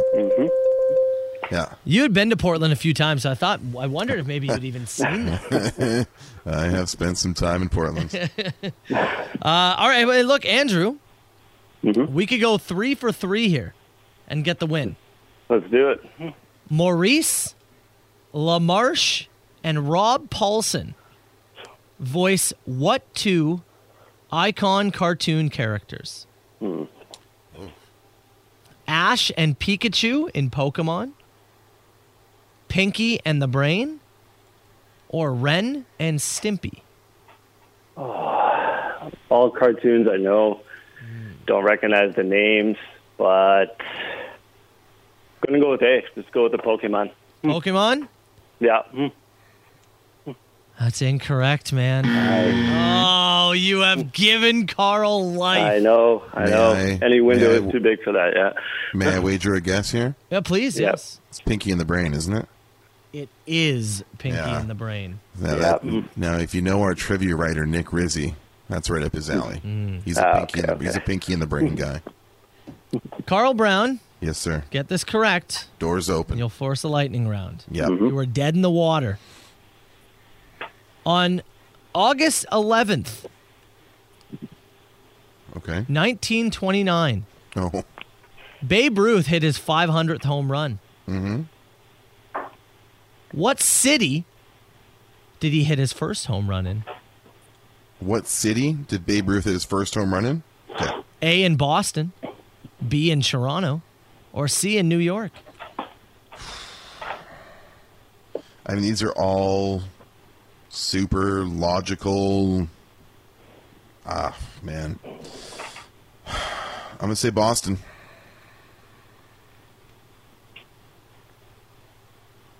[SPEAKER 6] Yeah.
[SPEAKER 5] You had been to Portland a few times, so I thought, I wondered if maybe you'd even seen that.
[SPEAKER 6] I have spent some time in Portland.
[SPEAKER 5] Uh, all right, well, look, Andrew, we could go three for three here and get the win.
[SPEAKER 17] Let's do it.
[SPEAKER 5] Maurice LaMarche and Rob Paulson voice what two icon cartoon characters? Ash and Pikachu in Pokemon, Pinky and the Brain, or Ren and Stimpy?
[SPEAKER 17] All cartoons I know.
[SPEAKER 5] Hmm.
[SPEAKER 17] Don't recognize the names, but going to go with A. Just go with the Pokemon.
[SPEAKER 5] Pokemon?
[SPEAKER 17] Yeah. Hmm.
[SPEAKER 5] That's incorrect, man. Oh, you have given Carl life.
[SPEAKER 17] I know. I
[SPEAKER 6] May
[SPEAKER 17] know.
[SPEAKER 6] I-
[SPEAKER 17] Any window
[SPEAKER 6] may I-
[SPEAKER 17] is too big for that, yeah.
[SPEAKER 6] May I wager a guess here?
[SPEAKER 5] Yeah, please, yes.
[SPEAKER 6] It's Pinky and the Brain, isn't it?
[SPEAKER 5] It is Pinky in the Brain.
[SPEAKER 6] Now, that- now, if you know our trivia writer Nick Rizzi, that's right up his alley. He's a pinky. in the, He's a pinky in the brain guy.
[SPEAKER 5] Carl Brown,
[SPEAKER 6] Yes, sir.
[SPEAKER 5] get this correct.
[SPEAKER 6] Doors open.
[SPEAKER 5] You'll force a lightning round.
[SPEAKER 6] Yeah.
[SPEAKER 5] You were dead in the water. On August 11th,
[SPEAKER 6] Okay.
[SPEAKER 5] 1929,
[SPEAKER 6] Oh.
[SPEAKER 5] Babe Ruth hit his 500th home run.
[SPEAKER 6] Mm-hmm.
[SPEAKER 5] What city did he hit his first home run in?
[SPEAKER 6] What city did Babe Ruth hit his first home run in?
[SPEAKER 5] A in Boston, B in Toronto, or C in New York?
[SPEAKER 6] I mean, these are all super logical. Ah, man. I'm going to say Boston.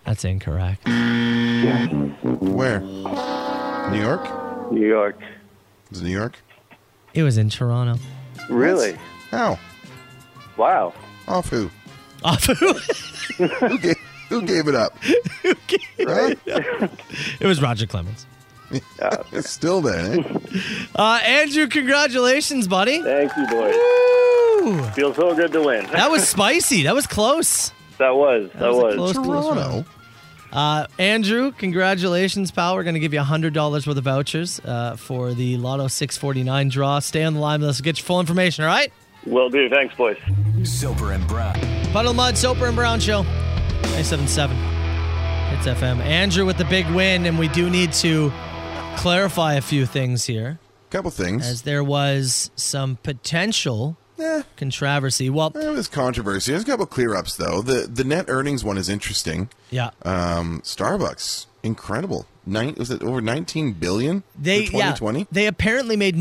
[SPEAKER 5] That's incorrect.
[SPEAKER 6] Where? New York?
[SPEAKER 11] New York.
[SPEAKER 6] Is it New York?
[SPEAKER 5] It was in Toronto.
[SPEAKER 11] Really?
[SPEAKER 6] How?
[SPEAKER 11] Wow.
[SPEAKER 6] Off who?
[SPEAKER 5] Off who?
[SPEAKER 6] who, gave, who gave it up? right?
[SPEAKER 5] It was Roger Clemens.
[SPEAKER 6] it's still there, eh?
[SPEAKER 5] Uh, Andrew, congratulations, buddy.
[SPEAKER 17] Thank you, boys. Feels so good to win.
[SPEAKER 5] That was spicy. That was close.
[SPEAKER 17] That was. That,
[SPEAKER 5] That was a
[SPEAKER 17] was.
[SPEAKER 5] close, close Toronto. round. Uh, Andrew, congratulations, pal. We're going to give you $100 worth of vouchers uh, for the Lotto 649 draw. Stay on the line with us. We'll get your full information, all right?
[SPEAKER 17] Will do. Thanks, boys.
[SPEAKER 4] Soper and Brown.
[SPEAKER 5] Puddle Mud, Soper and Brown Show, 977. It's FM. Andrew with the big win, and we do need to clarify a few things here.
[SPEAKER 6] Couple things. Eh,
[SPEAKER 5] As there was some potential controversy. Well,
[SPEAKER 6] There was controversy. There's a couple clear ups, though. The, the net earnings one is interesting.
[SPEAKER 5] yeah.
[SPEAKER 6] Um, Starbucks, incredible. Nine was it over 19 billion?
[SPEAKER 5] They
[SPEAKER 6] for
[SPEAKER 5] yeah,
[SPEAKER 6] 2020.
[SPEAKER 5] they apparently made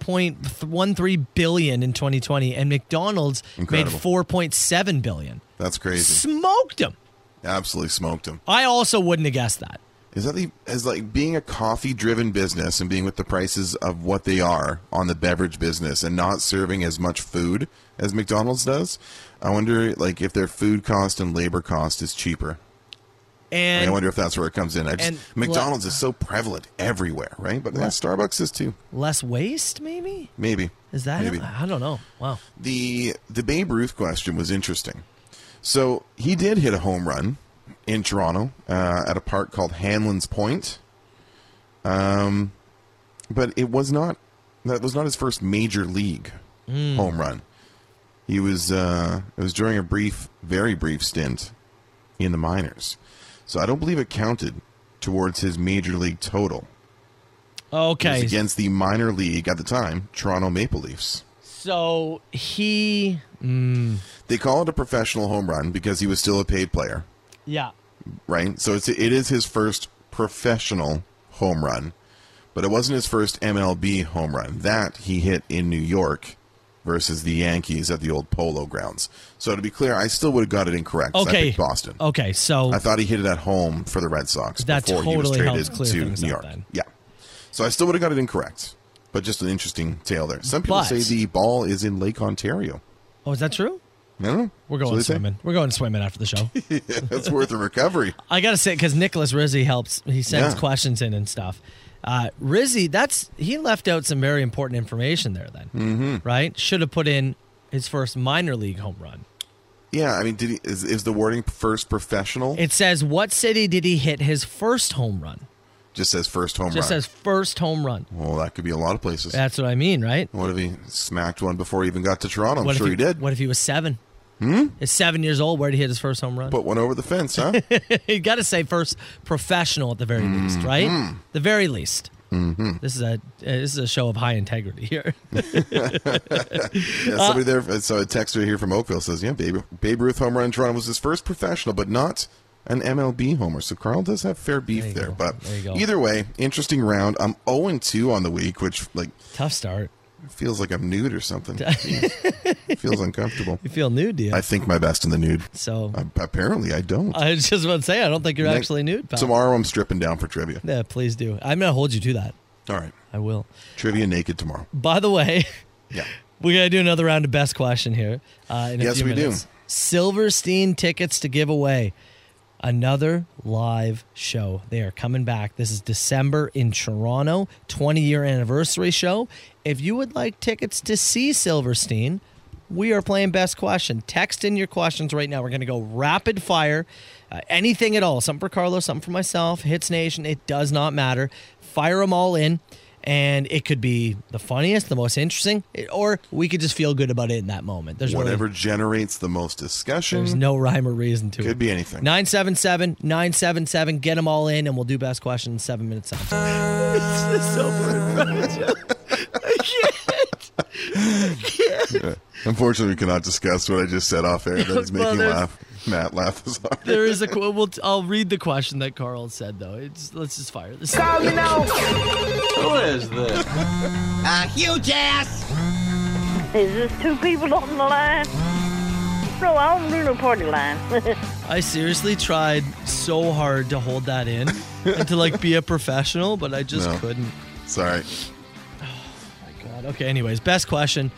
[SPEAKER 5] 19.13 billion in 2020 and McDonald's
[SPEAKER 6] Incredible.
[SPEAKER 5] made 4.7 billion.
[SPEAKER 6] That's crazy.
[SPEAKER 5] Smoked them.
[SPEAKER 6] Absolutely smoked them.
[SPEAKER 5] I also wouldn't have guessed that.
[SPEAKER 6] Is that the is like being a coffee driven business and being with the prices of what they are on the beverage business and not serving as much food as McDonald's does? I wonder like if their food cost and labor cost is cheaper. Like,
[SPEAKER 5] And
[SPEAKER 6] I wonder if that's where it comes in. I just,
[SPEAKER 5] and-
[SPEAKER 6] McDonald's is so prevalent everywhere, right? But yeah, Starbucks is too.
[SPEAKER 5] less waste maybe?
[SPEAKER 6] Maybe.
[SPEAKER 5] Is that
[SPEAKER 6] Maybe.
[SPEAKER 5] I don't know. Wow.
[SPEAKER 6] the the Babe Ruth question was interesting. So he did hit a home run in Toronto uh, at a park called Hanlon's Point, um, but it was not that was not his first major league
[SPEAKER 2] Mm.
[SPEAKER 6] home run. He was uh, it was during a brief, very brief stint in the minors, so I don't believe it counted towards his major league total. It was
[SPEAKER 5] Okay.
[SPEAKER 6] against the minor league at the time, Toronto Maple Leafs.
[SPEAKER 5] So he mm,
[SPEAKER 6] They call it a professional home run because he was still a paid player,
[SPEAKER 5] yeah.
[SPEAKER 6] right? So it's it is his first professional home run, but it wasn't his first MLB home run. That he hit in New York versus the Yankees at the old Polo Grounds. So to be clear, I still would have got it incorrect. 'cause I
[SPEAKER 5] Okay.
[SPEAKER 6] picked Boston.
[SPEAKER 5] Okay, so
[SPEAKER 6] I thought he hit it at home for the Red Sox
[SPEAKER 5] That
[SPEAKER 6] before
[SPEAKER 5] totally
[SPEAKER 6] he was
[SPEAKER 5] helps
[SPEAKER 6] traded
[SPEAKER 5] clear
[SPEAKER 6] to
[SPEAKER 5] things
[SPEAKER 6] New
[SPEAKER 5] up
[SPEAKER 6] York.
[SPEAKER 5] then.
[SPEAKER 6] Yeah. So I still would have got it incorrect, but just an interesting tale there. Some people
[SPEAKER 5] But-
[SPEAKER 6] say the ball is in Lake Ontario.
[SPEAKER 5] Oh, is that true?
[SPEAKER 6] No, no.
[SPEAKER 5] We're going
[SPEAKER 6] So they say.
[SPEAKER 5] swimming. We're going swimming after the show.
[SPEAKER 6] That's worth a recovery.
[SPEAKER 5] I gotta say, because Nicholas Rizzi helps. He sends
[SPEAKER 6] Yeah.
[SPEAKER 5] questions in and stuff. Uh, Rizzi, that's he left out some very important information there. Then,
[SPEAKER 6] Mm-hmm.
[SPEAKER 5] right? Should have put in his first minor league home run.
[SPEAKER 6] Yeah, I mean, did he, is is the wording first professional?
[SPEAKER 5] It says, "What city did he hit his first home run?"
[SPEAKER 6] just says first home
[SPEAKER 5] Just
[SPEAKER 6] run.
[SPEAKER 5] says first home run.
[SPEAKER 6] well, that could be a lot of places.
[SPEAKER 5] That's what I mean, right?
[SPEAKER 6] What if he smacked one before he even got to Toronto? I'm
[SPEAKER 5] what
[SPEAKER 6] sure
[SPEAKER 5] if
[SPEAKER 6] he, did.
[SPEAKER 5] What if he was seven?
[SPEAKER 6] Hmm?
[SPEAKER 5] Is seven years old? Where did he hit his first home run?
[SPEAKER 6] But went over the fence, huh?
[SPEAKER 5] you got to say first professional at the very least, right? The very least.
[SPEAKER 6] mm-hmm.
[SPEAKER 5] This is a uh, this is a show of high integrity here.
[SPEAKER 6] Yeah, somebody there. uh, So a texter here from Oakville says, "Yeah, Babe, Babe Ruth home run in Toronto was his first professional, but not an MLB homer." So Carl does have fair beef there. But
[SPEAKER 5] There you go.
[SPEAKER 6] either way, interesting round. I'm 0 2 on the week, which like
[SPEAKER 5] tough start.
[SPEAKER 6] Feels like I'm nude or something. feels uncomfortable.
[SPEAKER 5] You feel nude, do you?
[SPEAKER 6] I think my best in the nude.
[SPEAKER 5] So
[SPEAKER 6] Uh, apparently, I don't.
[SPEAKER 5] I was just about to say I don't think Uh, you're
[SPEAKER 6] Next-
[SPEAKER 5] actually nude, pal.
[SPEAKER 6] Tomorrow, I'm stripping down for trivia.
[SPEAKER 5] Yeah, please do. I'm gonna hold you to that.
[SPEAKER 6] All right,
[SPEAKER 5] I will.
[SPEAKER 6] Trivia naked tomorrow.
[SPEAKER 5] By the way,
[SPEAKER 6] Yeah.
[SPEAKER 5] we gotta do another round of best question here. Uh, in a
[SPEAKER 6] Yes,
[SPEAKER 5] few
[SPEAKER 6] we do.
[SPEAKER 5] minutes. Silverstein tickets to give away. another live show. They are coming back. This is December in Toronto, 20 year anniversary show. If you would like tickets to see Silverstein, we are playing best question. Text in your questions right now. We're going to go rapid fire. Uh, anything at all. Something for Carlos, something for myself, Hits Nation. It does not matter. Fire them all in. And it could be the funniest, the most interesting, or we could just feel good about it in that moment. There's really-
[SPEAKER 6] Whatever generates the most discussion.
[SPEAKER 5] There's no rhyme or reason to it.
[SPEAKER 6] Could be anything.
[SPEAKER 5] 977 977. Get them all in, and we'll do best question in seven minutes. Out. It's so
[SPEAKER 6] Unfortunately, we cannot discuss what I just said off air. That is
[SPEAKER 5] Well,
[SPEAKER 6] making
[SPEAKER 5] there's-
[SPEAKER 6] laugh. Matt laugh is hard.
[SPEAKER 5] there is a qu- well, t- I'll read the question that Carl said though. It's let's just fire this.
[SPEAKER 2] Call me now.
[SPEAKER 5] Who is this?
[SPEAKER 2] A huge ass.
[SPEAKER 1] Is this two people on the line? No, I don't do no party line.
[SPEAKER 5] I seriously tried so hard to hold that in and to like be a professional, but I just
[SPEAKER 6] No.
[SPEAKER 5] couldn't.
[SPEAKER 6] Sorry.
[SPEAKER 5] God. Okay. Anyways, best question.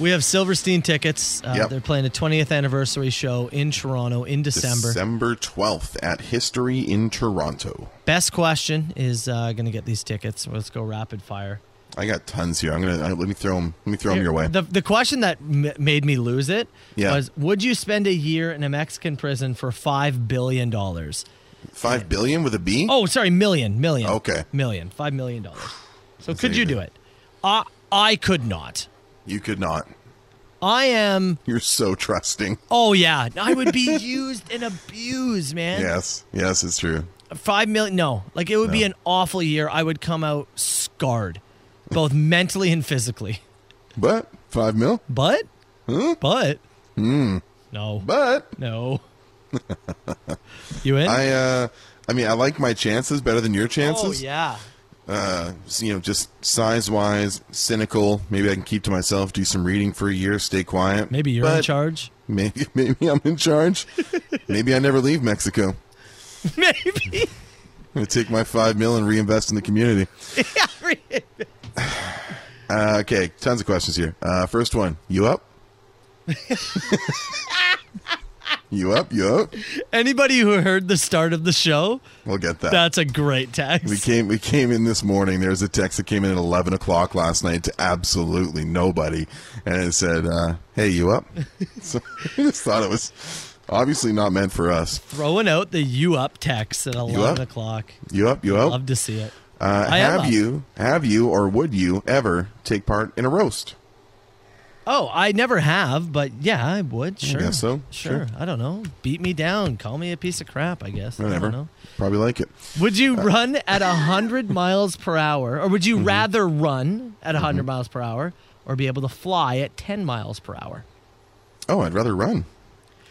[SPEAKER 5] We have Silverstein tickets. Uh,
[SPEAKER 6] Yep.
[SPEAKER 5] They're playing a 20th anniversary show in Toronto in December.
[SPEAKER 6] December 12th at History in Toronto.
[SPEAKER 5] Best question is uh, going to get these tickets. Let's go rapid fire.
[SPEAKER 6] I got tons here. I'm gonna I, let me throw them. Let me throw them
[SPEAKER 5] Here,
[SPEAKER 6] your way.
[SPEAKER 5] The, the question that m- made me lose it
[SPEAKER 6] Yeah.
[SPEAKER 5] was Would you spend a year in a Mexican prison for $5 billion?
[SPEAKER 6] Five billion with a B?
[SPEAKER 5] Oh, sorry, million, million.
[SPEAKER 6] Okay.
[SPEAKER 5] Million, $5 million. So
[SPEAKER 6] That's
[SPEAKER 5] could you do it? I, I could not.
[SPEAKER 6] You could not.
[SPEAKER 5] I am.
[SPEAKER 6] You're so trusting.
[SPEAKER 5] Oh, yeah. I would be used and abused, man.
[SPEAKER 6] Yes. Yes, it's true.
[SPEAKER 5] Five million? No. Like, it would be
[SPEAKER 6] No.
[SPEAKER 5] an awful year. I would come out scarred, both mentally and physically.
[SPEAKER 6] But five mil?
[SPEAKER 5] But?
[SPEAKER 6] Huh?
[SPEAKER 5] But?
[SPEAKER 6] Hmm.
[SPEAKER 5] No.
[SPEAKER 6] But?
[SPEAKER 5] No. you in?
[SPEAKER 6] I uh I mean I like my chances better than your
[SPEAKER 5] Oh,
[SPEAKER 6] chances.
[SPEAKER 5] yeah.
[SPEAKER 6] uh, you know, just size wise, cynical. Maybe I can keep to myself, do some reading for a year, stay quiet.
[SPEAKER 5] Maybe you're in
[SPEAKER 6] But
[SPEAKER 5] charge.
[SPEAKER 6] Maybe, maybe I'm in charge. maybe I never leave Mexico.
[SPEAKER 5] Maybe.
[SPEAKER 6] I'm gonna take my five mil and reinvest in the community. Uh, okay, tons of questions here. Uh, first one, you up? you up? You up?
[SPEAKER 5] Anybody who heard the start of the show,
[SPEAKER 6] We'll get that.
[SPEAKER 5] that's a great text.
[SPEAKER 6] We came we came in this morning. There was a text that came in at eleven o'clock last night to absolutely nobody, and it said, uh, "Hey, you up?" so I just thought it was obviously not meant for us.
[SPEAKER 5] Throwing out the you up text at 11
[SPEAKER 6] up? Oh.
[SPEAKER 5] o'clock.
[SPEAKER 6] You up? You up?
[SPEAKER 5] Love to see it.
[SPEAKER 6] Uh,
[SPEAKER 5] I am
[SPEAKER 6] have
[SPEAKER 5] up.
[SPEAKER 6] you have you or would you ever take part in a roast?
[SPEAKER 5] Oh, I never have, but yeah, I would. Sure.
[SPEAKER 6] guess so.
[SPEAKER 5] Sure.
[SPEAKER 6] Sure.
[SPEAKER 5] I don't know. Beat me down. Call me a piece of crap, I guess. I don't
[SPEAKER 6] Whatever. Uh,
[SPEAKER 5] know.
[SPEAKER 6] Probably like it.
[SPEAKER 5] Would you run at 100 miles per hour, or would
[SPEAKER 6] Mm-hmm.
[SPEAKER 5] you rather run at 100 miles per hour or be able to fly at 10 miles per hour?
[SPEAKER 6] Oh, I'd rather run.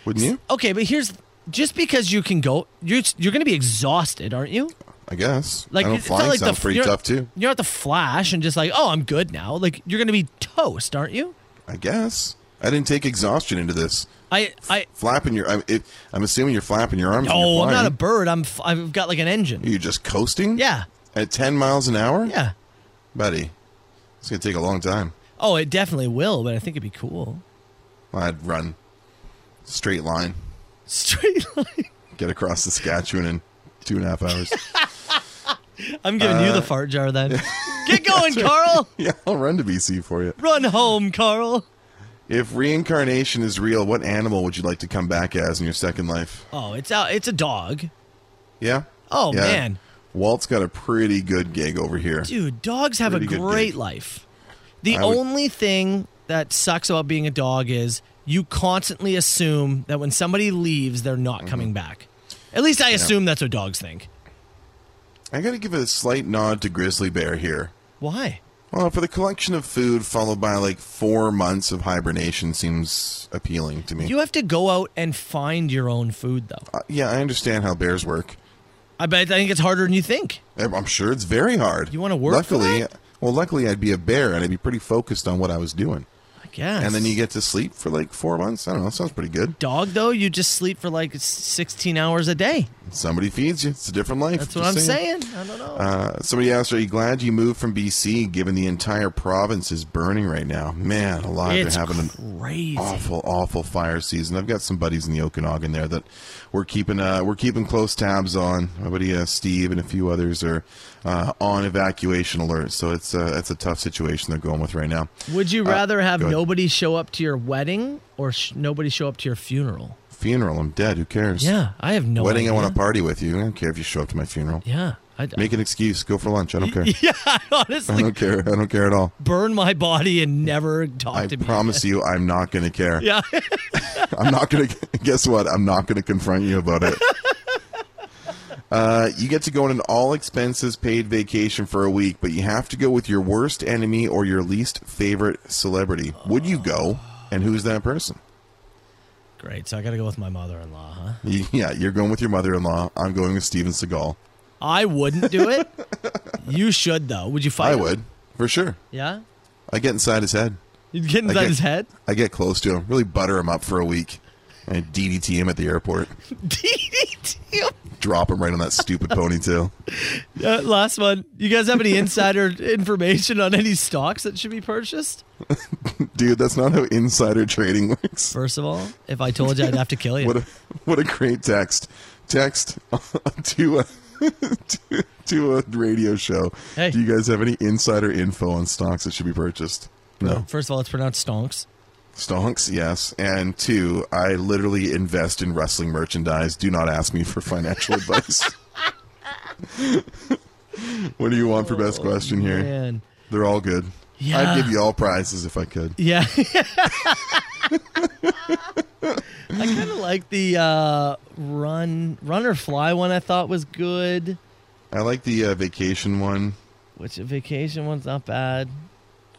[SPEAKER 6] Wouldn't you?
[SPEAKER 5] Okay, but here's just because you can go, you're, you're going to be exhausted, aren't you?
[SPEAKER 6] I guess.
[SPEAKER 5] Like
[SPEAKER 6] I don't
[SPEAKER 5] it's not
[SPEAKER 6] flying
[SPEAKER 5] like
[SPEAKER 6] sounds
[SPEAKER 5] the
[SPEAKER 6] pretty
[SPEAKER 5] you're-
[SPEAKER 6] tough too.
[SPEAKER 5] You're not the Flash and just like, oh, I'm good now. Like you're gonna be toast, aren't you?
[SPEAKER 6] I guess. I didn't take exhaustion into this.
[SPEAKER 5] I I
[SPEAKER 6] Flapping your, I, it, I'm assuming you're flapping your arms. when
[SPEAKER 5] no,
[SPEAKER 6] you're
[SPEAKER 5] I'm not a
[SPEAKER 6] flying.
[SPEAKER 5] bird. I'm f- I've got like an engine.
[SPEAKER 6] You're just coasting?
[SPEAKER 5] Yeah.
[SPEAKER 6] At 10 miles an hour?
[SPEAKER 5] Yeah.
[SPEAKER 6] Buddy, it's going to take a long time.
[SPEAKER 5] Oh, it definitely will, but I think it'd be cool.
[SPEAKER 6] I'd run straight line,
[SPEAKER 5] Straight line.
[SPEAKER 6] get across Saskatchewan in two and a half hours.
[SPEAKER 5] I'm giving you
[SPEAKER 6] Uh,
[SPEAKER 5] the fart jar then. Get going, Carl.
[SPEAKER 6] yeah, I'll run to BC for you.
[SPEAKER 5] Run home, Carl.
[SPEAKER 6] If reincarnation is real, what animal would you like to come back as in your second life?
[SPEAKER 5] Oh, it's out. It's a dog,
[SPEAKER 6] Yeah?
[SPEAKER 5] Oh,
[SPEAKER 6] Yeah.
[SPEAKER 5] man.
[SPEAKER 6] Walt's got a pretty good gig over here.
[SPEAKER 5] dude. Dogs have
[SPEAKER 6] Pretty
[SPEAKER 5] a
[SPEAKER 6] good
[SPEAKER 5] great
[SPEAKER 6] gig.
[SPEAKER 5] life. The
[SPEAKER 6] I would-
[SPEAKER 5] only thing that sucks about being a dog is you constantly assume that when somebody leaves, they're not coming back. At least I
[SPEAKER 6] Mm-hmm. Yeah.
[SPEAKER 5] assume that's what dogs think.
[SPEAKER 6] I got to give a slight nod to Grizzly Bear here.
[SPEAKER 5] Why?
[SPEAKER 6] Well, for the collection of food followed by like four months of hibernation seems appealing to me.
[SPEAKER 5] You have to go out and find your own food, though.
[SPEAKER 6] Uh, yeah, I understand how bears work.
[SPEAKER 5] I bet I think it's harder than you think.
[SPEAKER 6] I'm I'm sure it's very hard. You want to
[SPEAKER 5] work for
[SPEAKER 6] Luckily, well, luckily I'd be a bear and I'd be pretty focused on what I was doing.
[SPEAKER 5] I guess.
[SPEAKER 6] And then you get to sleep for like four months. I don't know. Sounds pretty good.
[SPEAKER 5] Dog though, you just sleep for like 16 hours a day.
[SPEAKER 6] Somebody feeds you. It's a different life.
[SPEAKER 5] That's what I'm
[SPEAKER 6] Just
[SPEAKER 5] saying. I don't know.
[SPEAKER 6] Uh, somebody asked, "Are you glad you moved from BC? Given the entire province is burning right now, man, a lot
[SPEAKER 5] It's
[SPEAKER 6] are having
[SPEAKER 5] crazy.
[SPEAKER 6] an awful, awful fire season. I've got some buddies in the Okanagan there that we're keeping uh, we're keeping close tabs on. My buddy uh, Steve and a few others are uh, on evacuation alert, so it's uh, it's a tough situation they're going with right now.
[SPEAKER 5] Would you
[SPEAKER 6] Uh,
[SPEAKER 5] rather have
[SPEAKER 6] go ahead.
[SPEAKER 5] nobody show up to your wedding or sh- nobody show up to your funeral?
[SPEAKER 6] funeral? I'm dead. Who cares?
[SPEAKER 5] Yeah, I have no
[SPEAKER 6] wedding. I want
[SPEAKER 5] idea.
[SPEAKER 6] to party with you. I don't care if you show up to my funeral.
[SPEAKER 5] Yeah, I-
[SPEAKER 6] make an excuse. Go for lunch. I don't care.
[SPEAKER 5] Yeah, I
[SPEAKER 6] I
[SPEAKER 5] honestly,
[SPEAKER 6] don't care. I don't care at all.
[SPEAKER 5] burn my body and never talk
[SPEAKER 6] I
[SPEAKER 5] to me.
[SPEAKER 6] promise you, I'm not going to care.
[SPEAKER 5] Yeah.
[SPEAKER 6] I'm not going to. Guess what? I'm not going to confront you about it. Uh, you get to go on an all expenses paid vacation for a week, but you have to go with your worst enemy or your least favorite celebrity. Would you go? And who's that person?
[SPEAKER 5] Great. So I got to go with my mother-in-law, huh?
[SPEAKER 6] You- Yeah, you're going with your mother in law. I'm going with Steven Seagal.
[SPEAKER 5] I wouldn't do it. you should though. Would you fight?
[SPEAKER 6] I
[SPEAKER 5] him?
[SPEAKER 6] would, for sure.
[SPEAKER 5] Yeah.
[SPEAKER 6] I get inside his head.
[SPEAKER 5] You'd get
[SPEAKER 6] I
[SPEAKER 5] inside his head?
[SPEAKER 6] I get close to him, really butter him up for a week, and DDT him at the airport.
[SPEAKER 5] DDT.
[SPEAKER 6] Drop him right on that stupid ponytail.
[SPEAKER 5] Uh, last one. You guys have any insider information on any stocks that should be purchased?
[SPEAKER 6] Dude, that's not how insider trading works.
[SPEAKER 5] First of all, if I told you, I'd have to kill you.
[SPEAKER 6] What a, what a great text. Text to a, to, to a radio show.
[SPEAKER 5] Hey.
[SPEAKER 6] Do you guys have any insider info on stocks that should be purchased? No.
[SPEAKER 5] First of all, it's pronounced stonks.
[SPEAKER 6] Stonks, yes. And two, I literally invest in wrestling merchandise. Do not ask me for financial advice. what do you want for best question here?
[SPEAKER 5] Oh, man.
[SPEAKER 6] They're all good.
[SPEAKER 5] Yeah.
[SPEAKER 6] I'd give you all prizes if I could.
[SPEAKER 5] Yeah. I kind of like the uh, run, run or fly one. I thought was good.
[SPEAKER 6] I like the uh, vacation one.
[SPEAKER 5] Which vacation one's not bad.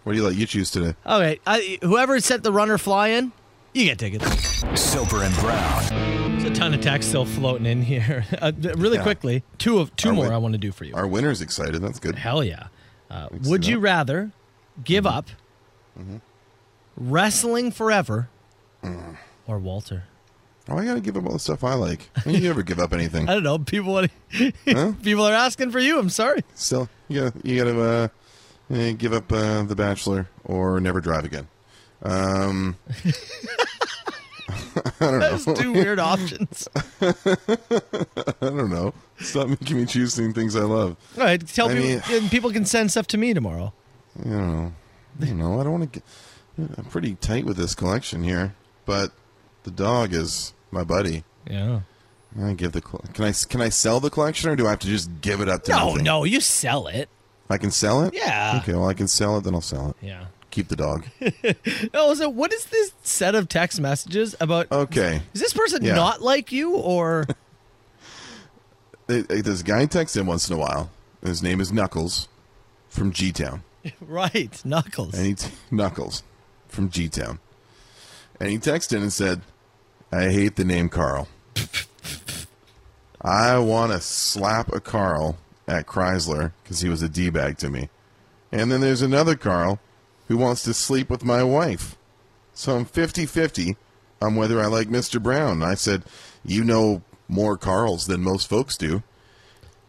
[SPEAKER 6] What do you like? You choose today.
[SPEAKER 5] All right, I, whoever sent the runner fly in, you get tickets.
[SPEAKER 4] Soper and Brown.
[SPEAKER 5] There's a ton of text still floating in here. Uh, really
[SPEAKER 6] Yeah.
[SPEAKER 5] quickly, two of two
[SPEAKER 6] Our
[SPEAKER 5] more
[SPEAKER 6] win-
[SPEAKER 5] I want to do for you.
[SPEAKER 6] Our winner's excited. That's good.
[SPEAKER 5] Hell yeah. Uh, Would you rather give up wrestling forever or Walter?
[SPEAKER 6] Oh, I gotta give up all the stuff I like. When do you ever give up
[SPEAKER 5] I
[SPEAKER 6] anything?
[SPEAKER 5] don't know. People want to, people are asking for you. I'm sorry.
[SPEAKER 6] Still, you gotta, you gotta uh, eh, give up uh, The Bachelor or never drive again. Um, I don't
[SPEAKER 5] Those
[SPEAKER 6] know.
[SPEAKER 5] two weird options. All
[SPEAKER 6] I don't know. Stop making me choosing things I love.
[SPEAKER 5] right, tell
[SPEAKER 6] I
[SPEAKER 5] people
[SPEAKER 6] mean-
[SPEAKER 5] and people can send stuff to me tomorrow.
[SPEAKER 6] You know, you know. I don't want to get. I'm pretty tight with this collection here, but the dog is my buddy.
[SPEAKER 5] Yeah.
[SPEAKER 6] I give the col- can I can I sell the collection or do I have to just give it up to
[SPEAKER 5] No,
[SPEAKER 6] nothing?
[SPEAKER 5] no, you sell it.
[SPEAKER 6] I can sell it.
[SPEAKER 5] Yeah.
[SPEAKER 6] Okay. Well, I can sell it. Then I'll sell it.
[SPEAKER 5] Yeah.
[SPEAKER 6] Keep the dog.
[SPEAKER 5] Oh, so what is this set of text messages about?
[SPEAKER 6] Okay.
[SPEAKER 5] Is this person
[SPEAKER 6] Oh, Yeah.
[SPEAKER 5] not like you or?
[SPEAKER 6] It- it- this guy texts in once in a while. His name is Knuckles from G Town.
[SPEAKER 5] right, Knuckles.
[SPEAKER 6] And he t- Knuckles from G Town. And he texted in and said, I hate the name Carl. I want to slap a Carl at Chrysler because he was a D bag to me. And then there's another Carl who wants to sleep with my wife. So I'm 50 50 on whether I like Mr. Brown. I said, You know more Carls than most folks do.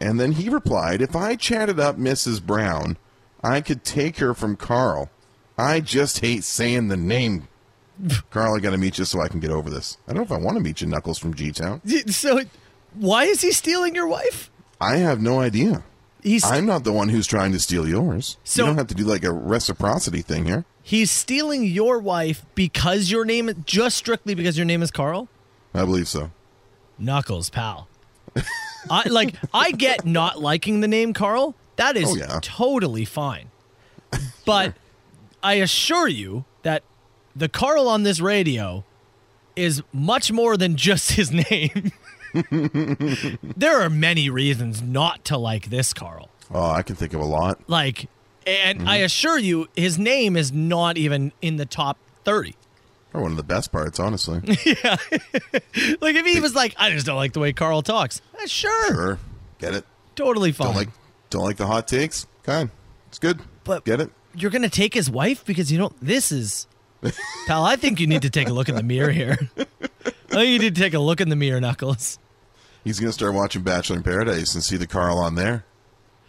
[SPEAKER 6] And then he replied, If I chatted up Mrs. Brown, I could take her from Carl. I just hate saying the name. Carl, I got to meet you so I can get over this. I don't know if I want to meet you, Knuckles from G Town.
[SPEAKER 5] So, why is he stealing your wife?
[SPEAKER 6] I have no idea.
[SPEAKER 5] He's-
[SPEAKER 6] I'm not the one who's trying to steal yours.
[SPEAKER 5] So-
[SPEAKER 6] you don't have to do like a reciprocity thing here.
[SPEAKER 5] He's stealing your wife because your name, just strictly because your name is Carl
[SPEAKER 6] I believe so.
[SPEAKER 5] Knuckles, pal. I like. I get not liking the name Carl. That is
[SPEAKER 6] Oh, yeah.
[SPEAKER 5] totally fine. But I assure you that the Carl on this radio is much more than just his name. there are many reasons not to like this Carl.
[SPEAKER 6] Oh, I can think of a lot.
[SPEAKER 5] Like, and
[SPEAKER 6] Mm-hmm.
[SPEAKER 5] I assure you, his name is not even in the top 30.
[SPEAKER 6] Or one of the best parts, honestly.
[SPEAKER 5] Like, if he was like, I just don't like the way Carl talks, eh, sure,
[SPEAKER 6] sure. Get it?
[SPEAKER 5] totally fine.
[SPEAKER 6] Don't like don't like the hot takes? Kind. It's good.
[SPEAKER 5] But-
[SPEAKER 6] Get it?
[SPEAKER 5] You're going to take his wife because you don't, this is Pal, I think you need to take a look in the mirror here. I think you need to take a look in the mirror, Knuckles.
[SPEAKER 6] He's gonna start watching Bachelor in Paradise and see the Carl on there.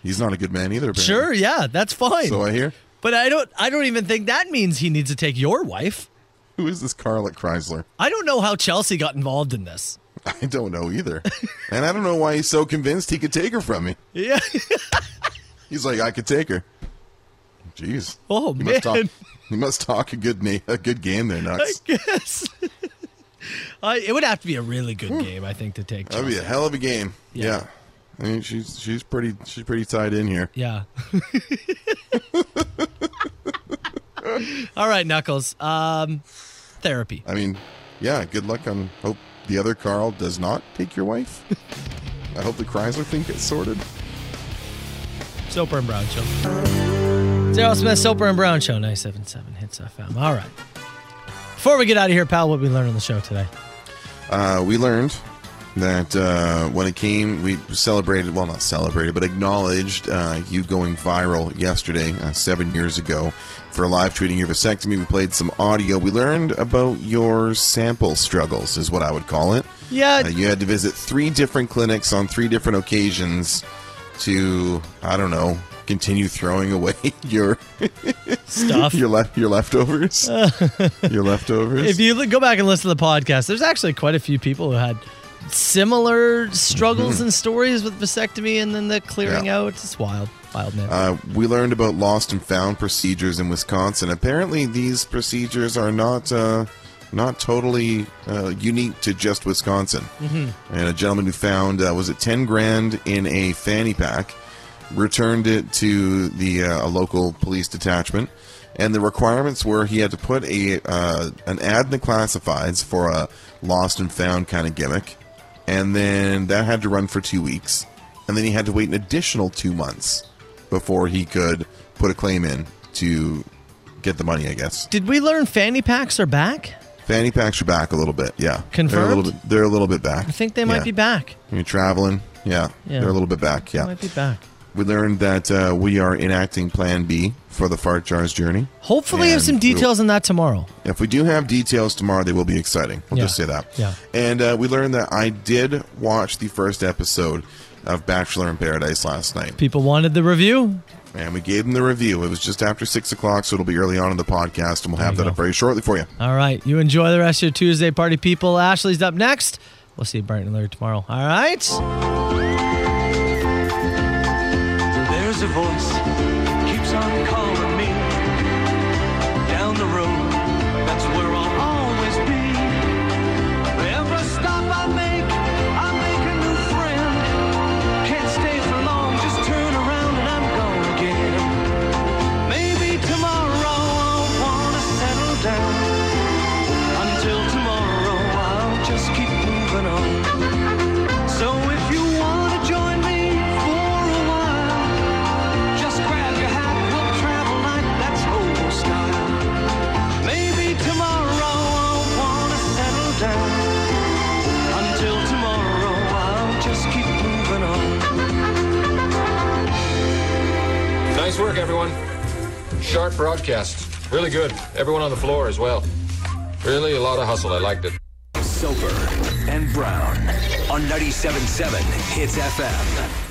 [SPEAKER 6] He's not a good man either. Apparently.
[SPEAKER 5] Sure, yeah, that's fine.
[SPEAKER 6] So I hear.
[SPEAKER 5] But I don't I don't even think that means he needs to take your wife.
[SPEAKER 6] Who is this Carl at Chrysler?
[SPEAKER 5] I don't know how Chelsea got involved in this.
[SPEAKER 6] I don't know either, and I don't know why he's so convinced he could take her from me.
[SPEAKER 5] Yeah.
[SPEAKER 6] He's like, I could take her. Jeez.
[SPEAKER 5] Oh
[SPEAKER 6] he
[SPEAKER 5] man.
[SPEAKER 6] Must talk, he must talk a good na- a good game there,
[SPEAKER 5] I
[SPEAKER 6] Knox.
[SPEAKER 5] guess. I, it would have to be a really good game, I think, to take.
[SPEAKER 6] That'd be a
[SPEAKER 5] Chelsea.
[SPEAKER 6] hell of a game. Yeah. I mean, she's she's pretty she's pretty tied in here.
[SPEAKER 5] Yeah. All right, Knuckles. Um, therapy.
[SPEAKER 6] I mean, yeah. Good luck on. Hope the other Carl does not take your wife. I hope the Chrysler thing gets sorted.
[SPEAKER 5] Soper and Brown Show. Daryl Smith, Soper and Brown Show, 977 Hits FM. All right. Before we get out of here, pal, what we learned on the show today.
[SPEAKER 6] Uh, we learned that uh, when it came, we celebrated, well, not celebrated, but acknowledged uh, you going viral yesterday, uh, seven years ago, for live tweeting your vasectomy. We played some audio. We learned about your sample struggles, is what I would call it.
[SPEAKER 5] Yeah.
[SPEAKER 6] Uh, you had to visit three different clinics on three different occasions to, I don't know, continue throwing away your
[SPEAKER 5] Stuff.
[SPEAKER 6] your left your leftovers, your leftovers.
[SPEAKER 5] If you li- go back and listen to the podcast, there's actually quite a few people who had similar struggles and stories with vasectomy and then the clearing
[SPEAKER 6] Mm-hmm. Yeah.
[SPEAKER 5] out. It's wild. Wild, man.
[SPEAKER 6] Uh, we learned about lost and found procedures in Wisconsin. Apparently, these procedures are not uh, not totally uh, unique to just Wisconsin.
[SPEAKER 2] Mhm.
[SPEAKER 6] And a gentleman who found uh, was it ten grand in a fanny pack, returned it to the uh, a local police detachment, and the requirements were he had to put a uh, an ad in the classifieds for a lost and found kind of gimmick, and then that had to run for two weeks, and then he had to wait an additional two months before he could put a claim in to get the money. I guess
[SPEAKER 5] Did we learn fanny packs are back?
[SPEAKER 6] fanny packs are back a little bit. Yeah, They're a
[SPEAKER 5] Confirmed?
[SPEAKER 6] little bit. They're a little bit back.
[SPEAKER 5] I think they might be back.
[SPEAKER 6] You're traveling. Yeah,
[SPEAKER 5] Yeah.
[SPEAKER 6] they're a little bit back. Yeah.
[SPEAKER 5] They might be back.
[SPEAKER 6] We learned that uh, we are enacting Plan B for the fart jars journey.
[SPEAKER 5] Hopefully, we have
[SPEAKER 6] And
[SPEAKER 5] some
[SPEAKER 6] we'll-
[SPEAKER 5] details on that tomorrow.
[SPEAKER 6] If we do have details tomorrow, they will be exciting. We'll just
[SPEAKER 5] Yeah.
[SPEAKER 6] say that.
[SPEAKER 5] Yeah.
[SPEAKER 6] And uh, we learned that I did watch the first episode of Bachelor in Paradise last night,
[SPEAKER 5] People wanted the review.
[SPEAKER 6] and we gave them the review. It was just after six o'clock, so it'll be early on in the podcast, and we'll have that up very shortly for you.
[SPEAKER 5] All right. You enjoy the rest of your Tuesday, party people. Ashley's up next. We'll see you bright and early tomorrow. All right.
[SPEAKER 2] There's a voice keeps on calling me down the road. That's where I'll always be. Every stop I make, I make a new friend. Can't stay for long, just turn around and I'm gone again. Maybe tomorrow I'll wanna settle down. Until tomorrow, I'll just keep moving on. So if you wanna join me for a while. Just grab your hat, we'll travel like that's old style. Maybe tomorrow I'll wanna settle down. Until tomorrow, I'll just keep moving on.
[SPEAKER 18] Nice work, everyone. Sharp broadcast. Really good. Everyone on the floor as well. Really a lot of hustle. I liked it.
[SPEAKER 2] Soper and Brown on 97.7 Hits FM.